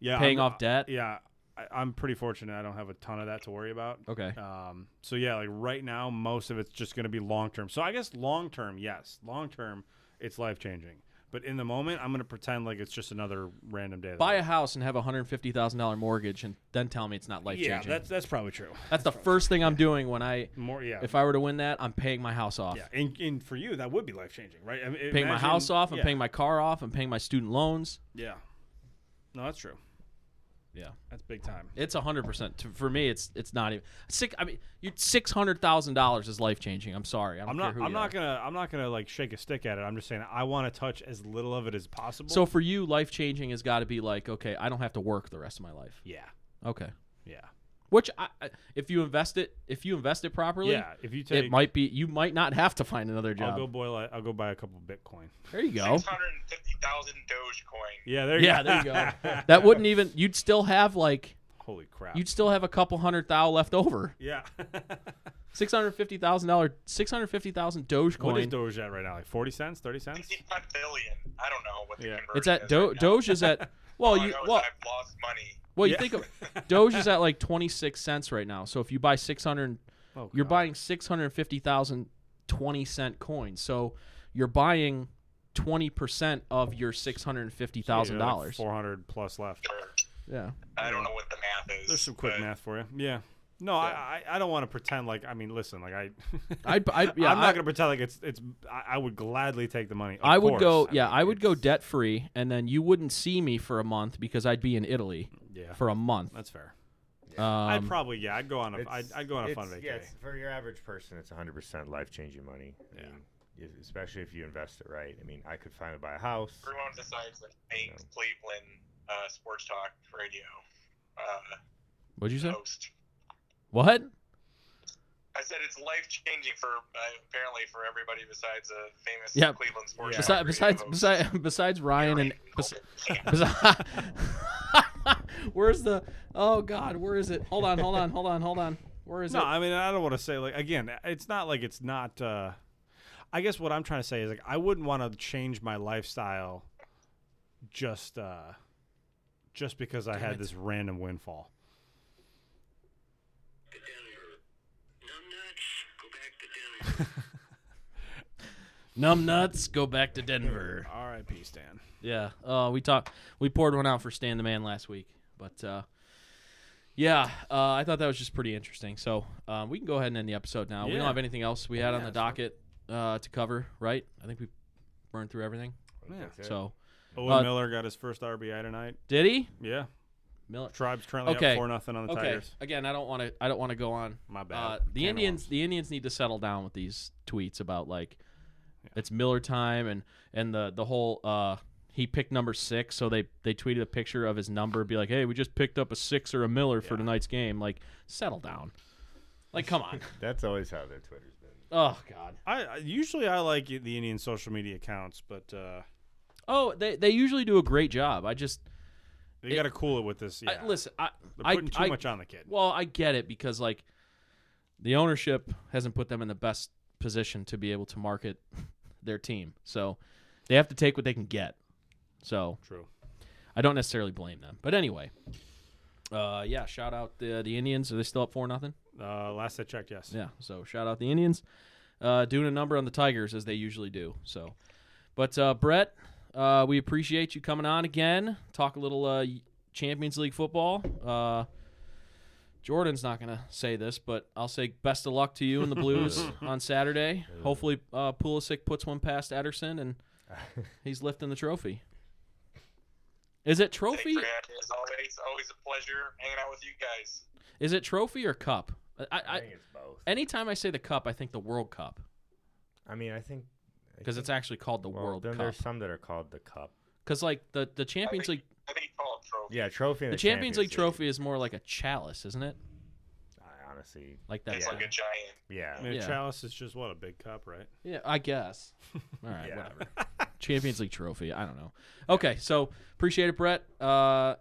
Speaker 1: yeah,
Speaker 2: paying
Speaker 1: I'm-
Speaker 2: off debt?
Speaker 1: yeah I, i'm pretty fortunate i don't have a ton of that to worry about
Speaker 2: Okay.
Speaker 1: um, so yeah like right now most of it's just going to be long term so i guess long term yes long term it's life changing but in the moment i'm going to pretend like it's just another random day of the
Speaker 2: Buy a
Speaker 1: week.
Speaker 2: house and have a hundred fifty thousand dollar mortgage, and then tell me it's not life
Speaker 1: yeah
Speaker 2: changing.
Speaker 1: that's that's probably true
Speaker 2: that's the first thing I'm doing when I,
Speaker 1: more yeah
Speaker 2: if I were to win that, I'm paying my house off.
Speaker 1: yeah and, and for you that would be life changing right I mean,
Speaker 2: Paying my
Speaker 1: imagine-
Speaker 2: house off, I'm
Speaker 1: yeah,
Speaker 2: paying my car off, I'm paying my student loans.
Speaker 1: yeah no that's true
Speaker 2: Yeah.
Speaker 1: that's big time
Speaker 2: It's hundred percent for me. It's it's not even six. I mean, you six hundred thousand dollars is life changing. I'm sorry. I don't
Speaker 1: I'm
Speaker 2: care
Speaker 1: not.
Speaker 2: Who
Speaker 1: I'm
Speaker 2: you
Speaker 1: not
Speaker 2: are.
Speaker 1: gonna. I'm not gonna like shake a stick at it. I'm just saying I want to touch as little of it as possible.
Speaker 2: So for you, life changing has got to be like, okay, I don't have to work the rest of my life.
Speaker 1: yeah,
Speaker 2: Okay.
Speaker 1: yeah,
Speaker 2: Which, I, I- if you invest it, if you invest it properly,
Speaker 1: yeah. If you take
Speaker 2: it might be. You might not have to find another
Speaker 1: I'll
Speaker 2: job.
Speaker 1: go boil. A, I'll go buy a couple Bitcoin.
Speaker 2: there you go.
Speaker 5: 650,000 Dogecoin.
Speaker 1: Yeah, there.
Speaker 2: Yeah,
Speaker 1: you
Speaker 2: there you go. That wouldn't even. You'd still have like.
Speaker 1: Holy crap.
Speaker 2: You'd still have a couple hundred thou left over.
Speaker 1: yeah.
Speaker 2: Six hundred fifty thousand dollar. Six hundred fifty thousand Dogecoin.
Speaker 1: what is Doge at right now? Like forty cents, thirty cents?
Speaker 5: 55 billion. I don't know what the
Speaker 1: Yeah.
Speaker 5: conversion
Speaker 2: it's at
Speaker 5: is
Speaker 2: Do-
Speaker 5: right now.
Speaker 2: Doge is at.
Speaker 5: All
Speaker 1: Oh,
Speaker 2: Well,
Speaker 5: I
Speaker 2: you
Speaker 5: know is
Speaker 2: well,
Speaker 5: I've lost money.
Speaker 2: well you
Speaker 1: Yeah.
Speaker 2: think of Doge is at like twenty six cents right now. So if you buy six hundred,
Speaker 1: Oh,
Speaker 2: you're
Speaker 1: God.
Speaker 2: buying six hundred fifty thousand twenty cent coins. So you're buying twenty percent of your six hundred fifty thousand dollars.
Speaker 1: Four hundred plus left.
Speaker 2: Yeah.
Speaker 5: I don't know what the math is.
Speaker 1: There's some quick
Speaker 5: but
Speaker 1: math for you. Yeah. No, I, I I don't want to pretend like I mean listen like I
Speaker 2: I'd, i yeah,
Speaker 1: I'm not
Speaker 2: I-
Speaker 1: gonna pretend like it's it's I, I would gladly take the money. Of
Speaker 2: I would go,
Speaker 1: course.
Speaker 2: yeah,
Speaker 1: mean,
Speaker 2: I would go
Speaker 1: it's-
Speaker 2: debt free, and then you wouldn't see me for a month because I'd be in Italy
Speaker 1: Yeah,
Speaker 2: for a month.
Speaker 1: that's fair. I'd
Speaker 2: Um,
Speaker 1: probably yeah, I'd go on a
Speaker 4: It's-
Speaker 1: I'd, I'd go on a fun
Speaker 4: it's-
Speaker 1: vacation.
Speaker 4: Yeah, it's- for your average person, it's 100% life changing money. I mean, if- especially if you invest it right. I mean, I could finally buy a house.
Speaker 5: Everyone decides like Hank Cleveland uh, Sports Talk Radio uh,
Speaker 2: what'd you say?
Speaker 5: host.
Speaker 2: What?
Speaker 5: I said it's life changing for uh, apparently for everybody besides a famous
Speaker 2: Yeah.
Speaker 5: Cleveland sports.
Speaker 1: Yeah.
Speaker 5: talk
Speaker 2: Besides, besides,
Speaker 5: radio host.
Speaker 2: besides, besides Ryan and
Speaker 5: Harry
Speaker 2: bes-
Speaker 5: Goldman.
Speaker 2: besi- Where's the? Oh God, where is it? Hold on, hold on, hold on, hold on. Where is
Speaker 1: No,
Speaker 2: it?
Speaker 1: I mean I don't want to say like again. It's not like it's not. Uh, I guess what I'm trying to say is like I wouldn't want to change my lifestyle just uh, just because I had
Speaker 2: it.
Speaker 1: this random windfall.
Speaker 7: to Denver. Numb nuts, go back to Denver.
Speaker 2: Numb nuts, go back to Denver.
Speaker 1: R.I.P. Stan.
Speaker 2: Yeah, uh, we talked. We poured one out for Stan the Man last week, but uh, yeah, uh, I thought that was just pretty interesting. So um, we can go ahead and end the episode now. We don't
Speaker 1: Yeah.
Speaker 2: have anything else we had on the docket uh, to cover, right? I think we burned through everything.
Speaker 1: Yeah.
Speaker 2: So
Speaker 1: Owen
Speaker 2: Uh,
Speaker 1: Miller got his first RBI tonight.
Speaker 2: did he?
Speaker 1: Yeah.
Speaker 2: Miller.
Speaker 1: Tribe's currently
Speaker 2: Okay.
Speaker 1: up four nothing on the
Speaker 2: Okay.
Speaker 1: Tigers.
Speaker 2: Again, I don't want to. I don't want to go on.
Speaker 1: My bad.
Speaker 2: Uh,
Speaker 1: Can of
Speaker 2: the Indians.
Speaker 1: worms.
Speaker 2: The Indians need to settle down with these tweets about like it's Miller time and and the the whole. Uh, he picked number six, so they they tweeted a picture of his number, be like, "Hey, we just picked up a six or a Miller for tonight's game." Like, settle down. Like, come on.
Speaker 4: That's always how their Twitter's been.
Speaker 2: oh God.
Speaker 1: I I- usually I like the Indian social media accounts, but uh,
Speaker 2: Oh, they they usually do a great job. I just
Speaker 1: you got to cool it with this. Yeah.
Speaker 2: I, listen. I
Speaker 1: They're
Speaker 2: I,
Speaker 1: putting too
Speaker 2: I-
Speaker 1: much on the kid.
Speaker 2: Well, I get it because like the ownership hasn't put them in the best position to be able to market their team. So they have to take what they can get. So
Speaker 1: True.
Speaker 2: I don't necessarily blame them. But anyway, uh, yeah, shout out the the Indians. Are they still up four nothing?
Speaker 1: Uh, last I checked, yes.
Speaker 2: Yeah. So shout out the Indians uh, doing a number on the Tigers as they usually do. So, but uh, Brett, uh, we appreciate you coming on again. Talk a little uh, Champions League football. Uh, Jordan's not gonna say this, but I'll say best of luck to you and the Blues on Saturday. Hopefully, uh, Pulisic puts one past Ederson and he's lifting the trophy. Is it
Speaker 5: Thanks
Speaker 2: trophy?
Speaker 5: for having me, as always. Always a pleasure hanging out with you guys.
Speaker 2: Is it trophy or cup? I, I,
Speaker 4: I think it's both.
Speaker 2: anytime I say the cup, I think the World Cup
Speaker 4: I mean, I think I
Speaker 2: because
Speaker 4: think-
Speaker 2: it's actually called the
Speaker 4: well,
Speaker 2: World
Speaker 4: Then
Speaker 2: Cup.
Speaker 4: there's some that are called the cup.
Speaker 2: Because like the the Champions League,
Speaker 5: I think you call it trophy.
Speaker 4: Yeah, trophy.
Speaker 2: the
Speaker 4: And
Speaker 2: Champions,
Speaker 4: the
Speaker 2: League trophy is more like a chalice, isn't it?
Speaker 4: I honestly,
Speaker 2: Like that.
Speaker 5: It's
Speaker 2: Yeah,
Speaker 5: like a giant.
Speaker 4: yeah.
Speaker 1: I mean,
Speaker 2: Yeah.
Speaker 1: Chalice is just what a big cup, right?
Speaker 2: Yeah, I guess. All right,
Speaker 4: Yeah.
Speaker 2: whatever. Champions League trophy. I don't know. Okay, so appreciate it, Brett. Uh,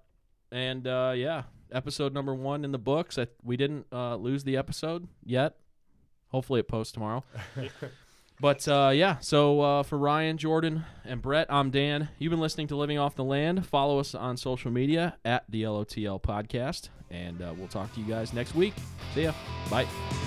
Speaker 2: and uh, yeah, episode number one in the books. I, we didn't uh, lose the episode yet. Hopefully, it posts tomorrow. But uh, yeah, so uh, for Ryan, Jordan, and Brett, I'm Dan. You've been listening to Living Off the Land. Follow us on social media at the LOTL Podcast, and uh, we'll talk to you guys next week. See ya. Bye.
Speaker 3: Oh,